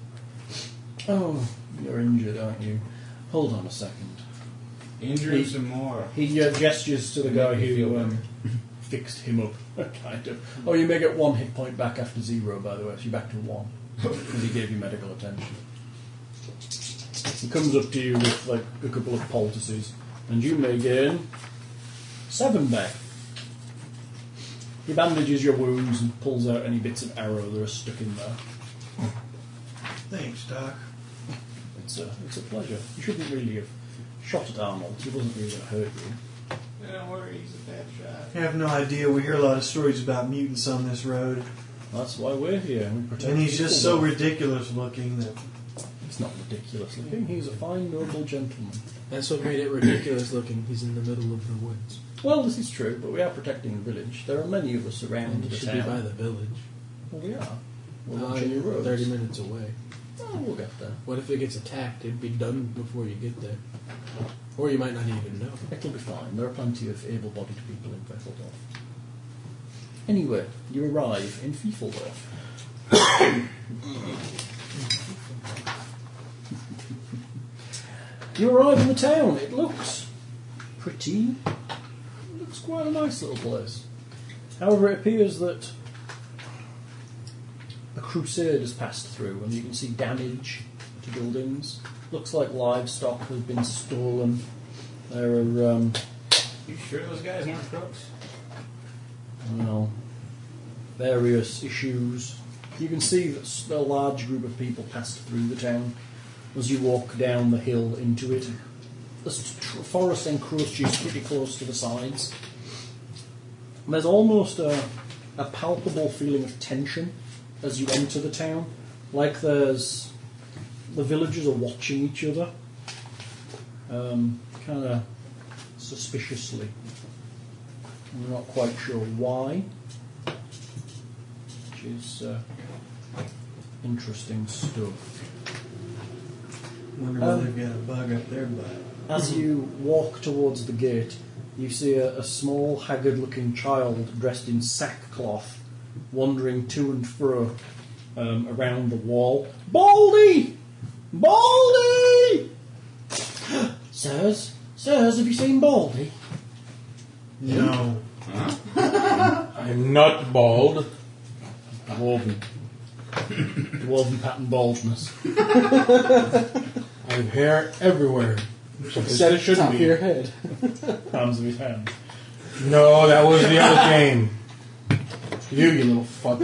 Speaker 3: Oh, you're injured, aren't you? Hold on a second.
Speaker 6: Injure him some more.
Speaker 3: He uh, gestures to the guy who um, (laughs) fixed him up, (laughs) kind of. Oh, you may get one hit point back after zero, by the way, so you're back to one. Because he gave you medical attention. He comes up to you with, like, a couple of poultices, and you may gain seven back. He bandages your wounds and pulls out any bits of arrow that are stuck in there.
Speaker 11: Thanks, Doc.
Speaker 3: It's a, it's a pleasure. You shouldn't really have shot at Arnold. He wasn't really going to hurt you.
Speaker 6: Don't worry, he's a bad shot.
Speaker 8: I have no idea. We hear a lot of stories about mutants on this road,
Speaker 3: That's why we're here. And, we protect
Speaker 8: and he's
Speaker 3: people.
Speaker 8: just so ridiculous looking that
Speaker 3: It's not ridiculous looking. He's a fine, noble gentleman.
Speaker 10: That's what made it ridiculous looking. He's in the middle of the woods.
Speaker 3: Well, this is true, but we are protecting the village. There are many of us around
Speaker 10: And
Speaker 3: the
Speaker 10: you should be
Speaker 3: town.
Speaker 10: by the village.
Speaker 3: Well, we are. We're
Speaker 10: Uh,
Speaker 3: watching the
Speaker 10: you're
Speaker 3: roads.
Speaker 10: 30 minutes away.
Speaker 3: Oh, we'll get there.
Speaker 10: What if it gets attacked? It'd be done before you get there. Or you might not even know.
Speaker 3: It'll be fine. There are plenty of able-bodied people in Vetteldorf. Anyway, you arrive in Fiefeldorf. you arrive in the town. It looks pretty. It looks quite a nice little place. However, it appears that a crusade has passed through, and you can see damage to buildings. Looks like livestock has been stolen. There are, um,
Speaker 6: You sure those guys aren't crooks?
Speaker 3: well, various issues. You can see that s- a large group of people passed through the town as you walk down the hill into it. The s- tr- forest encroaches pretty close to the sides. And there's almost a, a palpable feeling of tension as you enter the town, like there's the villagers are watching each other, um, kind of suspiciously. I'm not quite sure why, which is uh, interesting stuff.
Speaker 8: wonder whether
Speaker 3: Um,
Speaker 8: they've got a bug up their butt.
Speaker 3: As you walk towards the gate, you see a, a small, haggard looking child dressed in sackcloth wandering to and fro um, around the wall. Baldy! Baldy! (gasps) sirs, sirs, have you seen Baldy?
Speaker 8: No,
Speaker 9: I'm not bald.
Speaker 3: Dwarven. Dwarven pattern baldness.
Speaker 9: I have hair everywhere.
Speaker 10: Set it
Speaker 9: shouldn't
Speaker 10: top
Speaker 9: be.
Speaker 10: of your head.
Speaker 3: Palms of his hand.
Speaker 9: No, that was the other game. You, you little fuck.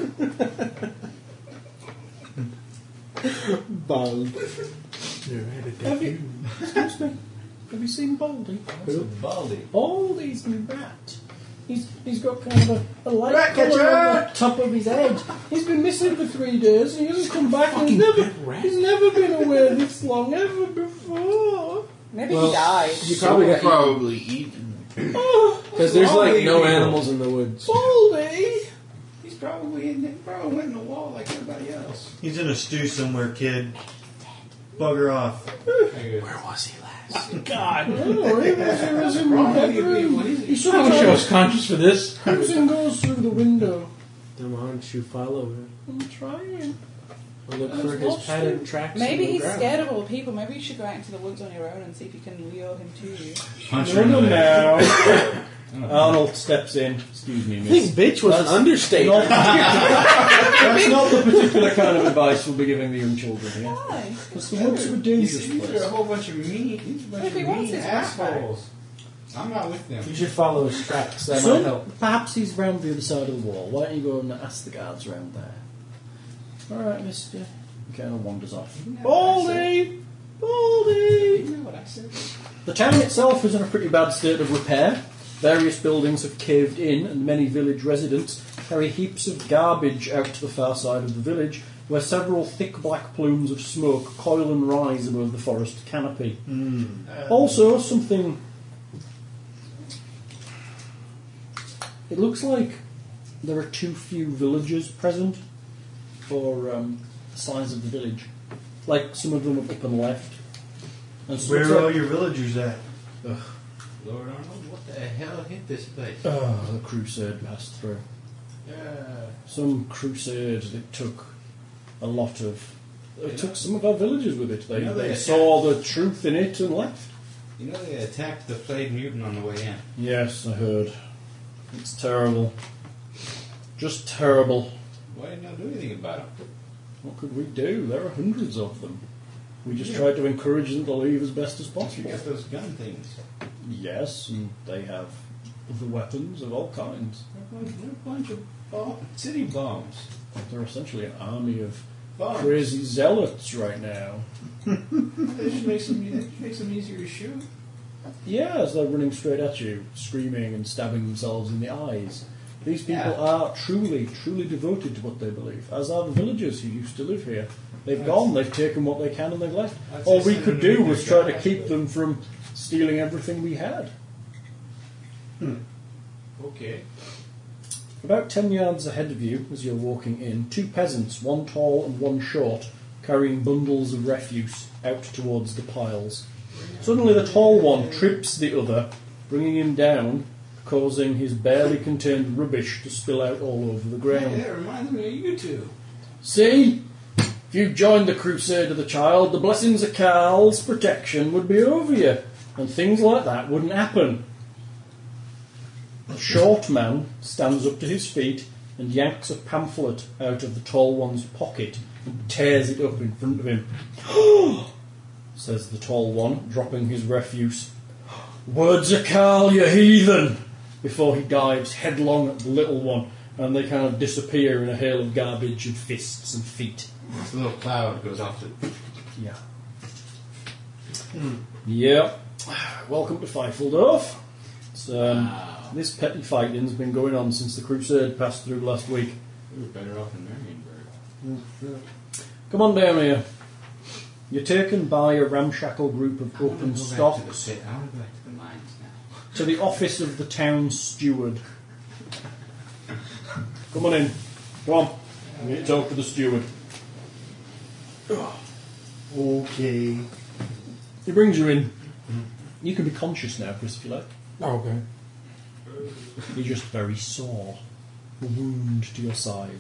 Speaker 10: Bald.
Speaker 9: You're at a dead
Speaker 3: Have you seen Baldy?
Speaker 6: Who? Baldy.
Speaker 3: Baldy's my rat. He's, he's got kind of a, a light
Speaker 5: Rat
Speaker 3: colour on
Speaker 5: catcher!
Speaker 3: the top of his head. He's been missing for three days and he hasn't come back. And he's, never, he's never been away this long ever before.
Speaker 7: Maybe he died.
Speaker 10: You probably got
Speaker 4: probably eaten.
Speaker 10: Because there's like no animals in the woods.
Speaker 3: Baldy!
Speaker 6: He's probably in. He probably went in the wall like everybody else.
Speaker 8: He's in a stew somewhere, kid. Bugger off.
Speaker 6: Where
Speaker 8: was he last?
Speaker 3: Oh, God, no, he was, he was in
Speaker 6: Wrong
Speaker 3: my
Speaker 6: with you people,
Speaker 3: bedroom.
Speaker 6: what is it?
Speaker 3: He
Speaker 9: I
Speaker 3: sometimes
Speaker 9: wish I was conscious for this.
Speaker 3: comes and goes through the window.
Speaker 10: Come on, shoe follow him.
Speaker 3: I'm trying.
Speaker 10: I'll look
Speaker 3: I
Speaker 10: for
Speaker 3: was
Speaker 10: his
Speaker 3: lost
Speaker 10: pattern
Speaker 3: in-
Speaker 10: tracks.
Speaker 7: Maybe
Speaker 10: in the
Speaker 7: he's
Speaker 10: ground.
Speaker 7: scared of all the people. Maybe you should go out into the woods on your own and see if you can lure him to you.
Speaker 6: Punch
Speaker 3: No,
Speaker 6: him
Speaker 3: no,
Speaker 6: in the leg.
Speaker 3: no. Arnold steps in. Excuse me,
Speaker 10: I
Speaker 3: miss.
Speaker 10: think bitch was an (laughs) understatement.
Speaker 3: That's not the particular kind of advice we'll be giving the young children here.
Speaker 7: Why?
Speaker 3: Because the woods were dangerous
Speaker 6: These are a
Speaker 3: place.
Speaker 6: whole bunch of mean, these are a bunch
Speaker 7: If he
Speaker 6: of
Speaker 7: wants
Speaker 6: mean
Speaker 7: his ass back.
Speaker 6: assholes. I'm not with them.
Speaker 10: You should follow his tracks. That might
Speaker 3: So,
Speaker 10: help.
Speaker 3: perhaps he's round the other side of the wall. Why don't you go and ask the guards round there? All right, mister. He kind of wanders off. Baldy! Baldy!
Speaker 6: You know what I said?
Speaker 3: The town itself is in a pretty bad state of repair. Various buildings have caved in, and many village residents carry heaps of garbage out to the far side of the village, where several thick black plumes of smoke coil and rise above the forest canopy.
Speaker 8: Hmm.
Speaker 3: Also, something. It looks like there are too few villagers present for um, the size of the village. Like some of them have up and left. And so it looks
Speaker 8: Where are all
Speaker 3: like-
Speaker 8: your villagers at?
Speaker 6: Lord Arnold, what the hell hit this place?
Speaker 3: Oh, the crusade passed through. Some crusade that took a lot of. It took some of our villages with it. They,
Speaker 6: Yeah, they
Speaker 3: they saw the truth in it and left.
Speaker 6: You know they attacked the flayed mutant on the way in.
Speaker 3: Yes, I heard. It's terrible. Just terrible.
Speaker 6: Why didn't I do anything about it?
Speaker 3: What could we do? There are hundreds of them. We just tried to encourage them to leave as best as
Speaker 6: You
Speaker 3: possible.
Speaker 6: got those gun things.
Speaker 3: Yes, and they have other weapons of all kinds.
Speaker 6: They're a bunch, they're a bunch of bomb, city bombs.
Speaker 3: They're essentially an army of
Speaker 6: Bombs.
Speaker 3: crazy zealots right now.
Speaker 6: That just makes them, that just makes them easier to shoot.
Speaker 3: Yeah, as they're running straight at you, screaming and stabbing themselves in the eyes. These people
Speaker 6: Yeah.
Speaker 3: are truly, truly devoted to what they believe, as are the villagers who used to live here. They've gone, they've taken what they can, and they've left.
Speaker 6: I'd say
Speaker 3: All we
Speaker 6: send
Speaker 3: could
Speaker 6: them to
Speaker 3: do
Speaker 6: the
Speaker 3: was try to
Speaker 6: guys,
Speaker 3: keep
Speaker 6: but-
Speaker 3: them from stealing everything we had.
Speaker 6: Okay.
Speaker 3: About ten yards ahead of you, as you're walking in, two peasants, one tall and one short, carrying bundles of refuse out towards the piles. Suddenly, the tall one trips the other, bringing him down, causing his barely contained rubbish to spill out all over the
Speaker 6: Hey,
Speaker 3: ground.
Speaker 6: that reminds me of you two.
Speaker 3: See? If you joined the crusade of the child, the blessings of Carl's protection would be over you, and things like that wouldn't happen. The short man stands up to his feet and yanks a pamphlet out of the tall one's pocket and tears it up in front of him. (gasps) says the tall one, dropping his refuse. Words of Carl, you heathen! Before he dives headlong at the little one, and they kind of disappear in a hail of garbage and fists and feet.
Speaker 6: This little cloud goes off the.
Speaker 3: Yeah.
Speaker 6: Hmm.
Speaker 3: Yeah. Welcome to Feifeldorf. It's, um, This petty fighting's been going on since the Crusade passed through last week.
Speaker 6: We were better off in Marienburg.
Speaker 3: Come on down here. You're taken by a ramshackle group of
Speaker 6: I wanna
Speaker 3: open
Speaker 6: go back
Speaker 3: stock
Speaker 6: to the pit. I want to go back to the mines now.
Speaker 3: to the office of the town steward. Come on in. Come on. We need to talk to the steward.
Speaker 8: Okay.
Speaker 3: He brings you in. You can be conscious now, Chris, if you like.
Speaker 9: Oh, okay.
Speaker 3: You're just very sore. A wound to your side.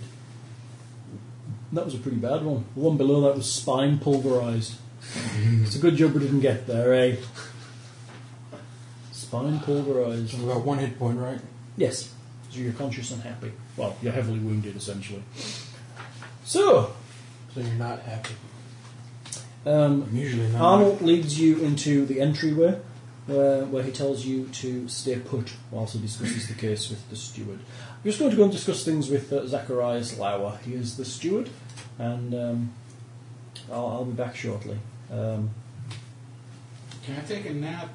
Speaker 3: That was a pretty bad one. The one below that was spine pulverised. it's a good job we didn't get there, eh? Spine pulverised.
Speaker 9: So we got one hit point, right?
Speaker 3: Yes. So you're conscious and happy. Well, you're heavily wounded, essentially. So,
Speaker 9: So you're not happy.
Speaker 3: um,
Speaker 9: I'm usually not.
Speaker 3: Arnold leads you into the entryway, where, where he tells you to stay put whilst he discusses the case with the steward. I'm just going to go and discuss things with uh, Zacharias Lauer. He is the steward, and um, I'll, I'll be back shortly. Um, Can I take a nap?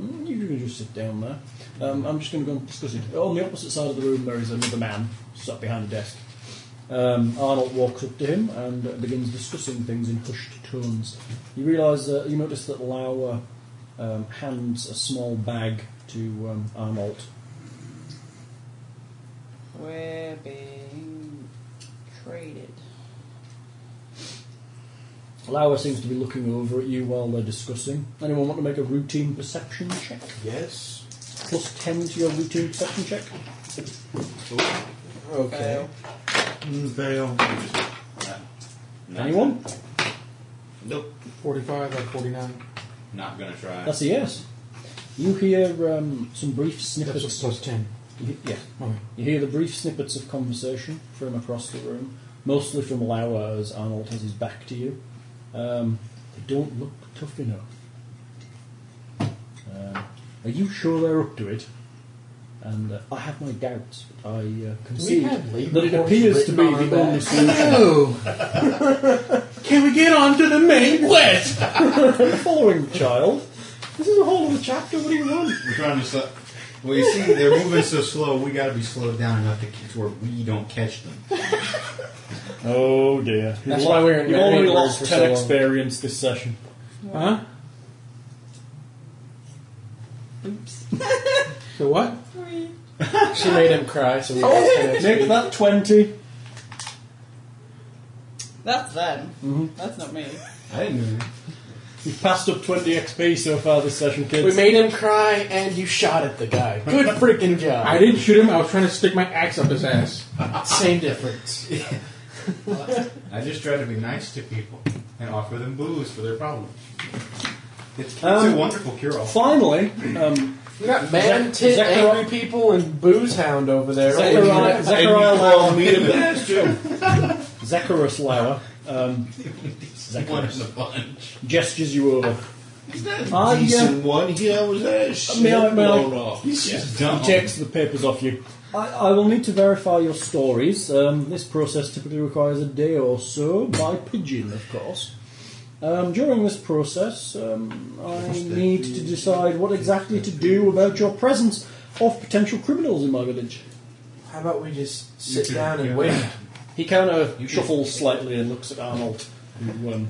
Speaker 3: Mm, You can just sit down there. Um, I'm just going to go and discuss it. On the opposite side of the room, there is another man sat behind a desk. Um, Arnold walks up to him and uh, begins discussing things in hushed tones. You realise, uh, you notice that Lauer um, hands a small bag to um, Arnold.
Speaker 7: We're being traded.
Speaker 3: Lauer seems to be looking over at you while they're discussing. Anyone want to make a routine perception check? Yes. Plus 10 to your routine perception check?
Speaker 8: Okay. Mm, fail.
Speaker 3: Anyone?
Speaker 6: Nope.
Speaker 9: 45 out of 49.
Speaker 6: Not gonna try.
Speaker 3: That's a yes. You hear um, some brief snippets.
Speaker 9: That's a plus 10.
Speaker 3: You, yeah. You hear the brief snippets of conversation from across the room, mostly from Lauer as Arnold has his back to you. Um, they don't look tough enough. Um, are you sure they're up to it? And uh, I have my doubts, but I uh, concede
Speaker 10: have labor
Speaker 3: that it
Speaker 10: force
Speaker 3: appears to be
Speaker 10: written on our
Speaker 3: the only
Speaker 10: backs?
Speaker 3: solution.
Speaker 9: Can we get on to the main quest?
Speaker 3: Following child. This is a whole other chapter. What do you want?
Speaker 6: We're trying to. Sl- well, you see, they're moving so slow. We got to be slowed down enough to catch where we don't catch them.
Speaker 3: Oh dear.
Speaker 10: That's
Speaker 3: You've
Speaker 10: why
Speaker 3: lo-
Speaker 10: we're in
Speaker 3: You've
Speaker 10: Mary
Speaker 3: already
Speaker 10: Hayes
Speaker 3: lost
Speaker 10: for
Speaker 3: 10
Speaker 10: so long.
Speaker 3: experience this session.
Speaker 9: Huh?
Speaker 12: Oops.
Speaker 9: So what?
Speaker 10: She made him cry, so we lost him next
Speaker 3: Make
Speaker 10: week.
Speaker 3: that 20.
Speaker 12: That's them.
Speaker 3: Mhm.
Speaker 12: That's not me.
Speaker 6: I didn't know.
Speaker 3: You've passed up 20 XP so far this session, kids.
Speaker 10: We made him cry, and you shot at the guy. Good freaking job.
Speaker 9: (laughs) I didn't shoot him. I was trying to stick my axe up his ass.
Speaker 10: Same difference.
Speaker 6: I just try to be nice to people and offer them booze for their problems. It's, it's
Speaker 3: Um,
Speaker 6: a wonderful cure-all.
Speaker 3: Finally, um,
Speaker 10: We got man, tit,
Speaker 3: Zach-
Speaker 10: angry people, and booze hound over there. (laughs)
Speaker 3: Zechariah, Zechariah
Speaker 6: And you call
Speaker 3: Lauer.
Speaker 6: (laughs) me the best joke.
Speaker 3: Zacharias Lauer um,
Speaker 6: One in a bunch.
Speaker 3: gestures you over.
Speaker 4: Is that
Speaker 3: Ah, yeah.
Speaker 4: decent one? Yeah, was that shit
Speaker 3: May I- may I-
Speaker 4: blown off?
Speaker 6: He's just dumb.
Speaker 3: He takes the papers off you. I, I will need to verify your stories. Um, this process typically requires a day or so, by pigeon, of course. Um, during this process, um, I need to decide what exactly to do about your presence of potential criminals in my village.
Speaker 10: How about we just
Speaker 6: You
Speaker 10: sit
Speaker 6: two,
Speaker 10: down
Speaker 6: yeah.
Speaker 10: and wait?
Speaker 3: He kind of
Speaker 6: You can-
Speaker 3: shuffles slightly and looks at Arnold, who um,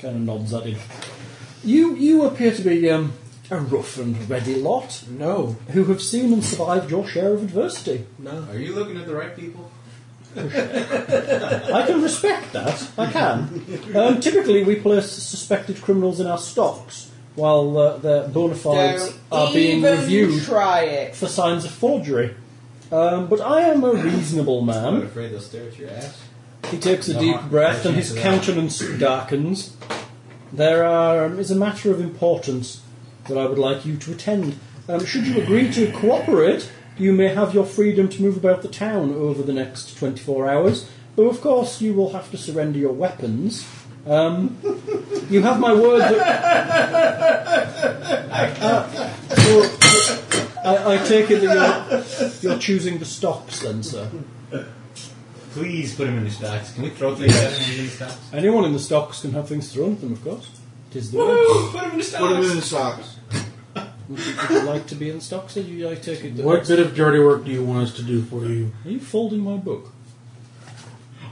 Speaker 3: kind of nods at him. You, you appear to be um, a rough and ready lot
Speaker 10: No,
Speaker 3: who have seen and survived your share of adversity.
Speaker 10: no.
Speaker 6: Are you looking at the right people?
Speaker 3: I can respect that. I can. Um, typically, we place suspected criminals in our stocks while uh, their bona fides
Speaker 7: Don't
Speaker 3: are being
Speaker 7: even
Speaker 3: reviewed
Speaker 7: Try it.
Speaker 3: for signs of forgery. Um, but I am a reasonable
Speaker 6: I'm not
Speaker 3: man.
Speaker 6: afraid they'll stare at your ass.
Speaker 3: He takes a
Speaker 6: No,
Speaker 3: deep
Speaker 6: I-
Speaker 3: breath, and
Speaker 6: I
Speaker 3: his
Speaker 6: can't do that.
Speaker 3: countenance darkens. There are, um, is a matter of importance that I would like you to attend. Um, should you agree to cooperate, you may have your freedom to move about the town over the next 24 hours, though of course you will have to surrender your weapons. Um, you have my word that. (laughs) Uh, I, I take it that you're, you're choosing the stocks then, sir.
Speaker 6: Please put him in the stocks. Can we throw things at him in the stocks?
Speaker 3: Anyone in the stocks can have things thrown at them, of course. It is the way.
Speaker 6: Woo! Put him in the
Speaker 4: Put him in
Speaker 6: stocks.
Speaker 4: the socks.
Speaker 3: Would you, would you like to be in stocks? Or you, I take it. that-
Speaker 9: What bit of dirty work do you want us to do for you?
Speaker 3: Are you folding my book?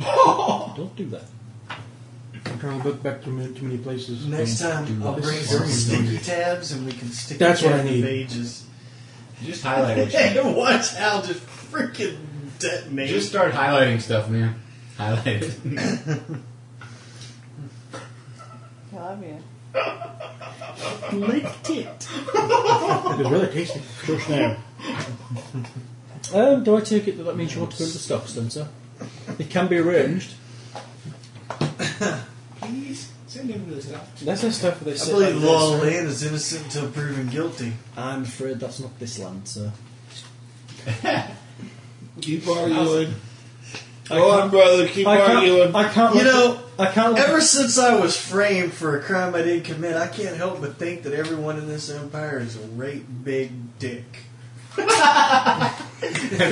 Speaker 3: Don't do that.
Speaker 9: I'm trying to look back to many, too many places.
Speaker 8: Next time, I'll bring some sticky tabs, and we can stick.
Speaker 9: That's what
Speaker 8: them
Speaker 9: I
Speaker 8: in
Speaker 9: need.
Speaker 8: the Pages.
Speaker 6: Just highlight (laughs) what you
Speaker 8: Hey, watch Al just freaking detonate.
Speaker 6: Just start highlighting stuff, man. Highlight it.
Speaker 7: He'll have you.
Speaker 3: Licked it.
Speaker 9: It's really tasty.
Speaker 3: Shush now. Um, do I take it that that means you want to go to the stocks then, sir? It can be arranged.
Speaker 6: Please send him to the stocks.
Speaker 10: That's the stuff where they
Speaker 8: I
Speaker 10: sit
Speaker 8: believe
Speaker 10: like
Speaker 8: the law
Speaker 10: this.
Speaker 8: of the land is innocent until proven guilty.
Speaker 3: I'm afraid that's not this land, sir.
Speaker 4: Keep arguing. Go on, brother. Keep
Speaker 3: I can't.
Speaker 4: arguing.
Speaker 3: I can't.
Speaker 8: You know,
Speaker 3: I can't. let-
Speaker 8: Ever since I was framed for a crime I didn't commit, I can't help but think that everyone in this empire is a great big dick.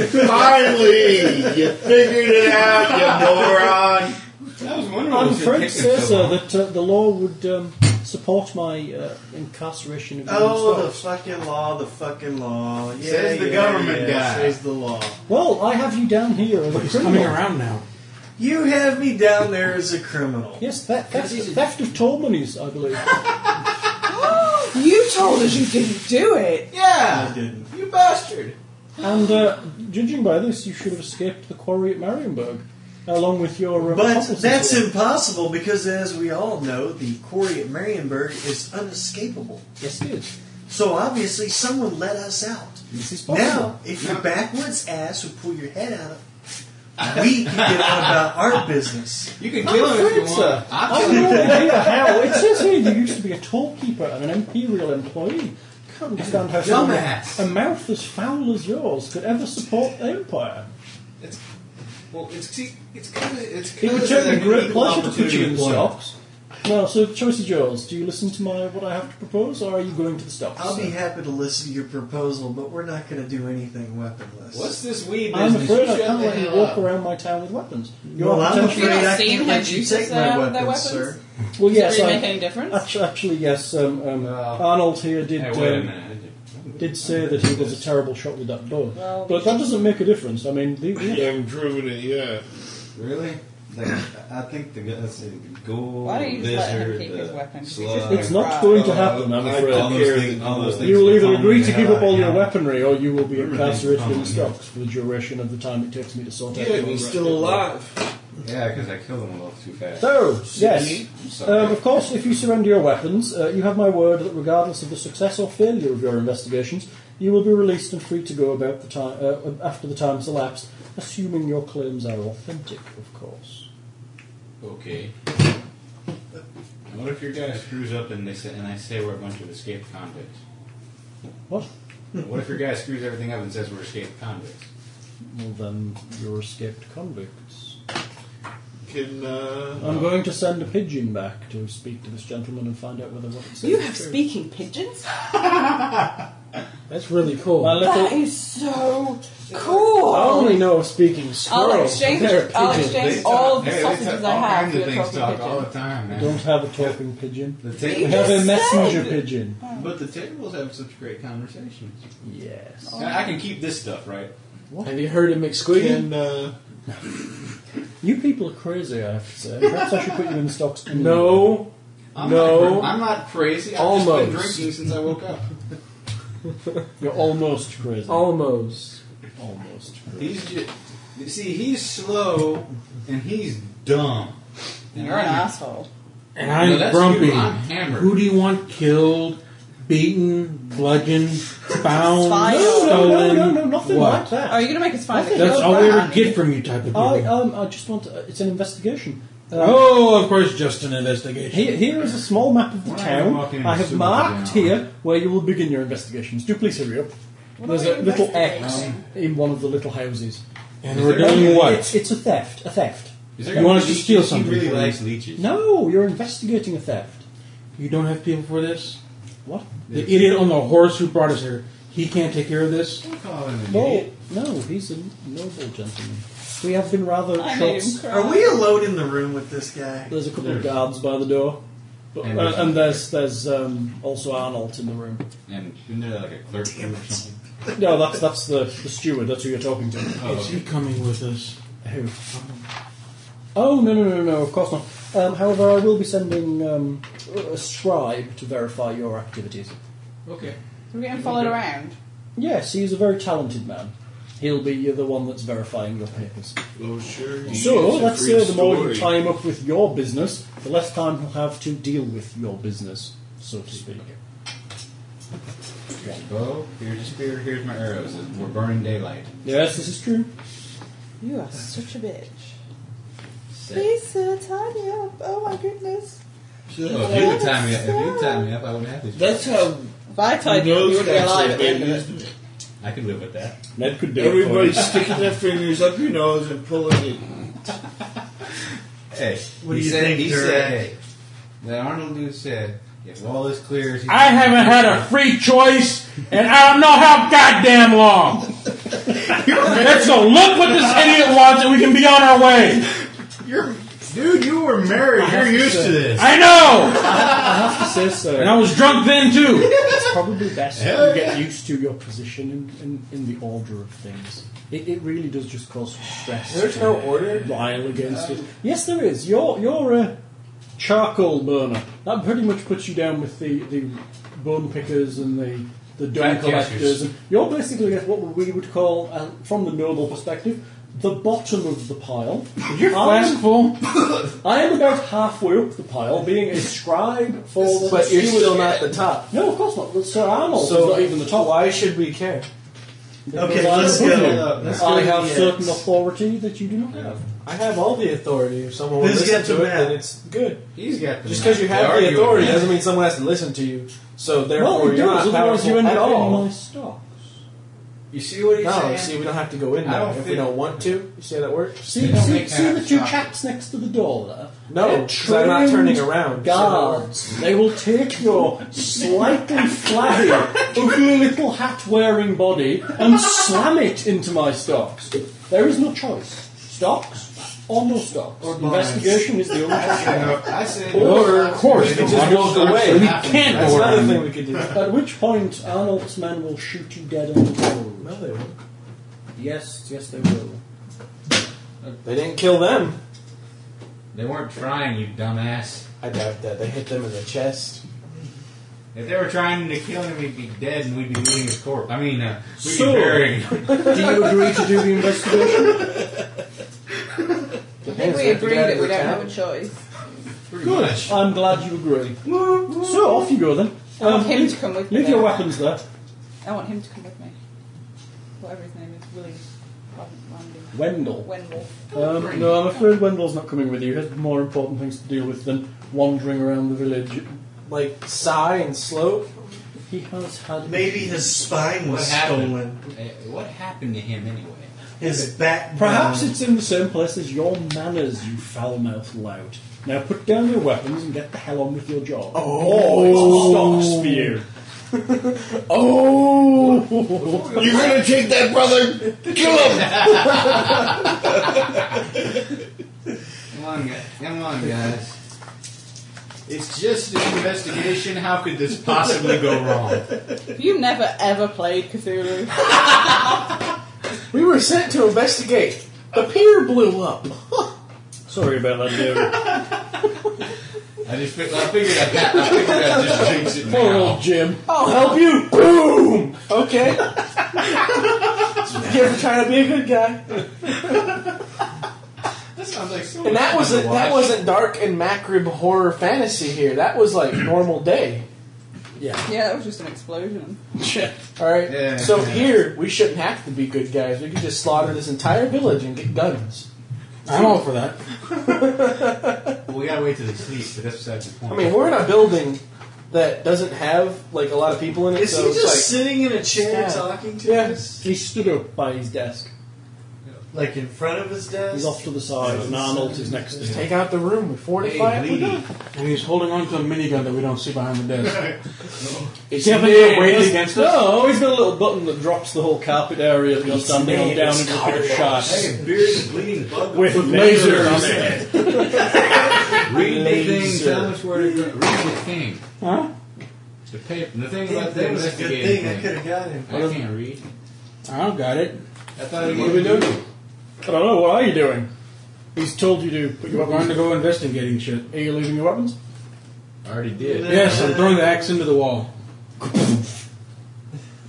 Speaker 4: Finally, you figured it out, you moron.
Speaker 6: That was wonderful.
Speaker 3: I'm afraid, sir, sir, that uh, the uh, law would um, support my uh, incarceration of
Speaker 8: Oh, the
Speaker 3: William Scott.
Speaker 8: fucking law, the fucking law. Yeah,
Speaker 3: Says the
Speaker 8: yeah,
Speaker 3: government
Speaker 8: yeah,
Speaker 3: guy.
Speaker 8: Says the law.
Speaker 3: Well, I have you down here as a
Speaker 8: he's
Speaker 3: criminal.
Speaker 8: coming around
Speaker 9: now.
Speaker 8: You have me down there as a criminal.
Speaker 3: Yes, theft, theft, theft of toll monies, I believe.
Speaker 7: you told us you didn't do it.
Speaker 8: Yeah. I didn't.
Speaker 7: You bastard.
Speaker 3: and uh, judging by this, you should have escaped the quarry at Marienburg, along with your. Um,
Speaker 8: But
Speaker 3: accomplices.
Speaker 8: that's impossible because, as we all know, the quarry at Marienburg is unescapable.
Speaker 3: Yes, it is.
Speaker 8: So obviously, someone let us out.
Speaker 3: This is possible.
Speaker 8: Now, if your backwoods ass would pull your head out, (laughs) we can get on about our business.
Speaker 6: You can
Speaker 3: I'm
Speaker 6: kill him if you
Speaker 3: afraid, sir.
Speaker 6: want.
Speaker 3: I have no idea how. It says here you used to be a toll keeper and an imperial employee. Can't understand how someone
Speaker 6: Dumbass.
Speaker 3: with a mouth as foul as yours could ever support the empire.
Speaker 6: It's well, it's see, it's kind of it's
Speaker 3: It
Speaker 6: kind
Speaker 3: would
Speaker 6: of
Speaker 3: certainly great pleasure to put you in the stocks. Well, so the choice is yours. Do you listen to my what I have to propose, or are you going to the stocks?
Speaker 8: I'll be happy to listen to your proposal, but we're not going to do anything weaponless.
Speaker 6: What's this weed
Speaker 3: I'm
Speaker 6: business?
Speaker 3: afraid
Speaker 6: You
Speaker 3: I
Speaker 6: shut
Speaker 3: can't
Speaker 6: the
Speaker 3: let you
Speaker 6: hell
Speaker 3: walk
Speaker 6: up.
Speaker 3: around my town with weapons.
Speaker 8: Well, I'm
Speaker 3: potentially-
Speaker 8: afraid I
Speaker 12: seen
Speaker 8: can't
Speaker 12: how
Speaker 8: let you
Speaker 12: users
Speaker 8: take my
Speaker 12: have
Speaker 8: weapons,
Speaker 12: their weapons?
Speaker 8: sir.
Speaker 3: Well,
Speaker 12: Does
Speaker 3: yes,
Speaker 12: it really
Speaker 3: I-
Speaker 12: make any difference?
Speaker 3: Actu- Actually, yes. Um, um, Arnold here did
Speaker 6: Hey, wait a
Speaker 3: um,
Speaker 6: minute.
Speaker 3: did say that he was a terrible shot with that bow,
Speaker 6: Well,
Speaker 3: but that doesn't make a difference. I mean, the,
Speaker 6: You
Speaker 3: the-
Speaker 6: haven't proven it yet. Really? Like, I think the guy's a ghoul,
Speaker 7: Why don't you just let him
Speaker 6: lizard,
Speaker 7: keep his
Speaker 6: uh,
Speaker 7: weapon?
Speaker 6: slug.
Speaker 3: it's not going to happen. I'm
Speaker 6: I
Speaker 3: afraid.
Speaker 6: don't care that all those things
Speaker 3: you will
Speaker 6: would
Speaker 3: either
Speaker 6: calm
Speaker 3: agree
Speaker 6: the
Speaker 3: to
Speaker 6: hell
Speaker 3: give up
Speaker 6: out
Speaker 3: all
Speaker 6: of
Speaker 3: your
Speaker 6: you.
Speaker 3: weaponry, or you will be
Speaker 6: Everything's
Speaker 3: incarcerated in
Speaker 6: calm,
Speaker 3: the stocks for the duration of the time it takes me to sort out.
Speaker 6: Yeah,
Speaker 3: your
Speaker 6: he's
Speaker 3: right
Speaker 6: still
Speaker 3: people.
Speaker 6: Yeah, because I killed him a little too fast.
Speaker 3: So, yes.
Speaker 6: See?
Speaker 3: Um, of course, if you surrender your weapons, uh, you have my word that regardless of the success or failure of your investigations, you will be released and free to go about the time uh, after the time has elapsed, assuming your claims are authentic, of course.
Speaker 6: Okay. What if your guy screws up and they say, and I say we're a bunch of escaped convicts?
Speaker 3: What?
Speaker 6: What if your guy screws everything up and says we're escaped convicts?
Speaker 3: Well, then you're escaped convicts.
Speaker 4: Can, uh,
Speaker 3: I'm going to send a pigeon back to speak to this gentleman and find out whether what it says
Speaker 7: You
Speaker 3: is
Speaker 7: have
Speaker 3: true.
Speaker 7: speaking pigeons?
Speaker 10: That's really cool.
Speaker 3: My little-
Speaker 7: That is so cool.
Speaker 10: I only know of speaking squirrels.
Speaker 7: I'll exchange,
Speaker 10: They're
Speaker 7: I'll
Speaker 10: pigeons.
Speaker 7: exchange
Speaker 6: They
Speaker 7: all
Speaker 6: talk-
Speaker 7: of the
Speaker 6: hey, they
Speaker 7: sausages I
Speaker 6: talk all
Speaker 7: have
Speaker 6: kinds
Speaker 7: for
Speaker 6: of
Speaker 7: the
Speaker 6: things
Speaker 7: talking
Speaker 6: talk
Speaker 7: pigeon.
Speaker 6: all the time, man.
Speaker 3: Don't have a talking pigeon.
Speaker 6: The
Speaker 3: You
Speaker 6: table,
Speaker 3: have a
Speaker 7: just
Speaker 3: messenger
Speaker 7: said-
Speaker 3: pigeon.
Speaker 6: but the tables have such great conversations.
Speaker 3: Yes.
Speaker 6: I I can keep this stuff, right?
Speaker 10: Have you heard of McSqueaky?
Speaker 4: Can, uh,
Speaker 3: You people are crazy, I have to say. Perhaps I should put you in the stocks.
Speaker 10: No.
Speaker 6: I'm
Speaker 10: No.
Speaker 6: Not, I'm not crazy. I've just been
Speaker 10: Almost.
Speaker 6: drinking since I woke up.
Speaker 3: You're almost crazy.
Speaker 5: Oh.
Speaker 10: Almost.
Speaker 3: Almost crazy.
Speaker 6: He's just, you see, he's slow and he's dumb. And
Speaker 7: You're an
Speaker 6: I'm-
Speaker 7: asshole.
Speaker 9: And
Speaker 6: No,
Speaker 9: I'm
Speaker 6: that's
Speaker 9: grumpy.
Speaker 6: you. I'm hammered.
Speaker 9: Who do you want killed, beaten, bludgeoned, found,
Speaker 3: No,
Speaker 7: Filed.
Speaker 3: no, no,
Speaker 9: stolen?
Speaker 3: no, no, nothing
Speaker 9: what?
Speaker 3: like that.
Speaker 7: Are you going to Oh, make us find
Speaker 3: Nothing.
Speaker 7: the
Speaker 9: That's
Speaker 7: killed
Speaker 9: all we ever
Speaker 7: brand?
Speaker 9: get from you, type of people.
Speaker 3: I um, I just want to, it's an investigation. Um,
Speaker 9: oh, of course, just an investigation.
Speaker 3: Here, here is a small map of the
Speaker 6: Why are you
Speaker 3: town.
Speaker 6: walking in
Speaker 3: I
Speaker 6: a
Speaker 3: have
Speaker 6: suit
Speaker 3: marked
Speaker 6: now?
Speaker 3: here where you will begin your investigations. Do please hurry up.
Speaker 7: What
Speaker 3: There's
Speaker 7: are
Speaker 3: a
Speaker 7: we
Speaker 3: little X
Speaker 7: investigating?
Speaker 3: in one of the little houses. Um,
Speaker 9: and we're
Speaker 6: there-
Speaker 9: doing
Speaker 3: It's,
Speaker 9: what?
Speaker 3: it's a theft. A theft.
Speaker 6: Is there
Speaker 9: You
Speaker 6: gonna
Speaker 9: want us
Speaker 6: be
Speaker 9: to steal
Speaker 6: leeches?
Speaker 9: something
Speaker 6: He really
Speaker 9: from you.
Speaker 6: likes leeches.
Speaker 3: No, you're investigating a theft.
Speaker 9: You don't have people for this?
Speaker 3: What?
Speaker 9: The idiot on the horse who brought us here, he can't take care of this?
Speaker 6: Call him an
Speaker 3: No,
Speaker 6: idiot.
Speaker 3: no, he's a noble gentleman. We have been rather
Speaker 7: I made
Speaker 3: short.
Speaker 7: him cry.
Speaker 8: Are we alone in the room with this guy?
Speaker 3: There's a couple of guards by the door, but,
Speaker 6: And
Speaker 3: and,
Speaker 6: there's-
Speaker 3: and there's there's um, also Arnold in the room.
Speaker 6: And isn't there like a clerk or something?
Speaker 3: No, that's that's the, the steward. That's who you're talking to.
Speaker 6: Oh,
Speaker 9: Is he
Speaker 6: okay.
Speaker 9: coming with us?
Speaker 3: Who? Oh no no no no! Of course not. Um, however, I will be sending um, a scribe to verify your activities.
Speaker 6: okay.
Speaker 7: We're getting followed around.
Speaker 3: Yes, he's a very talented man. He'll be uh, the one that's verifying your papers.
Speaker 4: oh, sure. you
Speaker 3: So
Speaker 4: get to
Speaker 3: let's
Speaker 4: read
Speaker 3: say the more you
Speaker 4: story.
Speaker 3: time up with your business, the less time he'll have to deal with your business, so to speak.
Speaker 6: Here's your bow. Oh, Here's your spear. Here's my arrows. We're burning daylight.
Speaker 3: Yes, this is true.
Speaker 7: You are such a bitch.
Speaker 6: Sick.
Speaker 7: Please, sir, tidy up. Oh my goodness.
Speaker 6: Well, Oh, if you would tie me up, if you would tie me up, I wouldn't have to.
Speaker 4: That's how
Speaker 7: If I tied you, up, you
Speaker 4: those
Speaker 7: would be alive
Speaker 4: guys
Speaker 7: at
Speaker 4: are
Speaker 7: the
Speaker 4: been,
Speaker 7: end of it.
Speaker 4: isn't it?
Speaker 6: I could live with that.
Speaker 3: Ned could do it.
Speaker 4: Everybody's
Speaker 3: For
Speaker 4: sticking their fingers up your nose and pulling it.
Speaker 6: Hey,
Speaker 8: What
Speaker 6: he
Speaker 8: do you
Speaker 6: said,
Speaker 8: think,
Speaker 6: he
Speaker 8: Dirk?
Speaker 6: said, that Arnold dude said, if all this clears, he
Speaker 9: I haven't had a free choice, and I don't know how goddamn long. Let's go look what this idiot wants, and we can be on our way.
Speaker 6: You're, dude, you were married. You're used to this.
Speaker 9: I know.
Speaker 3: I have to
Speaker 10: this?
Speaker 5: uh,
Speaker 10: Or?
Speaker 9: And I was drunk then too.
Speaker 3: it's probably best that you get used to your position in, in, in the order of things. It, it really does just cause stress.
Speaker 5: There's
Speaker 3: to
Speaker 5: no order?
Speaker 3: Rile against it. Yes, there is. You're you're a charcoal burner. That pretty much puts you down with the, the bone pickers and the the dung
Speaker 6: Rat catchers.
Speaker 3: collectors. And you're basically at what we would call, uh, from the noble perspective, the bottom of the pile.
Speaker 9: Your flask full?
Speaker 3: I am about halfway up the pile, being a scribe for the.
Speaker 5: But you're still not the top.
Speaker 3: No, of course not. Sir Arnold is
Speaker 5: So-
Speaker 3: not even the top.
Speaker 5: Why should we care?
Speaker 8: Okay,
Speaker 3: Because
Speaker 8: let's
Speaker 3: I'm
Speaker 8: go.
Speaker 3: above you.
Speaker 8: Let's
Speaker 3: I
Speaker 8: go
Speaker 3: have
Speaker 8: to the
Speaker 3: certain
Speaker 8: X.
Speaker 3: authority that you do not have.
Speaker 5: I have all the authority. If someone will
Speaker 8: Who's
Speaker 5: listen
Speaker 8: got
Speaker 5: to
Speaker 8: the
Speaker 5: it,
Speaker 8: map?
Speaker 5: then it's good.
Speaker 6: He's got the
Speaker 5: Just because you
Speaker 6: They
Speaker 5: have the
Speaker 6: argue
Speaker 5: authority
Speaker 6: about it.
Speaker 5: doesn't mean someone has to listen to you. So therefore,
Speaker 3: well, it
Speaker 5: you're
Speaker 3: does,
Speaker 5: not
Speaker 3: otherwise
Speaker 5: powerful
Speaker 3: you end
Speaker 5: at
Speaker 3: up in
Speaker 5: all.
Speaker 3: my stock.
Speaker 6: You see what he's
Speaker 5: No,
Speaker 6: saying?
Speaker 5: see, we don't have to go in
Speaker 6: I
Speaker 5: there
Speaker 6: don't
Speaker 5: if we
Speaker 6: think-
Speaker 5: don't want to. You see how that works?
Speaker 3: See,
Speaker 6: don't
Speaker 3: see,
Speaker 6: make
Speaker 3: see the
Speaker 6: half
Speaker 3: two
Speaker 6: stock.
Speaker 3: chaps next to the door there?
Speaker 5: No,
Speaker 3: They're
Speaker 5: 'cause I'm not turning
Speaker 3: trained
Speaker 5: around, so that
Speaker 3: Guards. They will take your slightly flabby, ugly little hat wearing body and slam it into my stocks. There is no choice. Stocks or no stocks. Investigation is the only choice. you have.
Speaker 6: I said,
Speaker 5: Or,
Speaker 9: Of course,
Speaker 5: we just walk away.
Speaker 9: We can't
Speaker 5: That's
Speaker 9: order.
Speaker 5: another
Speaker 9: him.
Speaker 5: thing we could do. No,
Speaker 3: At which point, Arnold's men will shoot you dead on the road.
Speaker 5: they won't.
Speaker 3: Yes, yes, they will.
Speaker 5: They didn't kill them.
Speaker 6: They weren't trying, you dumbass.
Speaker 5: I doubt that. They hit them in the chest.
Speaker 6: If they were trying to kill him, he'd be dead and we'd be eating his corpse. I mean, uh, we'd
Speaker 3: So-
Speaker 6: be burying him.
Speaker 3: Do you agree to do the investigation?
Speaker 7: I think we agreed that we don't have a choice.
Speaker 6: Pretty much.
Speaker 3: I'm glad you agree. so off you go then.
Speaker 7: I want
Speaker 3: Um,
Speaker 7: him to
Speaker 3: leave,
Speaker 7: come with me.
Speaker 3: leave your weapons there.
Speaker 7: I want him to come with me. Whatever his name is, Willie. Randy.
Speaker 3: Wendell.
Speaker 7: Wendell.
Speaker 3: Um, no, I'm afraid Wendell's not coming with you. He has more important things to deal with than wandering around the village.
Speaker 5: Like, sigh and slope.
Speaker 3: He has had.
Speaker 8: Maybe his spine was
Speaker 6: What happened?
Speaker 8: stolen.
Speaker 6: Uh, what happened to him anyway?
Speaker 8: His back.
Speaker 3: Perhaps it's in the same place as your manners, you foul mouthed lout. Now put down your weapons and get the hell on with your job. Oh, it's stocks for you. oh,
Speaker 4: You're gonna take that brother. Kill him.
Speaker 6: Come on, guys. Come on, guys. It's just an investigation. How could this possibly go wrong?
Speaker 7: You never ever played Cthulhu.
Speaker 5: We were sent to investigate. The pier blew up.
Speaker 3: sorry about that, David.
Speaker 6: (laughs) I just fi- I figured I, had, I figured I just jinx it
Speaker 3: Poor old
Speaker 6: now.
Speaker 3: Jim.
Speaker 5: I'll help you. Boom. Okay. you ever trying to be a good guy?
Speaker 6: That sounds like so.
Speaker 5: And that
Speaker 6: much fun
Speaker 5: wasn't
Speaker 6: to
Speaker 5: that
Speaker 6: watch.
Speaker 5: wasn't dark and macrib horror fantasy here. That was like normal day.
Speaker 7: (laughs) Yeah, that was just an explosion.
Speaker 5: All right.
Speaker 6: Yeah.
Speaker 5: so here we shouldn't have to be good guys. We could just slaughter this entire village and get guns.
Speaker 2: I'm all for that.
Speaker 6: We gotta wait till they sleep, but that's beside the point.
Speaker 5: I mean, we're in a building that doesn't have like a lot of people in it.
Speaker 8: Is
Speaker 5: so
Speaker 8: he
Speaker 5: it's
Speaker 8: just
Speaker 5: like,
Speaker 8: sitting in a chair
Speaker 5: Yeah.
Speaker 8: talking to
Speaker 5: Yeah.
Speaker 8: us?
Speaker 3: He stood up by his desk.
Speaker 8: Like in front of his desk?
Speaker 3: He's off to the
Speaker 5: Oh,
Speaker 3: side, and Arnold is next to him.
Speaker 5: Take out the room. We
Speaker 6: Hey,
Speaker 5: fortify it. We're
Speaker 6: lady.
Speaker 5: done.
Speaker 2: And he's holding on to a minigun that we don't see behind the desk.
Speaker 5: It's
Speaker 2: Yeah, but
Speaker 5: there
Speaker 2: yeah,
Speaker 5: waiting
Speaker 2: it's-
Speaker 5: against us.
Speaker 3: No, he's got a little button that drops the whole carpet area that you're standing on down into a bit of shot.
Speaker 6: Hey, bearded, bleeding bug.
Speaker 3: With lasers on it.
Speaker 6: Read the thing.
Speaker 5: Laser.
Speaker 6: Tell us where to go. Read the thing.
Speaker 2: Huh?
Speaker 6: The paper. The thing
Speaker 8: That
Speaker 6: about the
Speaker 8: was a good
Speaker 6: investigating
Speaker 8: thing. I
Speaker 6: thing.
Speaker 8: could have got him.
Speaker 6: I can't read.
Speaker 2: I don't got it.
Speaker 6: I thought
Speaker 5: What are we doing?
Speaker 3: I don't know, what are you doing? He's told you to put your
Speaker 2: We're going
Speaker 3: weapons.
Speaker 2: to go investigating shit.
Speaker 3: Are you leaving your weapons?
Speaker 6: I already did.
Speaker 2: Yes, I'm throwing the axe into the wall.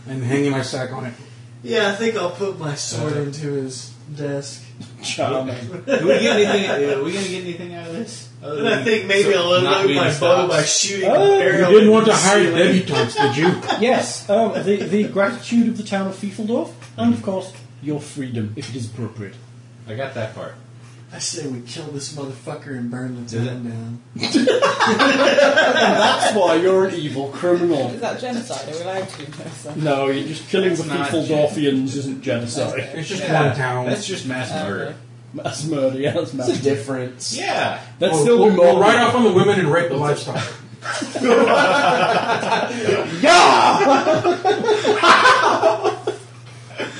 Speaker 2: and hanging my sack on it.
Speaker 8: Yeah, I think I'll put my sword into his desk.
Speaker 3: Charming.
Speaker 6: (laughs) Do we get anything? Are we gonna get anything out of this? Other
Speaker 8: And I
Speaker 6: than-
Speaker 8: think maybe
Speaker 6: so
Speaker 8: I'll
Speaker 6: not
Speaker 8: unload
Speaker 6: being
Speaker 8: my bow
Speaker 6: stopped.
Speaker 8: by shooting
Speaker 3: Oh,
Speaker 8: the
Speaker 3: you
Speaker 8: barrel.
Speaker 2: You didn't want to
Speaker 8: into the
Speaker 2: hire
Speaker 8: ceiling.
Speaker 2: debutantes, did you?
Speaker 3: yes, um, the, the gratitude of the town of Fiefeldorf, and of course, your freedom, if it is appropriate.
Speaker 6: I got that part.
Speaker 8: I say we kill this motherfucker and burn the
Speaker 6: Is
Speaker 8: town down.
Speaker 3: That's why you're an evil criminal.
Speaker 7: Is that genocide? Are we allowed to do genocide?
Speaker 3: No, you're just killing the
Speaker 6: That's not
Speaker 3: Fiefeldorfians isn't genocide.
Speaker 2: It's just
Speaker 6: Yeah, Uh,
Speaker 2: one town.
Speaker 6: That's just mass murder.
Speaker 3: (laughs) That's murder, yeah, that's Oh,
Speaker 5: It's a
Speaker 3: murder.
Speaker 5: difference.
Speaker 6: Yeah.
Speaker 3: That's
Speaker 2: We'll-
Speaker 3: still
Speaker 2: we'll,
Speaker 3: more
Speaker 2: we'll ride off on the women and rape the livestock.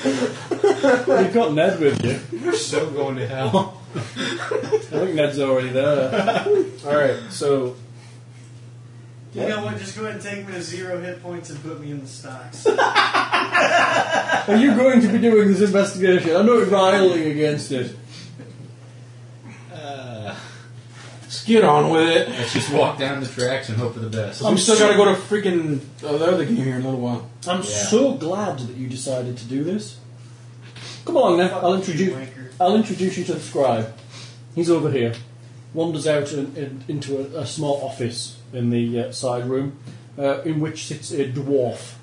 Speaker 3: You've got Ned with you.
Speaker 6: We're so going to
Speaker 3: (laughs)
Speaker 6: hell.
Speaker 3: I think Ned's already there.
Speaker 5: All right. So
Speaker 8: You know what? Just go ahead and take me to zero hit points and put me in the stocks.
Speaker 3: Are you going to be doing this investigation? I know you're riling against it.
Speaker 6: Skid on with it. Let's just walk down the tracks and hope for the best.
Speaker 2: we still got to go to freaking uh, the other game here in a little while.
Speaker 3: I'm so glad that you decided to do this. Come along now. I'll introduce. I'll introduce you to the scribe. He's over here. Wanders out and, and into a, a small office in the uh, side room, uh, in which sits a dwarf.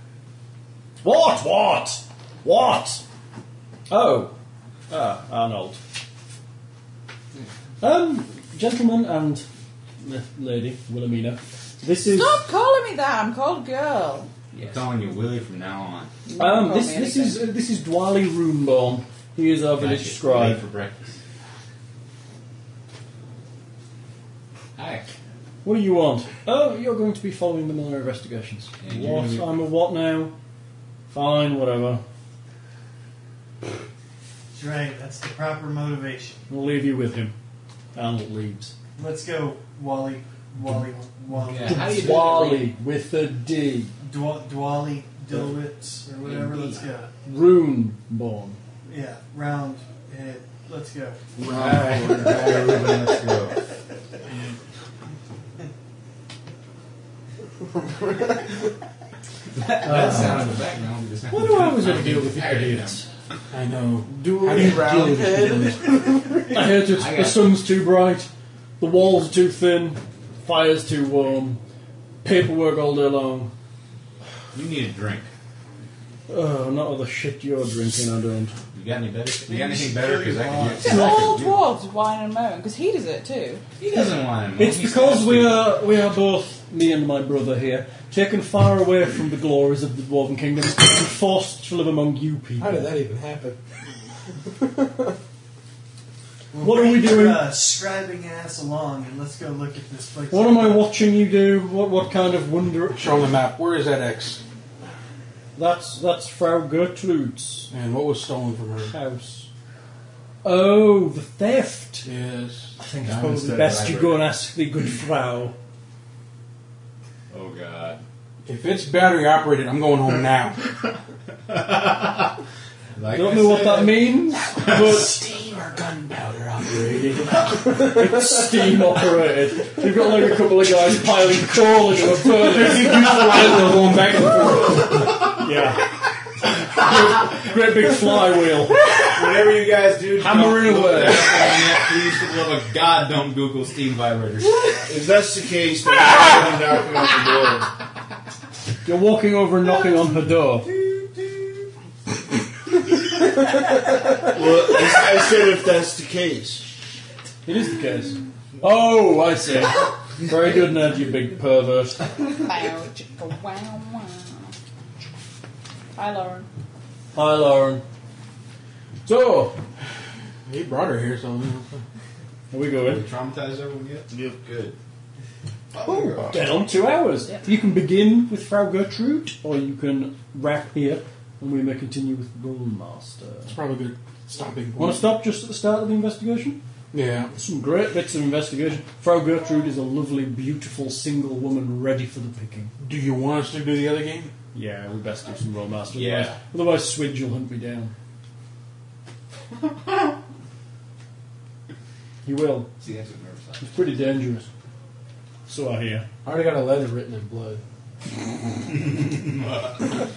Speaker 3: What? What? What? Oh, ah, Arnold. Um, gentlemen and uh, lady Wilhelmina, this is.
Speaker 7: Stop calling me that. I'm called girl.
Speaker 6: I'm calling you Willie from now on.
Speaker 3: Um, this this is uh, this is Dwali Roombaum. He is our village
Speaker 6: Gotcha.
Speaker 3: scribe.
Speaker 6: Late for breakfast. Hi.
Speaker 3: What do you want? Oh, you're going to be following the Miller investigations.
Speaker 6: And you're
Speaker 3: what?
Speaker 6: gonna be-
Speaker 3: I'm a what now? Fine, whatever.
Speaker 8: That's right. That's the proper motivation.
Speaker 3: We'll leave you with him. Arnold leaves.
Speaker 8: Let's go, Wally. Wally. Wally.
Speaker 6: Yeah, how do you do
Speaker 3: Dwali with a D.
Speaker 8: Dwa- Dwally Dilwitz or whatever.
Speaker 6: Indeed.
Speaker 8: Let's go.
Speaker 3: Roombaum.
Speaker 6: (laughs)
Speaker 8: Yeah, round head. Let's go.
Speaker 6: Alright, Ruben, let's (laughs) go. that sound in the background. just happened
Speaker 3: Why do I always
Speaker 6: to-
Speaker 3: have to deal with idiots?
Speaker 2: I know.
Speaker 5: Do
Speaker 2: How do you deal
Speaker 5: round
Speaker 2: with
Speaker 5: head.
Speaker 3: I heard it's,
Speaker 6: I
Speaker 3: the
Speaker 6: got-
Speaker 3: sun's too bright, the walls are too thin, fire's too warm, paperwork all day long.
Speaker 6: You need a drink.
Speaker 3: Oh, not all the shit you're drinking, I don't.
Speaker 6: You got any better? You got anything better? Because I can get.
Speaker 7: Do all dwarves whine and moan? Because he does it too.
Speaker 6: He doesn't want him.
Speaker 3: It's because we uh, are we are both me and my brother here taken far away from the glories of the dwarven kingdom and forced to live among you
Speaker 10: How did
Speaker 3: people.
Speaker 10: that even happen?
Speaker 3: What are we doing?
Speaker 8: Uh, scribing ass along, and let's go look at this place.
Speaker 3: What am I watching you do? What what kind of wonder?
Speaker 2: Show on the map. Where is that X?
Speaker 3: That's that's Frau Gertrude's
Speaker 2: And what was stolen from her?
Speaker 3: house. Oh, the theft.
Speaker 2: Yes.
Speaker 3: I think it's
Speaker 6: Diamond
Speaker 3: probably
Speaker 6: studded
Speaker 3: best you
Speaker 6: library.
Speaker 3: go and ask the good Frau.
Speaker 6: Oh God.
Speaker 2: If it's battery operated, I'm going home now.
Speaker 6: Like
Speaker 3: Don't
Speaker 6: I
Speaker 3: know what
Speaker 6: said,
Speaker 3: that means, but
Speaker 2: Steam or gunpowder operated.
Speaker 3: it's steam operated. You've got like a couple of guys piling coal into a furnace.
Speaker 2: We're going back and forth.
Speaker 3: Yeah. great, great big flywheel.
Speaker 6: Whatever you guys do,
Speaker 3: Hammering
Speaker 6: don't
Speaker 3: away.
Speaker 6: Google that. Please, for the love of God, don't Google steam vibrators.
Speaker 4: If that's the case, then I'm knocking on the door.
Speaker 3: You're walking over and knocking on her door.
Speaker 4: Well, I I said if that's the case.
Speaker 3: It is the case. Oh, I see. Very good Ned, you big pervert.
Speaker 7: Bow, chicka, wow, wow. Hi, Lauren.
Speaker 3: Hi, Lauren. So,
Speaker 2: He brought her here, so
Speaker 3: are we
Speaker 6: We
Speaker 3: going?
Speaker 6: traumatized everyone yet?
Speaker 4: Yep, good.
Speaker 3: Dead on two hours. You can begin with Frau Gertrude, or you can wrap here, and we may continue with Bullmaster.
Speaker 2: it's probably good stopping
Speaker 3: Want to
Speaker 2: point.
Speaker 3: stop just at the start of the investigation?
Speaker 2: Yeah.
Speaker 3: Some great bits of investigation. Frau Gertrude is a lovely, beautiful single woman ready for the picking.
Speaker 2: Do you want us to do the other game?
Speaker 3: Yeah, we best do some roll master.
Speaker 6: Yeah.
Speaker 3: Otherwise, Swidge will hunt me down. (laughs) he will.
Speaker 6: See, that's what nerves like.
Speaker 3: It's pretty dangerous. So I hear.
Speaker 10: I already got a letter written in blood.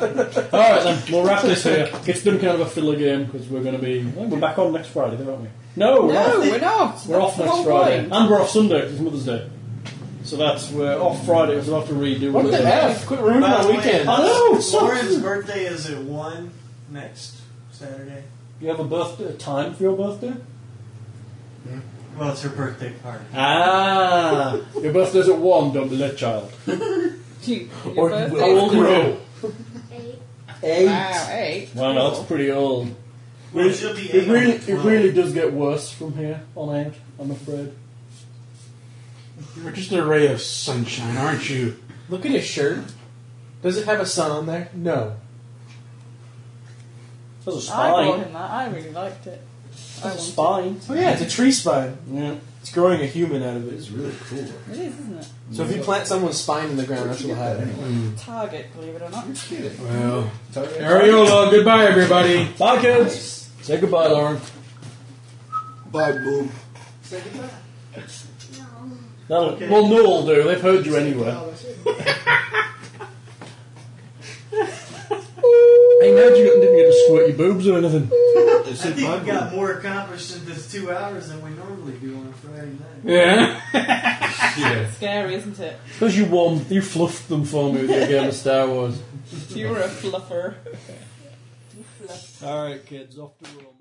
Speaker 3: All right, then we'll wrap this here. It's been kind of a filler game because we're going to be I think we're back on next Friday, though, aren't we? No, we're
Speaker 7: No,
Speaker 3: off.
Speaker 7: we're not.
Speaker 3: We're off next
Speaker 7: Whole
Speaker 3: Friday,
Speaker 7: point.
Speaker 3: and we're off Sunday 'cause it's Mother's Day. So that's we're off Friday, so we'll have to redo.
Speaker 10: What the F? Quit ruining my
Speaker 8: By the way,
Speaker 10: weekend.
Speaker 3: I
Speaker 6: uh,
Speaker 3: know. It's so-
Speaker 8: Lauren's birthday is at 1 next Saturday.
Speaker 3: You have a birthday a time for your birthday?
Speaker 8: Well, it's her birthday party.
Speaker 3: Ah, your birthday's at one, don't be late, child.
Speaker 7: You, your
Speaker 3: Or you
Speaker 7: birthday.
Speaker 3: will all grow.
Speaker 7: Wow, eight.
Speaker 3: Wow, no, that's pretty old.
Speaker 8: Well, she'll be
Speaker 3: It
Speaker 8: eight
Speaker 3: really,
Speaker 8: on the
Speaker 3: it really does get worse from here on out. I'm afraid.
Speaker 2: You're just a ray of sunshine, aren't you?
Speaker 10: Look at his shirt. Does it have a sun on there? No.
Speaker 3: That's a
Speaker 7: I bought
Speaker 3: spine.
Speaker 7: him that. I really liked it. I want
Speaker 8: spine. Oh yeah, it's a tree spine. Yeah, it's growing a human out of it. It's
Speaker 13: really cool.
Speaker 7: It is, isn't it?
Speaker 8: So if you plant someone's spine in the ground, that's what'll happen.
Speaker 7: Target, believe it or not.
Speaker 9: Well, Ariola, goodbye, everybody.
Speaker 3: Bye, kids. Say goodbye, Lauren.
Speaker 14: Bye, boom.
Speaker 3: That'll, Well, no will do. They've heard you (laughs) anyway. hey, Ned, you didn't get to squirt your boobs or anything.
Speaker 6: I think we got more accomplished in this two hours than we normally do on a Friday night.
Speaker 7: It's scary, isn't it?
Speaker 3: Because you warm, you fluffed them for me with your game of Star Wars.
Speaker 7: You were a fluffer.
Speaker 3: All right, kids, off to roll.